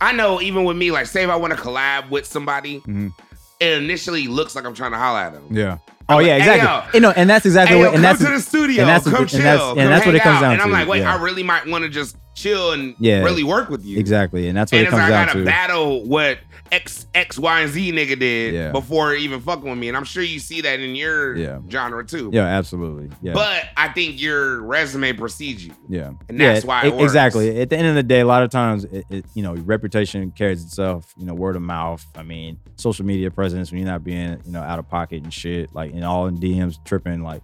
Speaker 2: I know even with me, like say if I want to collab with somebody,
Speaker 4: Mhm.
Speaker 2: it initially looks like I'm trying to holler at them.
Speaker 4: yeah
Speaker 2: I'm
Speaker 4: oh
Speaker 2: like,
Speaker 4: yeah
Speaker 2: "Hey,
Speaker 4: exactly
Speaker 2: yo."
Speaker 4: and, no, and that's exactly
Speaker 2: Hey, yo,
Speaker 4: what
Speaker 2: come
Speaker 4: and that's
Speaker 2: to the studio.
Speaker 4: and that's-
Speaker 2: come
Speaker 4: and
Speaker 2: chill.
Speaker 4: that's- and
Speaker 2: come
Speaker 4: that's what it
Speaker 2: hang
Speaker 4: comes
Speaker 2: out.
Speaker 4: down
Speaker 2: And I'm
Speaker 4: to,
Speaker 2: like, wait,
Speaker 4: yeah.
Speaker 2: I really might want to just chill and
Speaker 4: Yeah.
Speaker 2: really work with you.
Speaker 4: exactly and that's what
Speaker 2: And
Speaker 4: it
Speaker 2: it's
Speaker 4: comes
Speaker 2: like I
Speaker 4: down
Speaker 2: gotta
Speaker 4: to
Speaker 2: battle what X, X, Y, and Z nigga did
Speaker 4: Yeah.
Speaker 2: before even fucking with me. And I'm sure you see that in your
Speaker 4: Yeah.
Speaker 2: genre too.
Speaker 4: yeah absolutely yeah
Speaker 2: But I think your resume precedes you.
Speaker 4: yeah
Speaker 2: And that's why it
Speaker 4: e- exactly.
Speaker 2: works.
Speaker 4: At the end of the day, a lot of times, it, it, you know, reputation carries itself. You know, word of mouth. I mean, social media presence when you're not being, you know, out of pocket and shit, like and all in DMs tripping. Like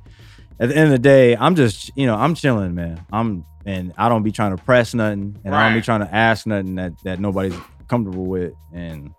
Speaker 4: at the end of the day, I'm just, you know, I'm chilling, man. I'm and I don't be trying to press nothing, and I don't
Speaker 2: Right.
Speaker 4: be trying to ask nothing that that nobody's comfortable with, and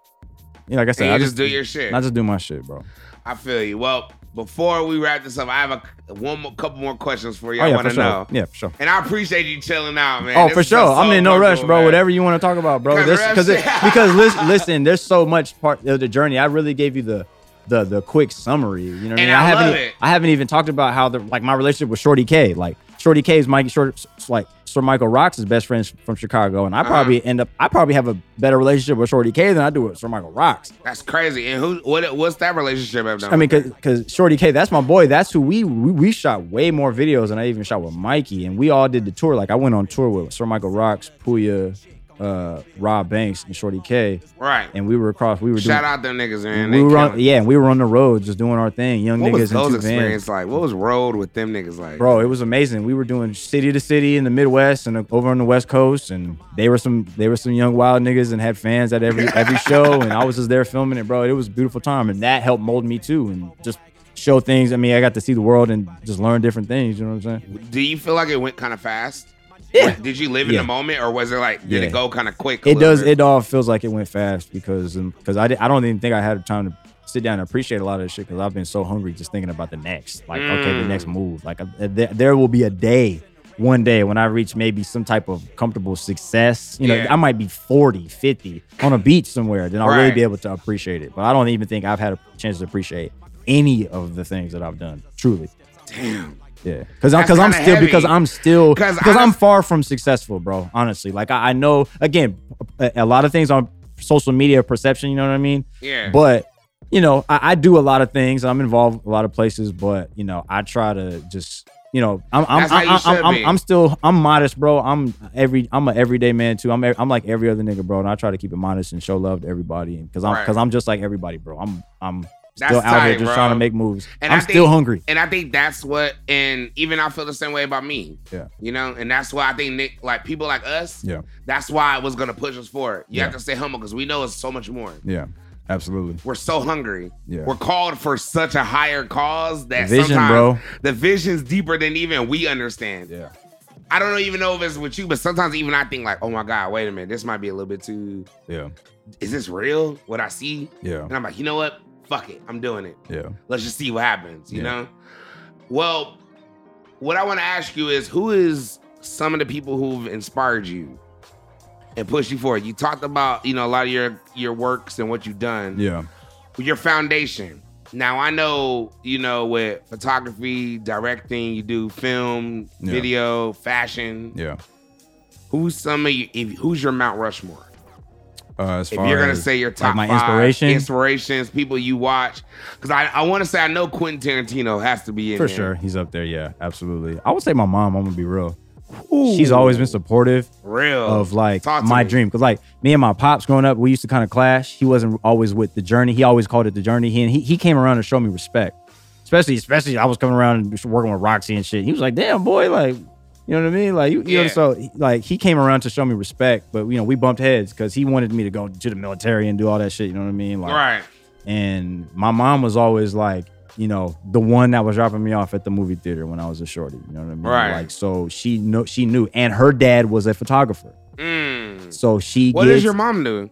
Speaker 4: you know, like I said,
Speaker 2: And
Speaker 4: I
Speaker 2: you just do your shit.
Speaker 4: I just do my shit, bro.
Speaker 2: I feel you. Well, before we wrap this up, I have a one more, couple more questions for you.
Speaker 4: oh
Speaker 2: I
Speaker 4: yeah,
Speaker 2: want
Speaker 4: for
Speaker 2: to
Speaker 4: sure.
Speaker 2: know.
Speaker 4: Yeah, for sure.
Speaker 2: And I appreciate you chilling out, man.
Speaker 4: Oh,
Speaker 2: This
Speaker 4: for
Speaker 2: has been
Speaker 4: sure.
Speaker 2: so
Speaker 4: I'm in no
Speaker 2: fucking
Speaker 4: rush,
Speaker 2: cool,
Speaker 4: bro.
Speaker 2: man.
Speaker 4: Whatever you want to talk about, bro.
Speaker 2: Because
Speaker 4: There's,
Speaker 2: rap
Speaker 4: cause it,
Speaker 2: shit-
Speaker 4: because listen, listen, there's so much part of the journey. I really gave you the the the quick summary. You know
Speaker 2: And
Speaker 4: what I mean?
Speaker 2: I
Speaker 4: haven't
Speaker 2: love
Speaker 4: e-
Speaker 2: it.
Speaker 4: I haven't even talked about how the like my relationship with Shorty K. Like Shorty K is Mike Short s- like Sir Michael Rock's his best friend from Chicago, and I
Speaker 2: Uh-huh.
Speaker 4: probably end up I probably have a better relationship with Shorty K than I do with Sir Michael Rocks.
Speaker 2: That's crazy. And who? What? What's that relationship have done?
Speaker 4: I mean, cause, 'cause Shorty K, that's my boy. That's who we, we we shot way more videos than I even shot with Mikey, and we all did the tour. Like I went on tour with Sir Michael Rocks, Puya, uh, Rob Banks, and Shorty K,
Speaker 2: right.
Speaker 4: and we were across. We were
Speaker 2: Shout
Speaker 4: doing,
Speaker 2: out them niggas, man.
Speaker 4: we
Speaker 2: They
Speaker 4: were
Speaker 2: killing
Speaker 4: on,
Speaker 2: it.
Speaker 4: yeah, and we were on the road just doing our thing, young
Speaker 2: What
Speaker 4: niggas
Speaker 2: was
Speaker 4: in
Speaker 2: those
Speaker 4: two vans.
Speaker 2: experience like? What was road with them niggas like?
Speaker 4: Bro, it was amazing. We were doing city to city in the Midwest and over on the West Coast, and they were some they were some young wild niggas and had fans at every every show, and I was just there filming it, bro. It was a beautiful time, and that helped mold me too, and just show things. I mean, I got to see the world and just learn different things. You know what I'm saying?
Speaker 2: Do you feel like it went kind of fast?
Speaker 4: Yeah.
Speaker 2: Like, Did you live in
Speaker 4: Yeah.
Speaker 2: the moment, or was it like did
Speaker 4: Yeah.
Speaker 2: it go kind of quick? a
Speaker 4: It
Speaker 2: little
Speaker 4: does.
Speaker 2: bit?
Speaker 4: It all feels like it went fast because because I di- I don't even think I had time to sit down and appreciate a lot of this shit because I've been so hungry just thinking about the next like okay the
Speaker 2: Mm.
Speaker 4: next move like uh, there, there will be a day one day when I reach maybe some type of comfortable success you know
Speaker 2: Yeah.
Speaker 4: I might be 40 50 on a beach somewhere then I'll really
Speaker 2: Right.
Speaker 4: be able to appreciate it but I don't even think I've had a chance to appreciate any of the things that I've done truly
Speaker 2: Damn.
Speaker 4: yeah, because I'm
Speaker 2: That's
Speaker 4: because I'm
Speaker 2: kinda
Speaker 4: still because
Speaker 2: heavy.
Speaker 4: I'm still
Speaker 2: 'Cause
Speaker 4: because I'm
Speaker 2: honest-
Speaker 4: far from successful, bro. Honestly, like I, I know again a, a lot of things on social media perception. You know what I mean?
Speaker 2: Yeah.
Speaker 4: But you know, I, I do a lot of things. I'm involved a lot of places, but you know, I try to just you know, I'm I'm
Speaker 2: That's how
Speaker 4: I'm,
Speaker 2: you
Speaker 4: I'm,
Speaker 2: should
Speaker 4: I'm,
Speaker 2: be.
Speaker 4: I'm, still I'm modest, bro. I'm every I'm an everyday man too. I'm e- I'm like every other nigga, bro, and I try to keep it modest and show love to everybody because I'm
Speaker 2: Right.
Speaker 4: because I'm just like everybody, bro. I'm I'm
Speaker 2: That's
Speaker 4: still out here
Speaker 2: tight,
Speaker 4: just
Speaker 2: bro.
Speaker 4: trying to make moves.
Speaker 2: And
Speaker 4: I'm
Speaker 2: I
Speaker 4: still
Speaker 2: think-
Speaker 4: hungry.
Speaker 2: and I think that's what, and even I feel the same way about me.
Speaker 4: Yeah.
Speaker 2: You know, and that's why I think Nick, like people like us,
Speaker 4: Yeah.
Speaker 2: that's why it was gonna push us forward. You have
Speaker 4: Yeah.
Speaker 2: to stay humble because we know it's so much more.
Speaker 4: Yeah, absolutely.
Speaker 2: We're so hungry.
Speaker 4: Yeah.
Speaker 2: We're called for such a higher cause that
Speaker 4: Vision,
Speaker 2: sometimes
Speaker 4: bro.
Speaker 2: the vision's deeper than even we understand.
Speaker 4: Yeah.
Speaker 2: I don't even know if it's with you, but sometimes even I think like, oh my God, wait a minute, this might be a little bit too
Speaker 4: Yeah.
Speaker 2: is this real? What I see?
Speaker 4: Yeah.
Speaker 2: And I'm like, you know what? Fuck it. I'm doing it.
Speaker 4: Yeah.
Speaker 2: Let's just see what happens, you
Speaker 4: Yeah.
Speaker 2: know? Well, what I want to ask you is who is some of the people who've inspired you and pushed you forward? You talked about, you know, a lot of your your works and what you've done.
Speaker 4: Yeah.
Speaker 2: Your foundation. Now I know, you know, with photography, directing, you do film,
Speaker 4: Yeah.
Speaker 2: video, fashion.
Speaker 4: Yeah.
Speaker 2: Who's some of you if, who's your Mount Rushmore?
Speaker 4: Uh, as
Speaker 2: if
Speaker 4: far
Speaker 2: you're gonna
Speaker 4: as,
Speaker 2: say your top
Speaker 4: my
Speaker 2: five
Speaker 4: inspiration?
Speaker 2: inspirations, people you watch, because I, I want to say I know Quentin Tarantino has to be in
Speaker 4: for
Speaker 2: there.
Speaker 4: sure, he's up there. Yeah, absolutely. I would say my mom. I'm gonna be real. She's always been supportive
Speaker 2: real
Speaker 4: of like
Speaker 2: Talk to
Speaker 4: my
Speaker 2: me.
Speaker 4: dream. Cause like me and my pops growing up, we used to kind of clash. He wasn't always with the journey. He always called it the journey. He and he, he came around to show me respect. Especially, especially I was coming around and working with Roxy and shit. He was like, "Damn boy, like." You know what I mean? Like you, you
Speaker 2: Yeah.
Speaker 4: know, so he- like he came around to show me respect, but you know we bumped heads because he wanted me to go to the military and do all that shit. You know what I mean? Like,
Speaker 2: Right,
Speaker 4: and my mom was always like you know the one that was dropping me off at the movie theater when i was a shorty you know what i mean
Speaker 2: Right.
Speaker 4: like so she know she knew and her dad was a photographer
Speaker 2: mm.
Speaker 4: so she
Speaker 2: What does
Speaker 4: gets-
Speaker 2: your mom do?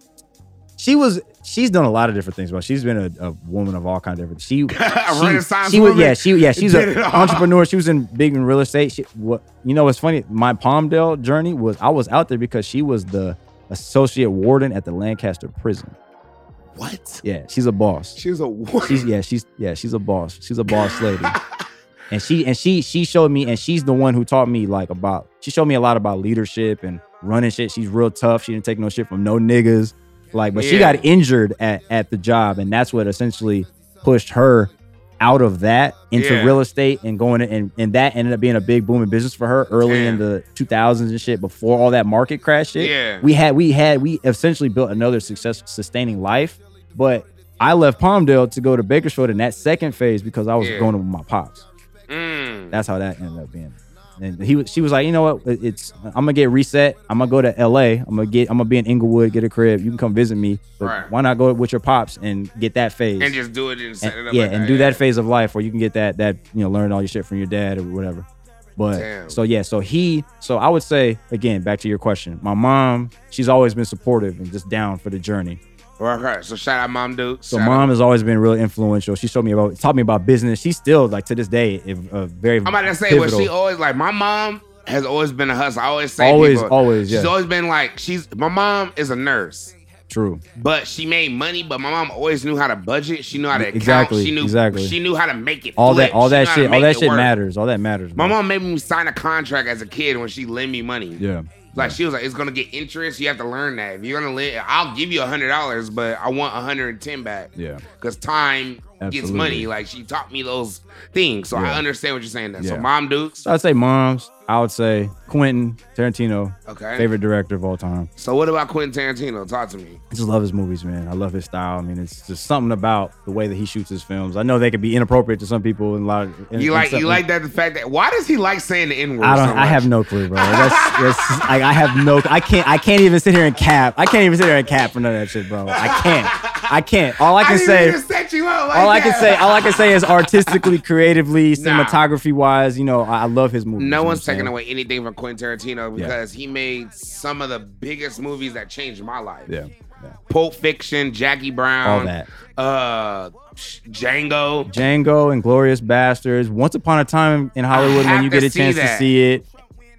Speaker 4: she was she's done a lot of different things bro she's been a, a woman of all kinds of different she she,
Speaker 2: Renaissance
Speaker 4: she was
Speaker 2: woman.
Speaker 4: yeah she yeah she's
Speaker 2: Did
Speaker 4: an
Speaker 2: it all.
Speaker 4: entrepreneur she was in big in real estate she, what you know what's funny my palmdale journey was i was out there because she was the associate warden at the Lancaster prison.
Speaker 2: What?
Speaker 4: Yeah, she's a boss.
Speaker 2: She was a what?
Speaker 4: She's yeah, she's yeah, she's a boss. She's a boss lady. And she and she she showed me, and she's the one who taught me like about. She showed me a lot about leadership and running shit. She's real tough. She didn't take no shit from no niggas. Like, but she
Speaker 2: Yeah.
Speaker 4: got injured at at the job, and that's what essentially pushed her out of that into
Speaker 2: Yeah.
Speaker 4: real estate and going in- and and that ended up being a big booming business for her early
Speaker 2: Damn.
Speaker 4: in the 2000s and shit before all that market crash shit
Speaker 2: yeah.
Speaker 4: we had we had we essentially built another success sustaining life but i left palmdale to go to bakersfield in that second phase because i was
Speaker 2: Yeah.
Speaker 4: going with my pops
Speaker 2: Mm.
Speaker 4: that's how that ended up being and he was she was like you know what It- it's i'm gonna get reset i'm gonna go to la i'm gonna get i'm gonna be in inglewood get a crib you can come visit me but
Speaker 2: Right.
Speaker 4: why not go with your pops and get that phase
Speaker 2: And just do it and set
Speaker 4: And-
Speaker 2: it up.
Speaker 4: yeah
Speaker 2: like
Speaker 4: and do that phase of life where you can get that that you know learn all your shit from your dad or whatever but
Speaker 2: Damn.
Speaker 4: so yeah so he so i would say again back to your question my mom she's always been supportive and just down for the journey
Speaker 2: Okay. So shout out mom dude.
Speaker 4: so
Speaker 2: Shout out.
Speaker 4: mom has always been really influential she showed me about taught me about business she's still like to this day a, a very
Speaker 2: I'm about to say
Speaker 4: pivotal,
Speaker 2: well, she always like my mom has always been a hustler. I always say
Speaker 4: Always,
Speaker 2: people-
Speaker 4: always,
Speaker 2: She's
Speaker 4: yeah.
Speaker 2: always been like she's my mom is a nurse.
Speaker 4: true
Speaker 2: But she made money, but my mom always knew how to budget. She knew how to account.
Speaker 4: Exactly,
Speaker 2: She knew
Speaker 4: exactly.
Speaker 2: she knew how to make it.
Speaker 4: all
Speaker 2: flip.
Speaker 4: that all
Speaker 2: She knew
Speaker 4: that
Speaker 2: how to
Speaker 4: shit all
Speaker 2: make
Speaker 4: that
Speaker 2: it
Speaker 4: shit
Speaker 2: work.
Speaker 4: matters all that matters
Speaker 2: My
Speaker 4: bro.
Speaker 2: mom made me sign a contract as a kid when she lend me money.
Speaker 4: yeah
Speaker 2: Like she was like, it's gonna get interest. You have to learn that. If you're gonna lend, I'll give you a hundred dollars, but I want a hundred and ten back.
Speaker 4: yeah
Speaker 2: Cause time gets
Speaker 4: Absolutely.
Speaker 2: money. Like she taught me those things. So I
Speaker 4: Yeah.
Speaker 2: understand what you're saying there. So
Speaker 4: Yeah.
Speaker 2: mom dukes.
Speaker 4: so i'd say moms i would say quentin tarantino
Speaker 2: Okay.
Speaker 4: favorite director of all time
Speaker 2: So what about Quentin Tarantino? Talk to me.
Speaker 4: I just love his movies, man. I love his style. I mean, it's just something about the way that he shoots his films. I know they could be inappropriate to some people and a lot. Of, and-
Speaker 2: You
Speaker 4: and
Speaker 2: like
Speaker 4: some-
Speaker 2: you like that the fact that why does he like saying the N word?
Speaker 4: I
Speaker 2: So
Speaker 4: don't.
Speaker 2: much?
Speaker 4: I have no clue, bro. That's, that's like I have no. I can't. I can't even sit here and cap. I can't even sit here and cap for none of that shit, bro. I can't. I can't. All I
Speaker 2: I
Speaker 4: can
Speaker 2: didn't
Speaker 4: say.
Speaker 2: even set you up like
Speaker 4: All I can
Speaker 2: that.
Speaker 4: say. All I can say is artistically, creatively,
Speaker 2: Nah.
Speaker 4: cinematography wise. You know, I, I love his movies. you know
Speaker 2: No
Speaker 4: what
Speaker 2: one's
Speaker 4: I'm saying?
Speaker 2: taking away anything from Quentin Tarantino
Speaker 4: Yeah.
Speaker 2: because he made some of the biggest movies that changed my life.
Speaker 4: Yeah. yeah.
Speaker 2: Pulp Fiction, Jackie Brown,
Speaker 4: All that.
Speaker 2: uh, Django.
Speaker 4: Django and Glorious Bastards. Once upon a time in Hollywood,
Speaker 2: have
Speaker 4: when you
Speaker 2: to
Speaker 4: get a
Speaker 2: see
Speaker 4: chance
Speaker 2: that.
Speaker 4: to see it.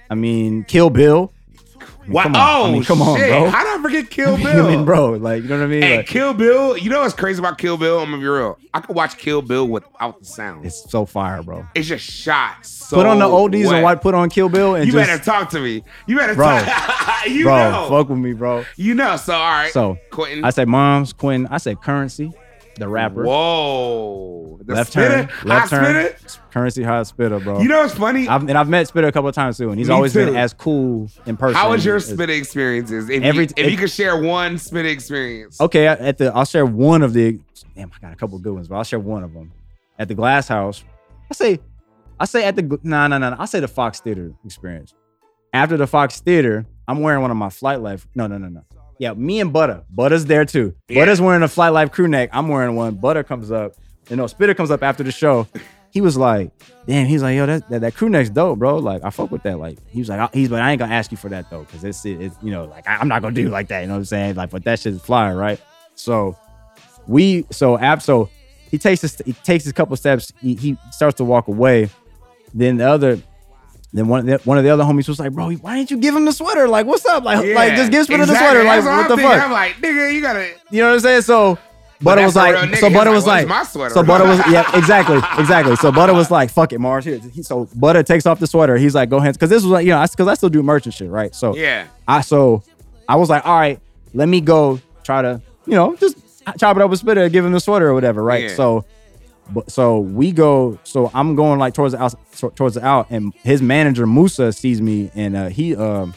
Speaker 4: I mean, Kill Bill. I mean,
Speaker 2: Wow.
Speaker 4: Come on,
Speaker 2: Oh,
Speaker 4: I mean, come on,
Speaker 2: shit.
Speaker 4: bro.
Speaker 2: How did I forget Kill Bill?
Speaker 4: I mean, bro, like you know what I mean?
Speaker 2: Hey,
Speaker 4: Like,
Speaker 2: Kill Bill. You know what's crazy about Kill Bill? I'm gonna be real. I could watch Kill Bill without the sound. It's,
Speaker 4: it's so fire, bro.
Speaker 2: just shot. So
Speaker 4: Put on the oldies and
Speaker 2: well.
Speaker 4: what? Put on Kill Bill and
Speaker 2: You
Speaker 4: just,
Speaker 2: better talk to me. You better
Speaker 4: Bro.
Speaker 2: talk. you
Speaker 4: bro,
Speaker 2: know.
Speaker 4: fuck with me, bro.
Speaker 2: You know. So all right.
Speaker 4: So
Speaker 2: Quentin.
Speaker 4: I say moms, Quentin. I say currency, the rapper.
Speaker 2: Whoa. The
Speaker 4: Left
Speaker 2: spitter.
Speaker 4: turn,
Speaker 2: Hot
Speaker 4: left turn.
Speaker 2: spitter.
Speaker 4: Currency, high spitter, bro.
Speaker 2: You know what's funny?
Speaker 4: Oh. I've, and I've met Spitter a couple of times too, and he's
Speaker 2: Me
Speaker 4: always
Speaker 2: too.
Speaker 4: been as cool in person.
Speaker 2: How was your
Speaker 4: as-
Speaker 2: spit experiences? If
Speaker 4: Every-
Speaker 2: you, if you
Speaker 4: it-
Speaker 2: could share one spit experience.
Speaker 4: Okay, I- at the I'll share one of the. Damn, I got a couple good ones, but I'll share one of them. At the Glass House, I say, I say at the gl- nah nah nah. nah, I say the Fox Theater experience. After the Fox Theater, I'm wearing one of my flight life. No no no no. Yeah, me and Butter. Butter's there too. Butter's wearing a flight life crew neck. I'm wearing one. Butter comes up. You know, Spitter comes up after the show. He was like, damn, he's like, yo, that, that, that crew neck's dope, bro. Like, I fuck with that. Like, he was like, I, he's but I ain't gonna ask you for that though, because it's it, it's, you know, like I, am not gonna do like that. You know what I'm saying? Like, but that shit is fly, right? So we so ab so he takes us he takes a couple steps, he, he starts to walk away. Then the other then one of the, one of the other homies was like, bro, why didn't you give him the sweater? Like, what's up? Like,
Speaker 2: Yeah,
Speaker 4: like just give Spinner
Speaker 2: exactly.
Speaker 4: the sweater. Like,
Speaker 2: That's
Speaker 4: what
Speaker 2: I'm
Speaker 4: the
Speaker 2: thinking.
Speaker 4: fuck?
Speaker 2: I'm like, nigga, you gotta.
Speaker 4: You know what I'm saying? So
Speaker 2: But
Speaker 4: Butter
Speaker 2: that's
Speaker 4: was
Speaker 2: a
Speaker 4: like,
Speaker 2: real nigga.
Speaker 4: so
Speaker 2: He's
Speaker 4: Butter
Speaker 2: like, "Where's
Speaker 4: was like,
Speaker 2: my sweater?"
Speaker 4: so Butter was, yeah, exactly, exactly. So Butter was like, fuck it, Mars. Here, He- so Butter takes off the sweater. He's like, go hands, because this was like, you know, I because I still do merchant shit, right? So
Speaker 2: Yeah.
Speaker 4: I so I was like, all right, let me go try to, you know, just chop it up with Spitter, give him the sweater or whatever, right?
Speaker 2: Yeah.
Speaker 4: So, but so we go, so I'm going like towards the out, so- towards the out, and his manager Musa sees me, and uh, he, um,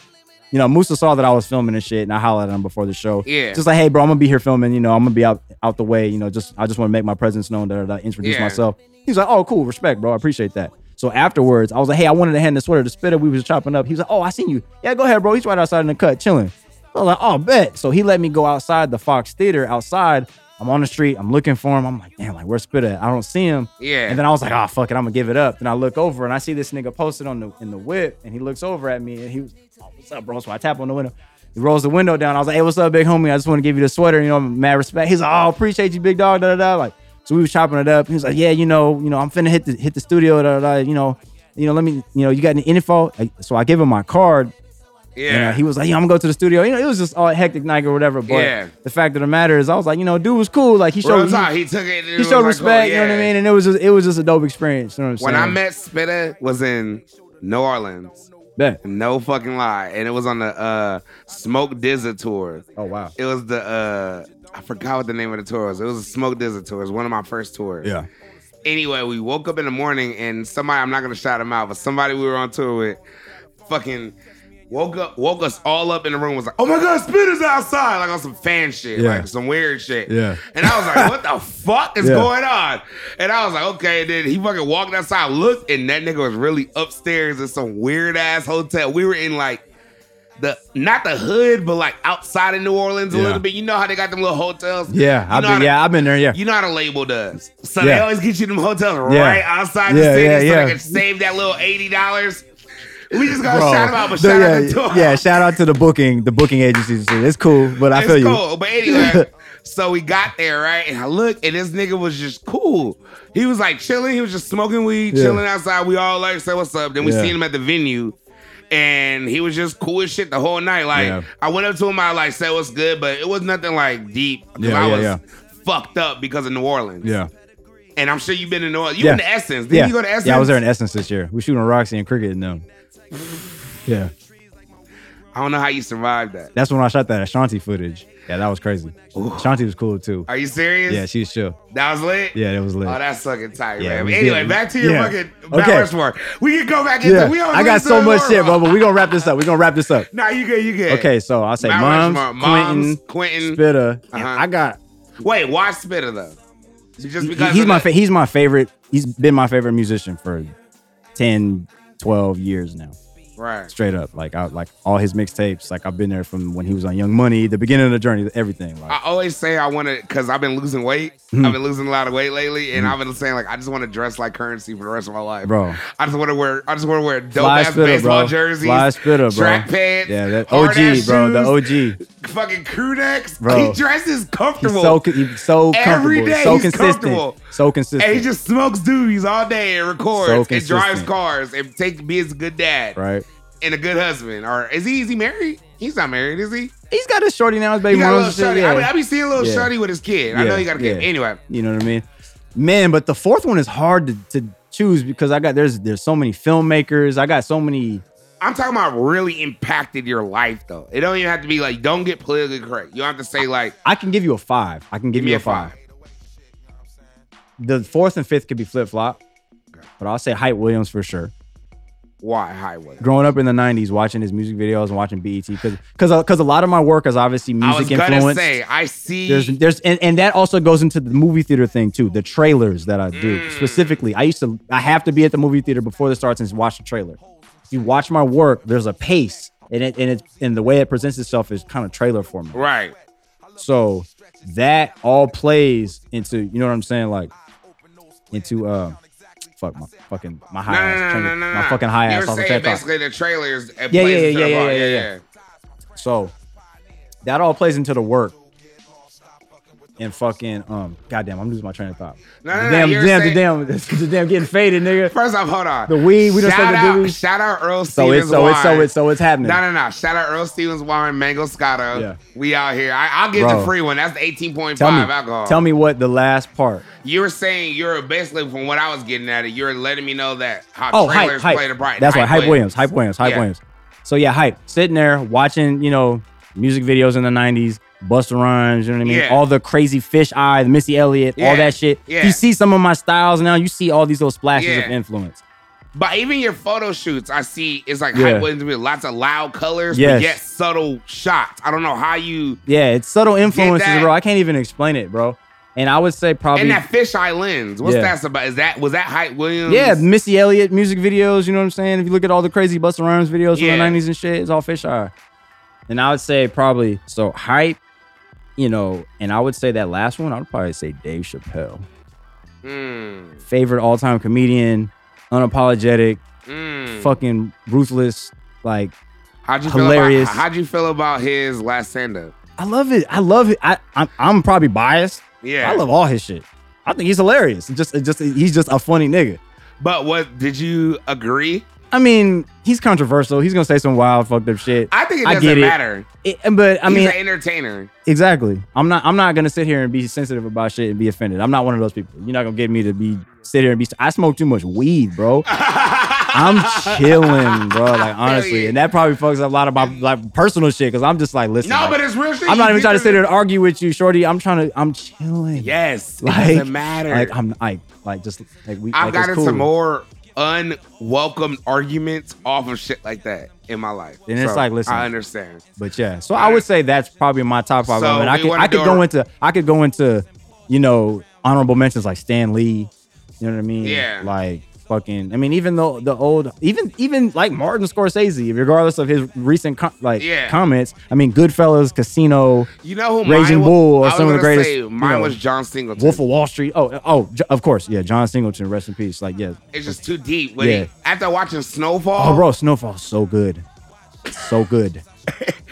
Speaker 4: you know, Musa saw that I was filming and shit, and I hollered at him before the show,
Speaker 2: Yeah.
Speaker 4: just like, hey, bro, I'm gonna be here filming, you know, I'm gonna be out out the way, you know, just I just want to make my presence known, that I introduce
Speaker 2: Yeah.
Speaker 4: myself. He's like, oh, cool, respect, bro, I appreciate that. So afterwards, I was like, hey, I wanted to hand the sweater to Spitter. We was chopping up. He was like, oh, I seen you. Yeah, go ahead, bro. He's right outside in the cut, chilling. I was like, oh, bet. So he let me go outside the Fox Theater. Outside, I'm on the street. I'm looking for him. I'm like, damn, like where's Spitter? At? I don't see him.
Speaker 2: Yeah.
Speaker 4: And then I was like, oh fuck it, I'm gonna give it up. Then I look over and I see this nigga posted on the in the whip, and he looks over at me and he was, oh, what's up, bro? So I tap on the window. He rolls the window down. I was like, hey, what's up, big homie? I just want to give you the sweater. You know, mad respect. He's like, oh, appreciate you, big dog. Da da da. Like, so we was chopping it up. He was like, yeah, you know, you know, I'm finna hit the hit the studio. Da da. da. You know, you know, let me, you know, you got any info? Like, So I give him my card. You know,
Speaker 2: Yeah.
Speaker 4: he was like, "Yo, I'm gonna go to the studio." You know, it was just all hectic night or whatever. But
Speaker 2: Yeah.
Speaker 4: the fact of the matter is, I was like, you know, dude was cool. Like he
Speaker 2: Real
Speaker 4: showed
Speaker 2: talk,
Speaker 4: he,
Speaker 2: he, took it. it
Speaker 4: he showed
Speaker 2: was like,
Speaker 4: respect.
Speaker 2: oh,
Speaker 4: You know what I
Speaker 2: yeah.
Speaker 4: mean? And it was just it was just a dope experience. You know what I'm saying?
Speaker 2: When I met Spitter was in New Orleans.
Speaker 4: Bet.
Speaker 2: No fucking lie. And it was on the uh, Smoke Dizza tour.
Speaker 4: Oh wow.
Speaker 2: It was the uh, I forgot what the name of the tour was. It was a Smoke Dizza tour. It was one of my first tours.
Speaker 5: Yeah.
Speaker 2: Anyway, we woke up in the morning and somebody I'm not gonna shout him out, but somebody we were on tour with fucking woke up woke us all up in the room was like, Oh my god, Spitter's outside, like on some fan shit,
Speaker 5: Yeah.
Speaker 2: like some weird shit.
Speaker 5: Yeah.
Speaker 2: And I was like, what the fuck is
Speaker 5: Yeah.
Speaker 2: going on? And I was like, okay, and then he fucking walked outside, looked, and that nigga was really upstairs in some weird ass hotel. We were in like the not the hood, but like outside of New Orleans a
Speaker 5: Yeah.
Speaker 2: little bit. You know how they got them little hotels?
Speaker 4: Yeah,
Speaker 2: You know
Speaker 4: I've been
Speaker 2: how the-
Speaker 4: yeah I've been there. Yeah.
Speaker 2: you know how the label does. So they
Speaker 4: Yeah.
Speaker 2: always get you them hotels
Speaker 4: Yeah.
Speaker 2: right outside the
Speaker 4: Yeah,
Speaker 2: city
Speaker 4: yeah,
Speaker 2: so
Speaker 4: yeah.
Speaker 2: they can save that little eighty dollars. We just gotta
Speaker 4: Bro,
Speaker 2: shout 'em out, but
Speaker 4: the-
Speaker 2: shout
Speaker 4: yeah,
Speaker 2: out to them.
Speaker 4: yeah, shout out to the booking, the booking agencies. and shit. It's cool, but I
Speaker 2: it's
Speaker 4: feel you.
Speaker 2: cool. But anyway, so we got there, right? And I look, and this nigga was just cool. He was like chilling. He was just smoking weed,
Speaker 4: Yeah.
Speaker 2: chilling outside. We all like, say what's up. Then we
Speaker 4: Yeah.
Speaker 2: seen him at the venue. And he was just cool as shit the whole night. Like
Speaker 5: Yeah.
Speaker 2: I went up to him, I like said what's good, but it was nothing like deep. 'cause
Speaker 5: Yeah,
Speaker 2: I
Speaker 5: yeah,
Speaker 2: was
Speaker 5: yeah.
Speaker 2: fucked up because of New Orleans.
Speaker 5: Yeah.
Speaker 2: And I'm sure you've been in New Orleans. You
Speaker 4: Yeah.
Speaker 2: in the Essence. Didn't
Speaker 4: yeah.
Speaker 2: you go to Essence?
Speaker 4: Yeah, I was there in Essence this year. We shooting Roxy and Cricket and them. Yeah,
Speaker 2: I don't know how you survived that.
Speaker 4: that's when I shot that Ashanti footage. Yeah, that was crazy. Ashanti was cool too.
Speaker 2: Are you serious?
Speaker 4: Yeah, she was chill.
Speaker 2: That was lit?
Speaker 4: Yeah, that was lit.
Speaker 2: Oh, that's fucking tight,
Speaker 4: Yeah,
Speaker 2: man.
Speaker 4: we
Speaker 2: Anyway,
Speaker 4: did.
Speaker 2: back to your
Speaker 4: Yeah.
Speaker 2: fucking
Speaker 4: Okay.
Speaker 2: okay. work. We can go back into
Speaker 4: yeah,
Speaker 2: we don't
Speaker 4: I
Speaker 2: really
Speaker 4: got so
Speaker 2: do
Speaker 4: much
Speaker 2: more
Speaker 4: shit, bro.
Speaker 2: about-
Speaker 4: But we gonna wrap this up. We gonna wrap this up.
Speaker 2: Nah, you good, you good.
Speaker 4: Okay, so I'll say
Speaker 2: Mount
Speaker 4: moms,
Speaker 2: Rushmore.
Speaker 4: Quentin,
Speaker 2: Moms, Quentin.
Speaker 4: Spitta. and
Speaker 2: Uh-huh.
Speaker 4: I got.
Speaker 2: Wait, why Spitter though? Just
Speaker 4: he-
Speaker 2: because
Speaker 4: he's
Speaker 2: of
Speaker 4: my
Speaker 2: that-
Speaker 4: fa- he's my favorite. He's been my favorite musician for 10, 12 years now.
Speaker 2: Right.
Speaker 4: straight up. Like I like all his mixtapes. Like I've been there from when he was on Young Money, the beginning of the journey, everything. Like
Speaker 2: I always say I want to because I've been losing weight.
Speaker 4: Hmm.
Speaker 2: I've been losing a lot of weight lately, and I've been saying like I just want to dress like currency for the rest of my life,
Speaker 4: Bro.
Speaker 2: I just want to wear I just want to wear dope
Speaker 4: Fly
Speaker 2: ass
Speaker 4: spitter,
Speaker 2: baseball
Speaker 4: bro.
Speaker 2: jerseys,
Speaker 4: Fly spitter, bro.
Speaker 2: track pants,
Speaker 4: Yeah, that
Speaker 2: hard-ass
Speaker 4: OG, bro. The
Speaker 2: shoes,
Speaker 4: OG.
Speaker 2: fucking crew necks.
Speaker 4: Bro.
Speaker 2: He dresses
Speaker 4: He's
Speaker 2: comfortable.
Speaker 4: so co- he's so
Speaker 2: Every
Speaker 4: comfortable,
Speaker 2: day
Speaker 4: so
Speaker 2: he's
Speaker 4: consistent,
Speaker 2: comfortable.
Speaker 4: so consistent.
Speaker 2: and he just smokes doobies all day and
Speaker 4: So
Speaker 2: records and
Speaker 4: consistent.
Speaker 2: drives cars and takes being a good dad
Speaker 4: right.
Speaker 2: and a good husband. Or is he is he married? He's not married, is he?
Speaker 4: He's got his shorty now, his
Speaker 2: He
Speaker 4: baby
Speaker 2: got a
Speaker 4: mama
Speaker 2: little
Speaker 4: and shit.
Speaker 2: shorty.
Speaker 4: Yeah.
Speaker 2: I, mean, I be seeing a little
Speaker 4: Yeah.
Speaker 2: shorty with his kid. I know
Speaker 4: Yeah,
Speaker 2: he got a kid.
Speaker 4: yeah.
Speaker 2: Anyway,
Speaker 4: You know what I mean? Man, but the fourth one is hard to, to choose because I got there's there's so many filmmakers. I got so many.
Speaker 2: I'm talking about really impacted your life though. It don't even have to be like don't get politically correct. You don't have to say like
Speaker 4: I can give you a five. I can give,
Speaker 2: give me
Speaker 4: you
Speaker 2: a five.
Speaker 4: The fourth and fifth could be flip flop, but I'll say Hype Williams for sure.
Speaker 2: Why highway?
Speaker 4: growing up in the 90s watching his music videos and watching E BET because because a lot of my work is obviously
Speaker 2: I was
Speaker 4: music
Speaker 2: gonna
Speaker 4: influence.
Speaker 2: say I see.
Speaker 4: There's there's and, and that also goes into the movie theater thing too. The trailers that I do
Speaker 2: Mm.
Speaker 4: specifically. I used to I have to be at the movie theater before it starts and watch the trailer. If you watch my work, there's a pace and it and it's and the way it presents itself is kind of trailer for me.
Speaker 2: right.
Speaker 4: So that all plays into you know what I'm saying, like into uh fuck my fucking my high
Speaker 2: No, no,
Speaker 4: ass
Speaker 2: no,
Speaker 4: train-
Speaker 2: no, no, no.
Speaker 4: my fucking high
Speaker 2: You're
Speaker 4: ass off the
Speaker 2: saying
Speaker 4: TED Talk.
Speaker 2: basically the trailers. it
Speaker 4: Yeah,
Speaker 2: plays
Speaker 4: yeah,
Speaker 2: into the
Speaker 4: yeah,
Speaker 2: bar.
Speaker 4: yeah, yeah, yeah. So that all plays into the work. And fucking um, goddamn, I'm losing my train of thought.
Speaker 2: No, no, no,
Speaker 4: the damn,
Speaker 2: you were
Speaker 4: damn,
Speaker 2: saying-
Speaker 4: the damn, the damn, getting faded, nigga.
Speaker 2: First off, hold on.
Speaker 4: The weed, we done
Speaker 2: shout
Speaker 4: said the
Speaker 2: out,
Speaker 4: doobies.
Speaker 2: shout out Earl
Speaker 4: So
Speaker 2: Stevens.
Speaker 4: it's so it's so
Speaker 2: wine.
Speaker 4: it's so it's happening.
Speaker 2: No, no, no. Shout out Earl Stevens wine, Mango Scotto.
Speaker 4: Yeah.
Speaker 2: We out here. I, I'll get the
Speaker 4: Bro.
Speaker 2: free one. That's the 18.5
Speaker 4: tell me,
Speaker 2: alcohol.
Speaker 4: tell me what the last part.
Speaker 2: You were saying you're basically from what I was getting at it. You're letting me know that how
Speaker 4: Oh, hype,
Speaker 2: trailers
Speaker 4: hype.
Speaker 2: play the bright.
Speaker 4: That's right, hype
Speaker 2: plays.
Speaker 4: Williams, hype Williams, hype
Speaker 2: Yeah.
Speaker 4: Williams. So yeah, hype. Sitting there watching, you know, music videos in the '90s, Busta Rhymes, you know what I mean?
Speaker 2: Yeah.
Speaker 4: All the crazy fish eye, the Missy Elliott,
Speaker 2: Yeah,
Speaker 4: all that shit.
Speaker 2: yeah.
Speaker 4: You see some of my styles now. You see all these little splashes
Speaker 2: Yeah.
Speaker 4: of influence.
Speaker 2: But even your photo shoots, I see it's like
Speaker 4: Yeah.
Speaker 2: hype Williams with lots of loud colors, but
Speaker 4: Yes.
Speaker 2: yet subtle shots. I don't know how you
Speaker 4: Yeah, it's subtle influences,
Speaker 2: that-
Speaker 4: bro. I can't even explain it, bro. And I would say probably
Speaker 2: and that fisheye lens. What's
Speaker 4: Yeah.
Speaker 2: that about? Is that was that hype Williams?
Speaker 4: yeah, Missy Elliott music videos. You know what I'm saying? If you look at all the crazy Busta Rhymes videos
Speaker 2: Yeah.
Speaker 4: from the '90s and shit, it's all fisheye. And I would say probably so hype, you know. And I would say that last one, I would probably say Dave Chappelle,
Speaker 2: Mm,
Speaker 4: favorite all-time comedian, unapologetic,
Speaker 2: mm.
Speaker 4: fucking ruthless. Like
Speaker 2: How'd you
Speaker 4: Hilarious.
Speaker 2: Feel about, how'd you feel about his last stand up?
Speaker 4: I love it. I love it. I I'm, I'm probably biased.
Speaker 2: Yeah,
Speaker 4: I love all his shit. I think he's hilarious. It Just it just he's just a funny nigga.
Speaker 2: But what did you agree?
Speaker 4: I mean, he's controversial. He's gonna say some wild, fucked up shit.
Speaker 2: I think it
Speaker 4: I
Speaker 2: doesn't
Speaker 4: get it.
Speaker 2: matter.
Speaker 4: It- but I
Speaker 2: He's
Speaker 4: mean,
Speaker 2: an entertainer.
Speaker 4: exactly. I'm not. I'm not gonna sit here and be sensitive about shit and be offended. I'm not one of those people. You're not gonna get me to be sit here and be. I smoke too much weed, bro. I'm chilling, bro. Like honestly,
Speaker 2: yeah.
Speaker 4: and that probably fucks up a lot of my like personal shit because I'm just like, listen.
Speaker 2: No,
Speaker 4: like,
Speaker 2: but it's real shit.
Speaker 4: I'm not
Speaker 2: You
Speaker 4: even trying to
Speaker 2: did
Speaker 4: sit
Speaker 2: it.
Speaker 4: there and argue with you, shorty. I'm trying to. I'm chilling.
Speaker 2: Yes,
Speaker 4: Like,
Speaker 2: it doesn't matter.
Speaker 4: Like I'm like like just like we.
Speaker 2: I've
Speaker 4: like, it's
Speaker 2: gotten
Speaker 4: cool.
Speaker 2: some more unwelcome arguments off of shit like that in my life.
Speaker 4: And it's like, listen.
Speaker 2: I understand.
Speaker 4: But yeah, so I would say that's probably my top five.
Speaker 2: So
Speaker 4: I, mean, I
Speaker 2: we
Speaker 4: could
Speaker 2: wanna
Speaker 4: I could
Speaker 2: do
Speaker 4: go
Speaker 2: our-
Speaker 4: into I could go into you know honorable mentions like Stan Lee. You know what I mean?
Speaker 2: Yeah.
Speaker 4: Like fucking. I mean, even though the old even even like Martin Scorsese, regardless of his recent com- like
Speaker 2: Yeah.
Speaker 4: comments. I mean, Goodfellas, Casino,
Speaker 2: You know who
Speaker 4: Raging
Speaker 2: mine wa-
Speaker 4: Bull
Speaker 2: I
Speaker 4: are
Speaker 2: was
Speaker 4: some of the
Speaker 2: gonna
Speaker 4: greatest,
Speaker 2: say,
Speaker 4: you
Speaker 2: mine
Speaker 4: know,
Speaker 2: was John Singleton.
Speaker 4: Wolf of Wall Street. Oh oh, J- of course, yeah. John Singleton, rest in peace. Like yeah.
Speaker 2: It's just too deep. With
Speaker 4: Yeah.
Speaker 2: it. After watching Snowfall,
Speaker 4: Oh bro, Snowfall's so good, so good.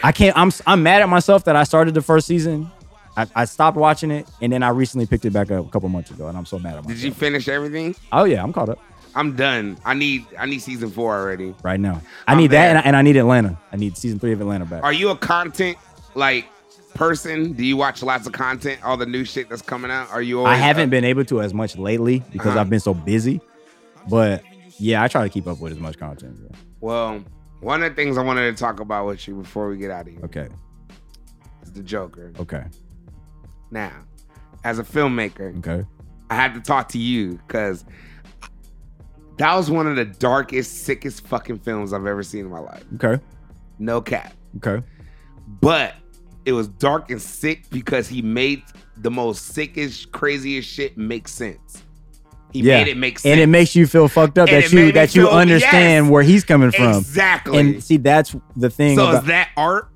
Speaker 4: I can't. I'm I'm mad at myself that I started the first season. I, I stopped watching it, and then I recently picked it back up a couple months ago, and I'm so mad at myself.
Speaker 2: did you finish everything?
Speaker 4: Oh yeah, I'm caught up
Speaker 2: I'm done. I need I need season four already.
Speaker 4: right now. I
Speaker 2: I'm
Speaker 4: need
Speaker 2: there.
Speaker 4: that, and I, and I need Atlanta. I need season three of Atlanta back.
Speaker 2: Are you a content like person? Do you watch lots of content? All the new shit that's coming out? Are you?
Speaker 4: I
Speaker 2: Always,
Speaker 4: haven't been able to as much lately because
Speaker 2: Uh-huh.
Speaker 4: I've been so busy, but yeah, I try to keep up with as much content. yeah.
Speaker 2: Well, one of the things I wanted to talk about with you before we get out of here
Speaker 4: Okay,
Speaker 2: is the Joker.
Speaker 4: okay,
Speaker 2: Now, as a filmmaker,
Speaker 4: okay.
Speaker 2: I had to talk to you because that was one of the darkest, sickest fucking films I've ever seen in my life.
Speaker 4: Okay.
Speaker 2: No cap.
Speaker 4: Okay.
Speaker 2: But it was dark and sick because he made the most sickest, craziest shit make sense. He
Speaker 4: Yeah.
Speaker 2: made it make sense.
Speaker 4: And it makes you feel fucked up
Speaker 2: And
Speaker 4: that
Speaker 2: it made me
Speaker 4: you that you
Speaker 2: feel-
Speaker 4: understand
Speaker 2: yes.
Speaker 4: where he's coming from.
Speaker 2: Exactly.
Speaker 4: And see, that's the thing.
Speaker 2: so
Speaker 4: about-
Speaker 2: is that art?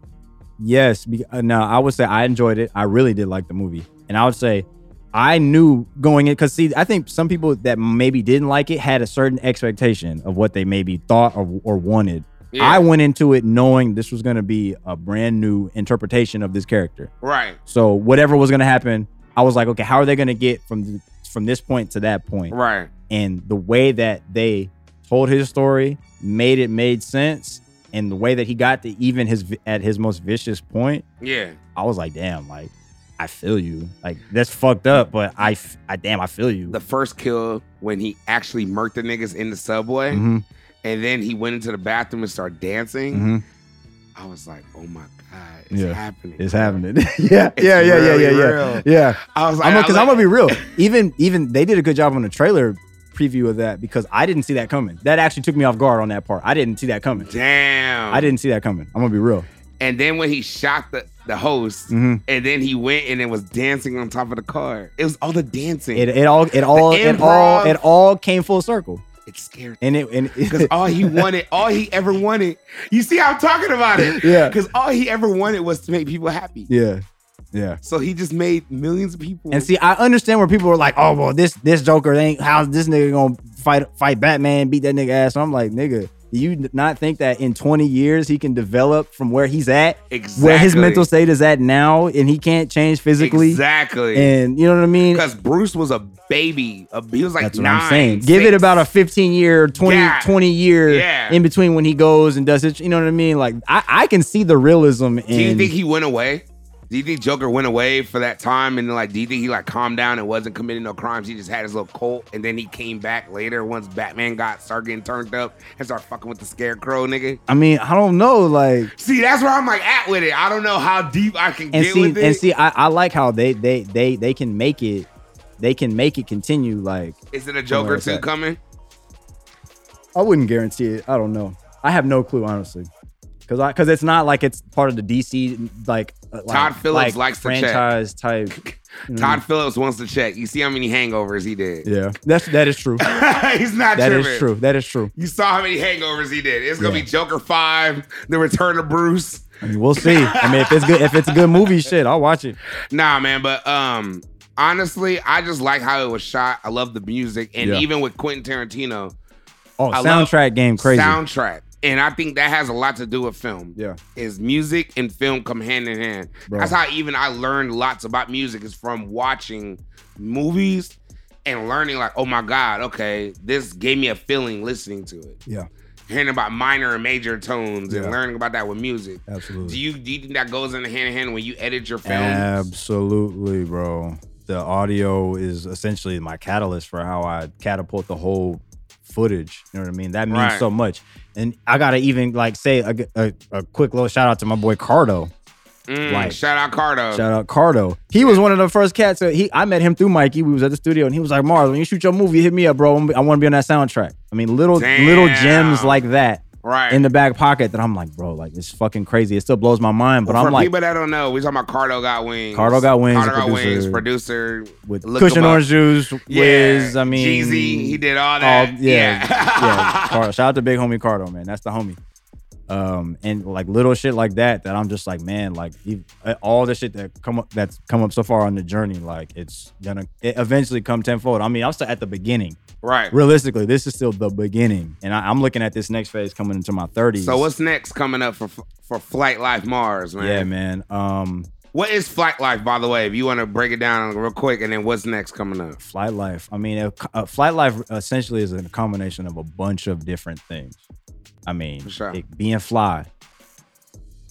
Speaker 4: Yes. Be, uh, no, I would say I enjoyed it. I really did like the movie. And I would say I knew going in, because see, I think some people that maybe didn't like it had a certain expectation of what they maybe thought or, or wanted. I went into it knowing this was going to be a brand new interpretation of this character.
Speaker 2: right.
Speaker 4: So whatever was going to happen, I was like, okay, how are they going to get from th- from this point to that point?
Speaker 2: Right.
Speaker 4: and the way that they told his story made it made sense and the way that he got to even his at his most vicious point
Speaker 2: Yeah.
Speaker 4: i was like damn like i feel you like that's fucked up but i f- I- damn i feel you
Speaker 2: The first kill when he actually murked the niggas in the subway
Speaker 4: Mhm,
Speaker 2: and then he went into the bathroom and started dancing.
Speaker 4: mhm.
Speaker 2: I was like, oh my God, it's
Speaker 4: Yeah.
Speaker 2: happening.
Speaker 4: it's happening yeah yeah yeah yeah
Speaker 2: really
Speaker 4: yeah yeah
Speaker 2: real.
Speaker 4: yeah
Speaker 2: I was like,
Speaker 4: i'm
Speaker 2: I
Speaker 4: because i'm
Speaker 2: looked-
Speaker 4: gonna be real even even they did a good job on the trailer preview of that because i didn't see that coming that actually took me off guard on that part i didn't see that coming
Speaker 2: Damn.
Speaker 4: i didn't see that coming i'm gonna be real
Speaker 2: And then when he shot the, the host,
Speaker 4: Mhm.
Speaker 2: and then he went and it was dancing on top of the car. It was all the dancing.
Speaker 4: It,
Speaker 2: It,
Speaker 4: it all it all it all
Speaker 2: improv.
Speaker 4: it all came full circle,
Speaker 2: scared me.
Speaker 4: and it and
Speaker 2: Because all he wanted, all he ever wanted, you see how I'm talking about it.
Speaker 4: yeah
Speaker 2: Because all he ever wanted was to make people happy.
Speaker 4: yeah yeah.
Speaker 2: So he just made millions of people.
Speaker 4: And see, I understand where people are like, "Oh, well, this this Joker ain't how's this nigga gonna fight fight Batman, beat that nigga ass." And I'm like, nigga, do you n- not think that in 20 years he can develop from where he's at,
Speaker 2: exactly.
Speaker 4: where his mental state is at now, and he can't change physically,
Speaker 2: Exactly.
Speaker 4: and you know what I mean?
Speaker 2: Because Bruce was a baby. A, he was like
Speaker 4: That's what
Speaker 2: nine.
Speaker 4: I'm saying. Give it
Speaker 2: six.
Speaker 4: about a 15 year, 20,
Speaker 2: Yeah.
Speaker 4: 20 year
Speaker 2: Yeah.
Speaker 4: in between when he goes and does it. You know what I mean? Like I, I can see the realism. In,
Speaker 2: Do you think he went away? Do you think Joker went away for that time and like do you think he like calmed down and wasn't committing no crimes? He just had his little cult and then he came back later once Batman got started getting turned up and started fucking with the scarecrow nigga.
Speaker 4: I mean, I don't know. Like
Speaker 2: See, that's where I'm like at with it. I don't know how deep I can
Speaker 4: and
Speaker 2: get
Speaker 4: see
Speaker 2: with it.
Speaker 4: and see, I, I like how they they they they can make it. They can make it continue. Like
Speaker 2: Is it a
Speaker 4: Somewhere
Speaker 2: Joker
Speaker 4: it's
Speaker 2: two
Speaker 4: at. Mm-hmm.
Speaker 2: coming?
Speaker 4: I wouldn't guarantee it. I don't know. I have no clue, honestly. Cause, I, cause it's not like it's part of the DC like uh,
Speaker 2: Todd
Speaker 4: like-
Speaker 2: Phillips
Speaker 4: like
Speaker 2: likes to check.
Speaker 4: franchise type. you know?
Speaker 2: Todd Phillips wants to check. You see how many hangovers he did.
Speaker 4: Mm. yeah, that's that is true. That
Speaker 2: He's not
Speaker 4: is
Speaker 2: tripping.
Speaker 4: true. That is true.
Speaker 2: You saw how many hangovers he did. It's gonna
Speaker 4: Yeah.
Speaker 2: be Joker five, the return of Bruce.
Speaker 4: I mean, we'll see. I mean, if it's good, if it's a good movie, shit, I'll watch it.
Speaker 2: Nah, man, but um, honestly, I just like how it was shot. I love the music, and
Speaker 4: Yeah.
Speaker 2: even with Quentin Tarantino
Speaker 4: Oh,
Speaker 2: I love
Speaker 4: soundtrack game crazy.
Speaker 2: soundtrack, and I think that has a lot to do with film.
Speaker 4: yeah,
Speaker 2: Is music and film come hand in hand?
Speaker 4: Bro.
Speaker 2: That's how even I learned lots about music is from watching movies and learning like, oh my god, okay, this gave me a feeling listening to it.
Speaker 4: yeah.
Speaker 2: hearing about minor and major tones and
Speaker 4: Yeah.
Speaker 2: learning about that with music.
Speaker 4: Absolutely.
Speaker 2: Do you do you think that goes in hand in hand when you edit your films?
Speaker 4: Absolutely, bro. The audio is essentially my catalyst for how I catapult the whole footage. You know what I mean? That means
Speaker 2: Right.
Speaker 4: so much. And I gotta even like say a, a, a quick little shout out to my boy Cardo.
Speaker 2: Mm,
Speaker 4: Like-
Speaker 2: shout out Cardo.
Speaker 4: Shout out Cardo. He was one of the first cats. That he I met him through Mikey. We was at the studio, and he was like, "Mars, when you shoot your movie, hit me up, bro. I want to be on that soundtrack." I mean, little little gems
Speaker 2: Damn.
Speaker 4: like that
Speaker 2: right.
Speaker 4: in the back pocket that I'm like, bro, like it's fucking crazy. It still blows my mind, but
Speaker 2: For
Speaker 4: I'm like
Speaker 2: people that don't know, we talking about Cardo got wings.
Speaker 4: Cardo Got Wings,
Speaker 2: Cardo
Speaker 4: the
Speaker 2: got wings,
Speaker 4: producer.
Speaker 2: producer.
Speaker 4: with
Speaker 2: look
Speaker 4: cushion
Speaker 2: him up.
Speaker 4: orange juice,
Speaker 2: Yeah,
Speaker 4: Wiz. I mean,
Speaker 2: Jeezy. He did all
Speaker 4: all-
Speaker 2: that.
Speaker 4: yeah,
Speaker 2: yeah.
Speaker 4: yeah. Car- shout out to big homie Cardo, man. That's the homie. Um, and like little shit like that, that I'm just like, man, like you- uh, all the shit that come up, that's come up so far on the journey, like it's gonna it eventually come tenfold. I mean, I'm still at the beginning.
Speaker 2: right.
Speaker 4: Realistically, this is still the beginning, and I, I'm looking at this next phase coming into my 30s.
Speaker 2: So what's next coming up for for Flight Life Mars, man?
Speaker 4: yeah, man. Um,
Speaker 2: What is Flight Life, by the way? If you want to break it down real quick, and then what's next coming up?
Speaker 4: flight life. I mean, a, a flight life essentially is a combination of a bunch of different things. I mean,
Speaker 2: For sure.
Speaker 4: it- being fly,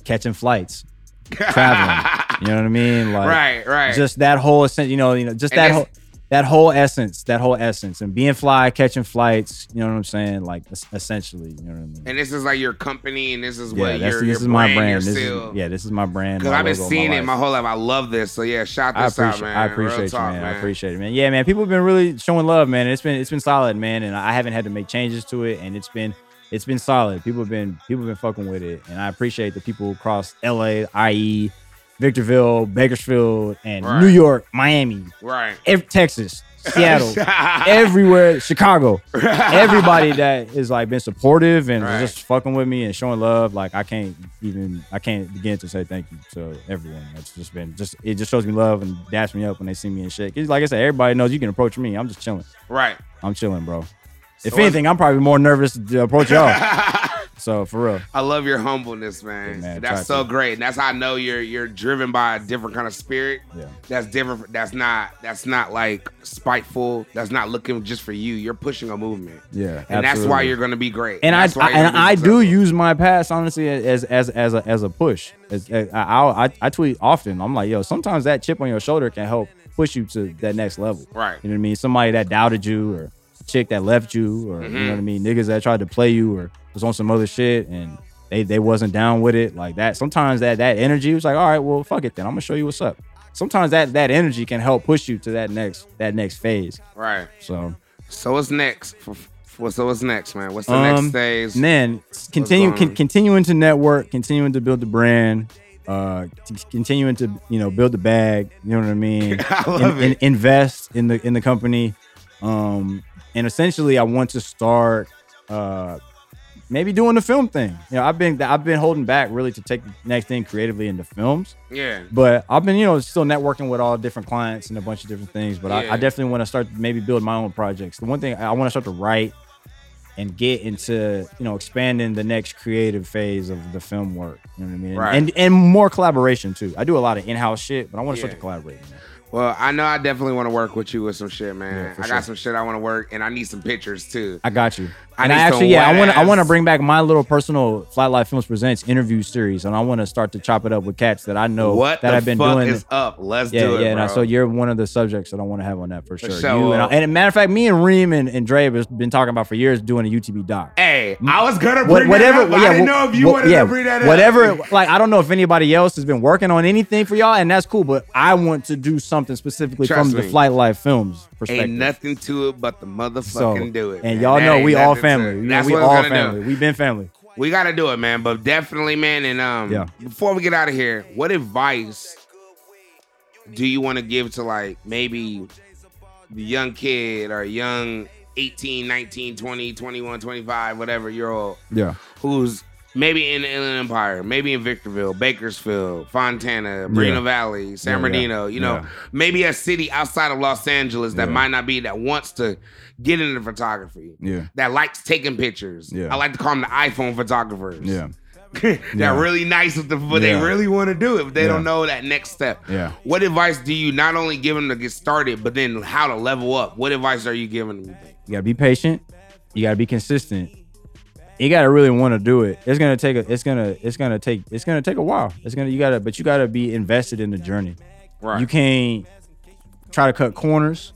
Speaker 4: catching flights, Traveling. you know what I mean? Like
Speaker 2: right, right.
Speaker 4: just that whole essence, you know, you know, just
Speaker 2: And
Speaker 4: that
Speaker 2: that's-
Speaker 4: whole that whole essence, that whole essence, and being fly, catching flights. You know what I'm saying? Like es- essentially, you know what I mean?
Speaker 2: and this is like your company, and this is
Speaker 4: yeah,
Speaker 2: what
Speaker 4: that's
Speaker 2: your,
Speaker 4: this
Speaker 2: your
Speaker 4: is my brand.
Speaker 2: your
Speaker 4: This
Speaker 2: seal.
Speaker 4: is, yeah, this is my brand.
Speaker 2: Because
Speaker 4: my
Speaker 2: I've been
Speaker 4: logo,
Speaker 2: seeing it
Speaker 4: life.
Speaker 2: my whole life. I love this. So yeah, shout
Speaker 4: I
Speaker 2: this
Speaker 4: appreciate,
Speaker 2: out, man.
Speaker 4: I
Speaker 2: Real
Speaker 4: appreciate
Speaker 2: talk,
Speaker 4: you, man. I appreciate it, man. Yeah, man. People have been really showing love, man. and It's been it's been solid, man. And I haven't had to make changes to it, and it's been it's been solid. People have been people have been fucking with it, and I appreciate the people across L.A., I.E., E, Victorville, Bakersfield, and
Speaker 2: Right.
Speaker 4: New York, Miami,
Speaker 2: Right.
Speaker 4: ev- Texas, Seattle, everywhere, Chicago. Everybody that is like been supportive and
Speaker 2: Right.
Speaker 4: just fucking with me and showing love, like I can't even I can't begin to say thank you to everyone. It's just been just it just shows me love and daps me up when they see me and shit. 'Cause like I said, everybody knows you can approach me. I'm just chilling.
Speaker 2: Right.
Speaker 4: I'm chilling, bro. If
Speaker 2: So-
Speaker 4: anything, I'm probably more nervous to approach y'all. so for real,
Speaker 2: I love your humbleness, man.
Speaker 4: Yeah, man,
Speaker 2: that's
Speaker 4: try
Speaker 2: so
Speaker 4: to.
Speaker 2: great. And that's how I know you're you're driven by a different kind of spirit.
Speaker 4: yeah,
Speaker 2: That's different. That's not that's not like spiteful. That's not looking just for you. You're pushing a movement.
Speaker 4: yeah,
Speaker 2: And that's why
Speaker 4: absolutely.
Speaker 2: you're gonna be great.
Speaker 4: and I,
Speaker 2: That's why
Speaker 4: I
Speaker 2: you're
Speaker 4: and
Speaker 2: gonna be
Speaker 4: I do
Speaker 2: successful.
Speaker 4: use my past honestly as as as a as a push. As, as- I, I I tweet often. I'm like, yo, sometimes that chip on your shoulder can help push you to that next level.
Speaker 2: Right.
Speaker 4: You know what I mean? Somebody that doubted you, or chick that left you, or you know what I mean? Niggas that tried to play you, or was on some other shit and they they wasn't down with it like that. Sometimes that that energy was like, all right, well, fuck it then. I'm gonna show you what's up. Sometimes that that energy can help push you to that next that next phase.
Speaker 2: Right.
Speaker 4: So
Speaker 2: So what's next? For, for, so what's next, man? What's the next
Speaker 4: Um,
Speaker 2: phase?
Speaker 4: man continue
Speaker 2: going on?
Speaker 4: con- continuing to network continuing to build the brand uh t- continuing to you know build the bag you know what i mean
Speaker 2: I love
Speaker 4: In- in-
Speaker 2: it.
Speaker 4: invest in the in the company um and essentially i want to start uh maybe doing the film thing you know i've been i've been holding back really to take the next thing creatively into films
Speaker 2: yeah.
Speaker 4: but I've been, you know, still networking with all different clients and a bunch of different things. But
Speaker 2: Yeah.
Speaker 4: I, I definitely want to start maybe build my own projects. The one thing I want to start to write and get into, you know, expanding the next creative phase of the film work. You know what I mean?
Speaker 2: Right.
Speaker 4: And and more collaboration too. I do a lot of in-house shit, but I want to start
Speaker 2: Yeah.
Speaker 4: to collaborate. man.
Speaker 2: Well, I know I definitely want to work with you with some shit, man.
Speaker 4: Yeah, for
Speaker 2: I got
Speaker 4: sure.
Speaker 2: some shit I want to work, and I need some pictures too.
Speaker 4: I got you.
Speaker 2: I
Speaker 4: And I,
Speaker 2: need some
Speaker 4: actually, yeah, I want to I
Speaker 2: wet-ass-
Speaker 4: want to bring back my little personal Flat Life Films Presents interview series, and I want to start to chop it up with cats that I know
Speaker 2: what
Speaker 4: that
Speaker 2: the
Speaker 4: I've been
Speaker 2: fuck
Speaker 4: doing
Speaker 2: is up? Let's
Speaker 4: Yeah,
Speaker 2: do it,
Speaker 4: yeah.
Speaker 2: bro.
Speaker 4: And so you're one of the subjects that I want to have on that for sure.
Speaker 2: sure.
Speaker 4: You and, I- and a matter of fact, me and Reem and, and Dre have been talking about for years doing a UTB doc.
Speaker 2: Hey, I was gonna bring
Speaker 4: What-
Speaker 2: whatever. That
Speaker 4: whatever,
Speaker 2: up. I
Speaker 4: yeah,
Speaker 2: didn't
Speaker 4: wha-
Speaker 2: know if you
Speaker 4: wha-
Speaker 2: wanted
Speaker 4: yeah,
Speaker 2: to bring that up.
Speaker 4: whatever. Like, I don't know if anybody else has been working on anything for y'all, and that's cool. But I want to do something specifically
Speaker 2: Trust
Speaker 4: from
Speaker 2: me.
Speaker 4: the Flight Life Films perspective.
Speaker 2: Ain't nothing to it but the motherfucking
Speaker 4: So,
Speaker 2: do it. man.
Speaker 4: and y'all
Speaker 2: That
Speaker 4: know
Speaker 2: ain't
Speaker 4: we all
Speaker 2: nothing to it.
Speaker 4: family. We,
Speaker 2: That's
Speaker 4: we
Speaker 2: what we're
Speaker 4: all
Speaker 2: gonna do.
Speaker 4: family. We've been family.
Speaker 2: We gotta do it, man. But definitely, man. And um,
Speaker 4: Yeah.
Speaker 2: before we get out of here, what advice do you want to give to like maybe the young kid or young 18, 19, 20, 21, 25, whatever year old
Speaker 4: Yeah,
Speaker 2: who's maybe in the Inland Empire, maybe in Victorville, Bakersfield, Fontana, Moreno Valley, San
Speaker 4: Yeah, yeah.
Speaker 2: Bernardino, you know,
Speaker 4: Yeah.
Speaker 2: maybe a city outside of Los Angeles that
Speaker 4: Yeah.
Speaker 2: might not be that wants to get into photography
Speaker 4: yeah,
Speaker 2: that likes taking pictures.
Speaker 4: Yeah.
Speaker 2: I like to call them the iPhone photographers.
Speaker 4: yeah.
Speaker 2: They're
Speaker 4: Yeah.
Speaker 2: really nice with the, but they
Speaker 4: Yeah.
Speaker 2: really want to do it, but they
Speaker 4: Yeah.
Speaker 2: don't know that next step.
Speaker 4: Yeah.
Speaker 2: What advice do you not only give them to get started, but then how to level up? What advice are you giving them?
Speaker 4: You gotta be patient. You gotta be consistent. you gotta really want to do it. It's gonna take a. It's gonna. It's gonna take. It's gonna take a while. It's gonna. You gotta. But you gotta be invested in the journey.
Speaker 2: Right.
Speaker 4: You can't try to cut corners.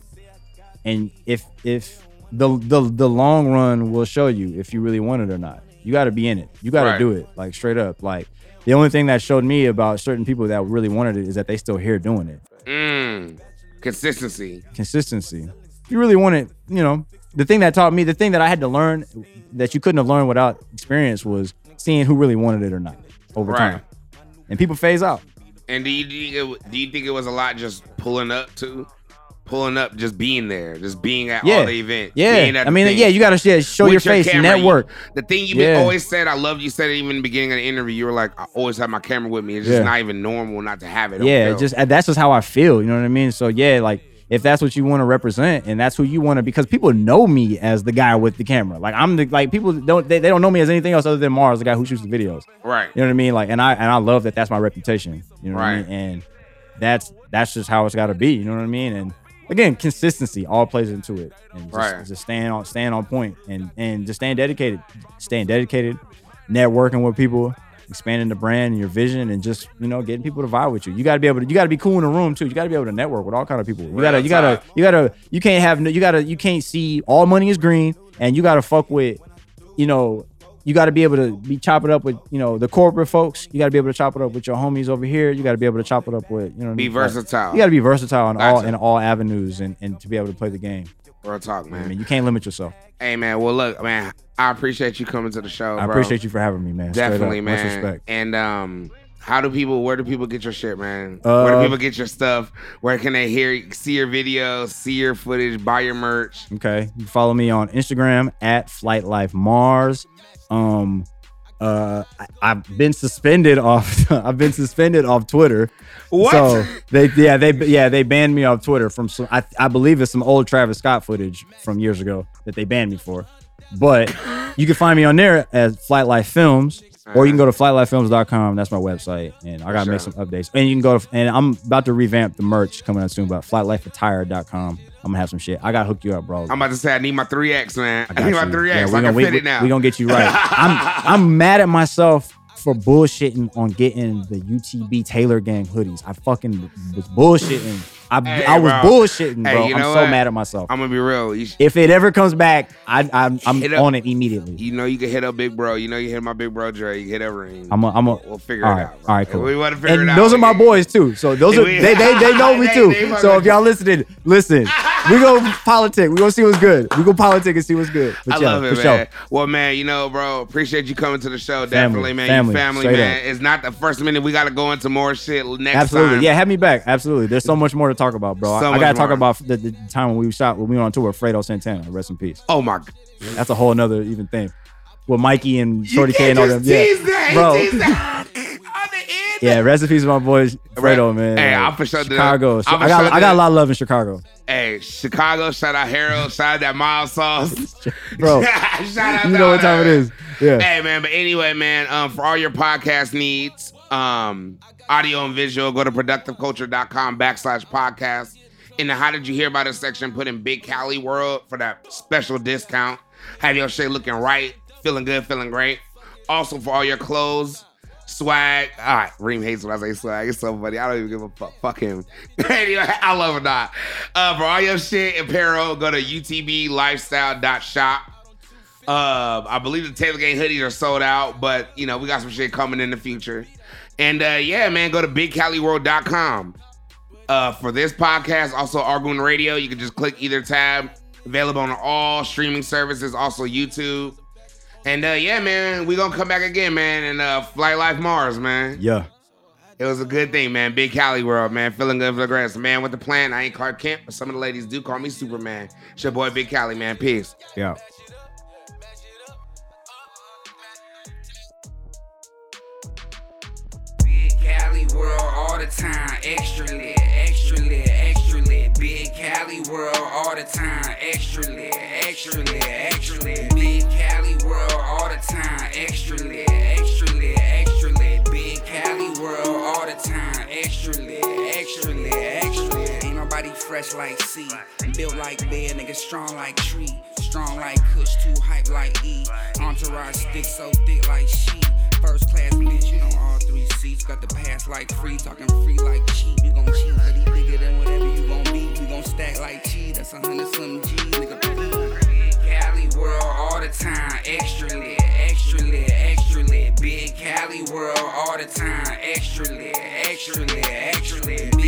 Speaker 4: And if if the the the long run will show you if you really want it or not. You got to be in it. You got to
Speaker 2: Right.
Speaker 4: do it like straight up. Like the only thing that showed me about certain people that really wanted it is that they still here doing it.
Speaker 2: Mm. Consistency.
Speaker 4: Consistency. If you really want it, you know, the thing that taught me, the thing that I had to learn that you couldn't have learned without experience was seeing who really wanted it or not over
Speaker 2: Right.
Speaker 4: time. And people phase out.
Speaker 2: And do you, do you do you think it was a lot just pulling up to pulling up, just being there, just being at all
Speaker 4: Yeah.
Speaker 2: the events?
Speaker 4: Yeah.
Speaker 2: being at
Speaker 4: I
Speaker 2: the
Speaker 4: mean,
Speaker 2: thing.
Speaker 4: yeah, you got to show
Speaker 2: With
Speaker 4: your face,
Speaker 2: camera, you-
Speaker 4: network.
Speaker 2: the thing you
Speaker 4: Yeah.
Speaker 2: always said, I love you said it even in the beginning of the interview. You were like, I always have my camera with me. It's just
Speaker 4: Yeah.
Speaker 2: not even normal not to have it. on
Speaker 4: yeah,
Speaker 2: film.
Speaker 4: it just and that's just how I feel. You know what I mean? So yeah, like if that's what you want to represent and that's who you want to, because people know me as the guy with the camera. Like I'm the like people don't they, they don't know me as anything else other than Mars, the guy who shoots the videos.
Speaker 2: right.
Speaker 4: You know what I mean? Like and I and I love that that's my reputation. You know what I
Speaker 2: Right.
Speaker 4: mean? And that's that's just how it's got to be. You know what I mean? And again, consistency all plays into it. And just,
Speaker 2: Right.
Speaker 4: just staying on staying on point and and just staying dedicated, staying dedicated, networking with people, expanding the brand and your vision, and just you know getting people to vibe with you. You got to be able to you got to be cool in the room too. You got to be able to network with all kind of people. You gotta you gotta you gotta you can't have no, you gotta you can't see all money is green, and you gotta fuck with you know, you got to be able to be chop it up with, you know, the corporate folks. You got to be able to chop it up with your homies over here. You got to be able to chop it up with, you know,
Speaker 2: Be
Speaker 4: like,
Speaker 2: versatile.
Speaker 4: you got to be versatile in all
Speaker 2: Gotcha.
Speaker 4: in all avenues and, and to be able to play the game.
Speaker 2: Real talk,
Speaker 4: I
Speaker 2: man.
Speaker 4: mean, you can't limit yourself.
Speaker 2: Hey, man. Well, look, man. I appreciate you coming to the show.
Speaker 4: I
Speaker 2: Oh, bro.
Speaker 4: appreciate you for having me, man. Straight up.
Speaker 2: Definitely,
Speaker 4: Much
Speaker 2: man.
Speaker 4: respect.
Speaker 2: And um, how do people? Where do people get your shit, man?
Speaker 4: Uh,
Speaker 2: where do people get your stuff? Where can they hear, see your videos, see your footage, buy your merch?
Speaker 4: Okay. You can follow me on Instagram at Flight Life Mars. Um, uh, I, I've been suspended off. I've been suspended off Twitter.
Speaker 2: What?
Speaker 4: So they, yeah, they, yeah, they banned me off Twitter from. Some, I, I believe it's some old Travis Scott footage from years ago that they banned me for. But you can find me on there as Flight Life Films, or you can go to flightlifefilms.com. That's my website, and I gotta make
Speaker 2: Sure.
Speaker 4: some updates. And you can go to, and I'm about to revamp the merch coming out soon, but flightlifeattire.com. I'm gonna have some shit. I gotta hook you up, bro.
Speaker 2: I'm about to say I need my three X, man. I,
Speaker 4: Got
Speaker 2: need my
Speaker 4: you.
Speaker 2: three
Speaker 4: Yeah,
Speaker 2: X.
Speaker 4: we
Speaker 2: I
Speaker 4: gonna-
Speaker 2: can
Speaker 4: we-
Speaker 2: fit it
Speaker 4: we-
Speaker 2: now.
Speaker 4: We gonna get you right. I'm I'm mad at myself for bullshitting on getting the UTB Taylor Gang hoodies. I fucking was bullshitting. I,
Speaker 2: Hey,
Speaker 4: I was
Speaker 2: bro.
Speaker 4: bullshitting,
Speaker 2: Hey,
Speaker 4: bro.
Speaker 2: you
Speaker 4: I'm
Speaker 2: know
Speaker 4: so
Speaker 2: what?
Speaker 4: mad at myself.
Speaker 2: I'm gonna be real. You, sh-
Speaker 4: if it ever comes back, I, I'm
Speaker 2: Hit
Speaker 4: I'm
Speaker 2: up.
Speaker 4: on it immediately.
Speaker 2: you know you can hit up Big Bro. You know you hit my Big Bro Dre. You hit everything.
Speaker 4: I'm a, I'm a,
Speaker 2: we'll figure
Speaker 4: all
Speaker 2: it
Speaker 4: right,
Speaker 2: out. bro.
Speaker 4: all right, cool.
Speaker 2: We want to figure
Speaker 4: and
Speaker 2: it out.
Speaker 4: those are my boys too. So those are
Speaker 2: We-
Speaker 4: they they, they know me
Speaker 2: They-
Speaker 4: too.
Speaker 2: they
Speaker 4: so if
Speaker 2: motherfuckers.
Speaker 4: y'all listening, listen. We go politic. We gonna see what's good. We go politic and see what's good. But
Speaker 2: I
Speaker 4: yeah,
Speaker 2: love it,
Speaker 4: for sure.
Speaker 2: man. Well, man, you know, bro, appreciate you coming to the show. Definitely,
Speaker 4: Family,
Speaker 2: man.
Speaker 4: family,
Speaker 2: you family,
Speaker 4: straight
Speaker 2: man. It's not the first minute. We got to go into more shit next
Speaker 4: Absolutely.
Speaker 2: time.
Speaker 4: Yeah, have me back. Absolutely. There's so much more to talk about, bro. I-
Speaker 2: So
Speaker 4: I,
Speaker 2: much
Speaker 4: gotta
Speaker 2: more.
Speaker 4: talk about the, the time when we shot when we were on tour with Fredo Santana. Rest in peace.
Speaker 2: Oh my. God.
Speaker 4: That's a whole nother even thing. With Mikey and
Speaker 2: You
Speaker 4: Shorty K
Speaker 2: can't
Speaker 4: and all them.
Speaker 2: just
Speaker 4: Yeah.
Speaker 2: tease that. He
Speaker 4: Bro.
Speaker 2: teased that. On the end.
Speaker 4: Yeah, rest in peace, my boys. Fredo, man.
Speaker 2: Hey,
Speaker 4: Like,
Speaker 2: I'm for sure that-
Speaker 4: Chicago.
Speaker 2: I'm
Speaker 4: I
Speaker 2: for
Speaker 4: got,
Speaker 2: sure
Speaker 4: I
Speaker 2: that-
Speaker 4: got a lot of love in Chicago.
Speaker 2: Hey, Chicago, shout out Harold, shout out that mob sauce.
Speaker 4: Bro,
Speaker 2: shout out
Speaker 4: you
Speaker 2: to
Speaker 4: know
Speaker 2: all
Speaker 4: what time
Speaker 2: that.
Speaker 4: it is. Yeah.
Speaker 2: Hey man, but anyway, man, um, for all your podcast needs, um, audio and visual, go to productiveculture.com backslash podcast. In the how did you hear about us section, put in Big Cali World for that special discount. Have your shit looking right, feeling good, feeling great. Also for all your clothes, swag. All right, Reem hates when I say swag. It's so funny. I don't even give a fuck. Fuck him. anyway, I love it not. Uh, for all your shit apparel, go to utblifestyle.shop. Uh, I believe the Taylor Gang hoodies are sold out, but you know we got some shit coming in the future. And uh, yeah, man, go to bigcaliworld.com. Uh, for this podcast, also Argoon Radio, you can just click either tab. Available on all streaming services, also YouTube. And uh, yeah, man, we gonna come back again, man, and uh, fly life Mars, man.
Speaker 4: Yeah.
Speaker 2: It was a good thing, man. Big Cali World, man. Feeling good for the grass, man. With the plan, I ain't Clark Kent, but some of the ladies do call me Superman. It's your boy, Big Cali, man. Peace.
Speaker 4: Yeah.
Speaker 1: Big Cali world all the time, extra lit, extra lit, extra lit. Big Cali world all the time, extra lit, extra lit, extra lit. Big Cali world all the time, extra lit, extra lit, extra lit. Big Cali world all the time, extra lit, extra lit, extra lit. Ain't nobody fresh like C, built like bear, nigga strong like tree. Strong like Kush, too hype like E. Entourage stick so thick like sheep. First class bitch, you know all three seats. Got the pass like free, talking free like cheap. You gon' cheat, but he bigger than whatever you gon' be. We gon' stack like cheese. That's a hundred something G, nigga. please. Cali world all the time, extra lit, extra lit, extra lit. Big Cali world all the time, extra lit, extra lit, extra lit.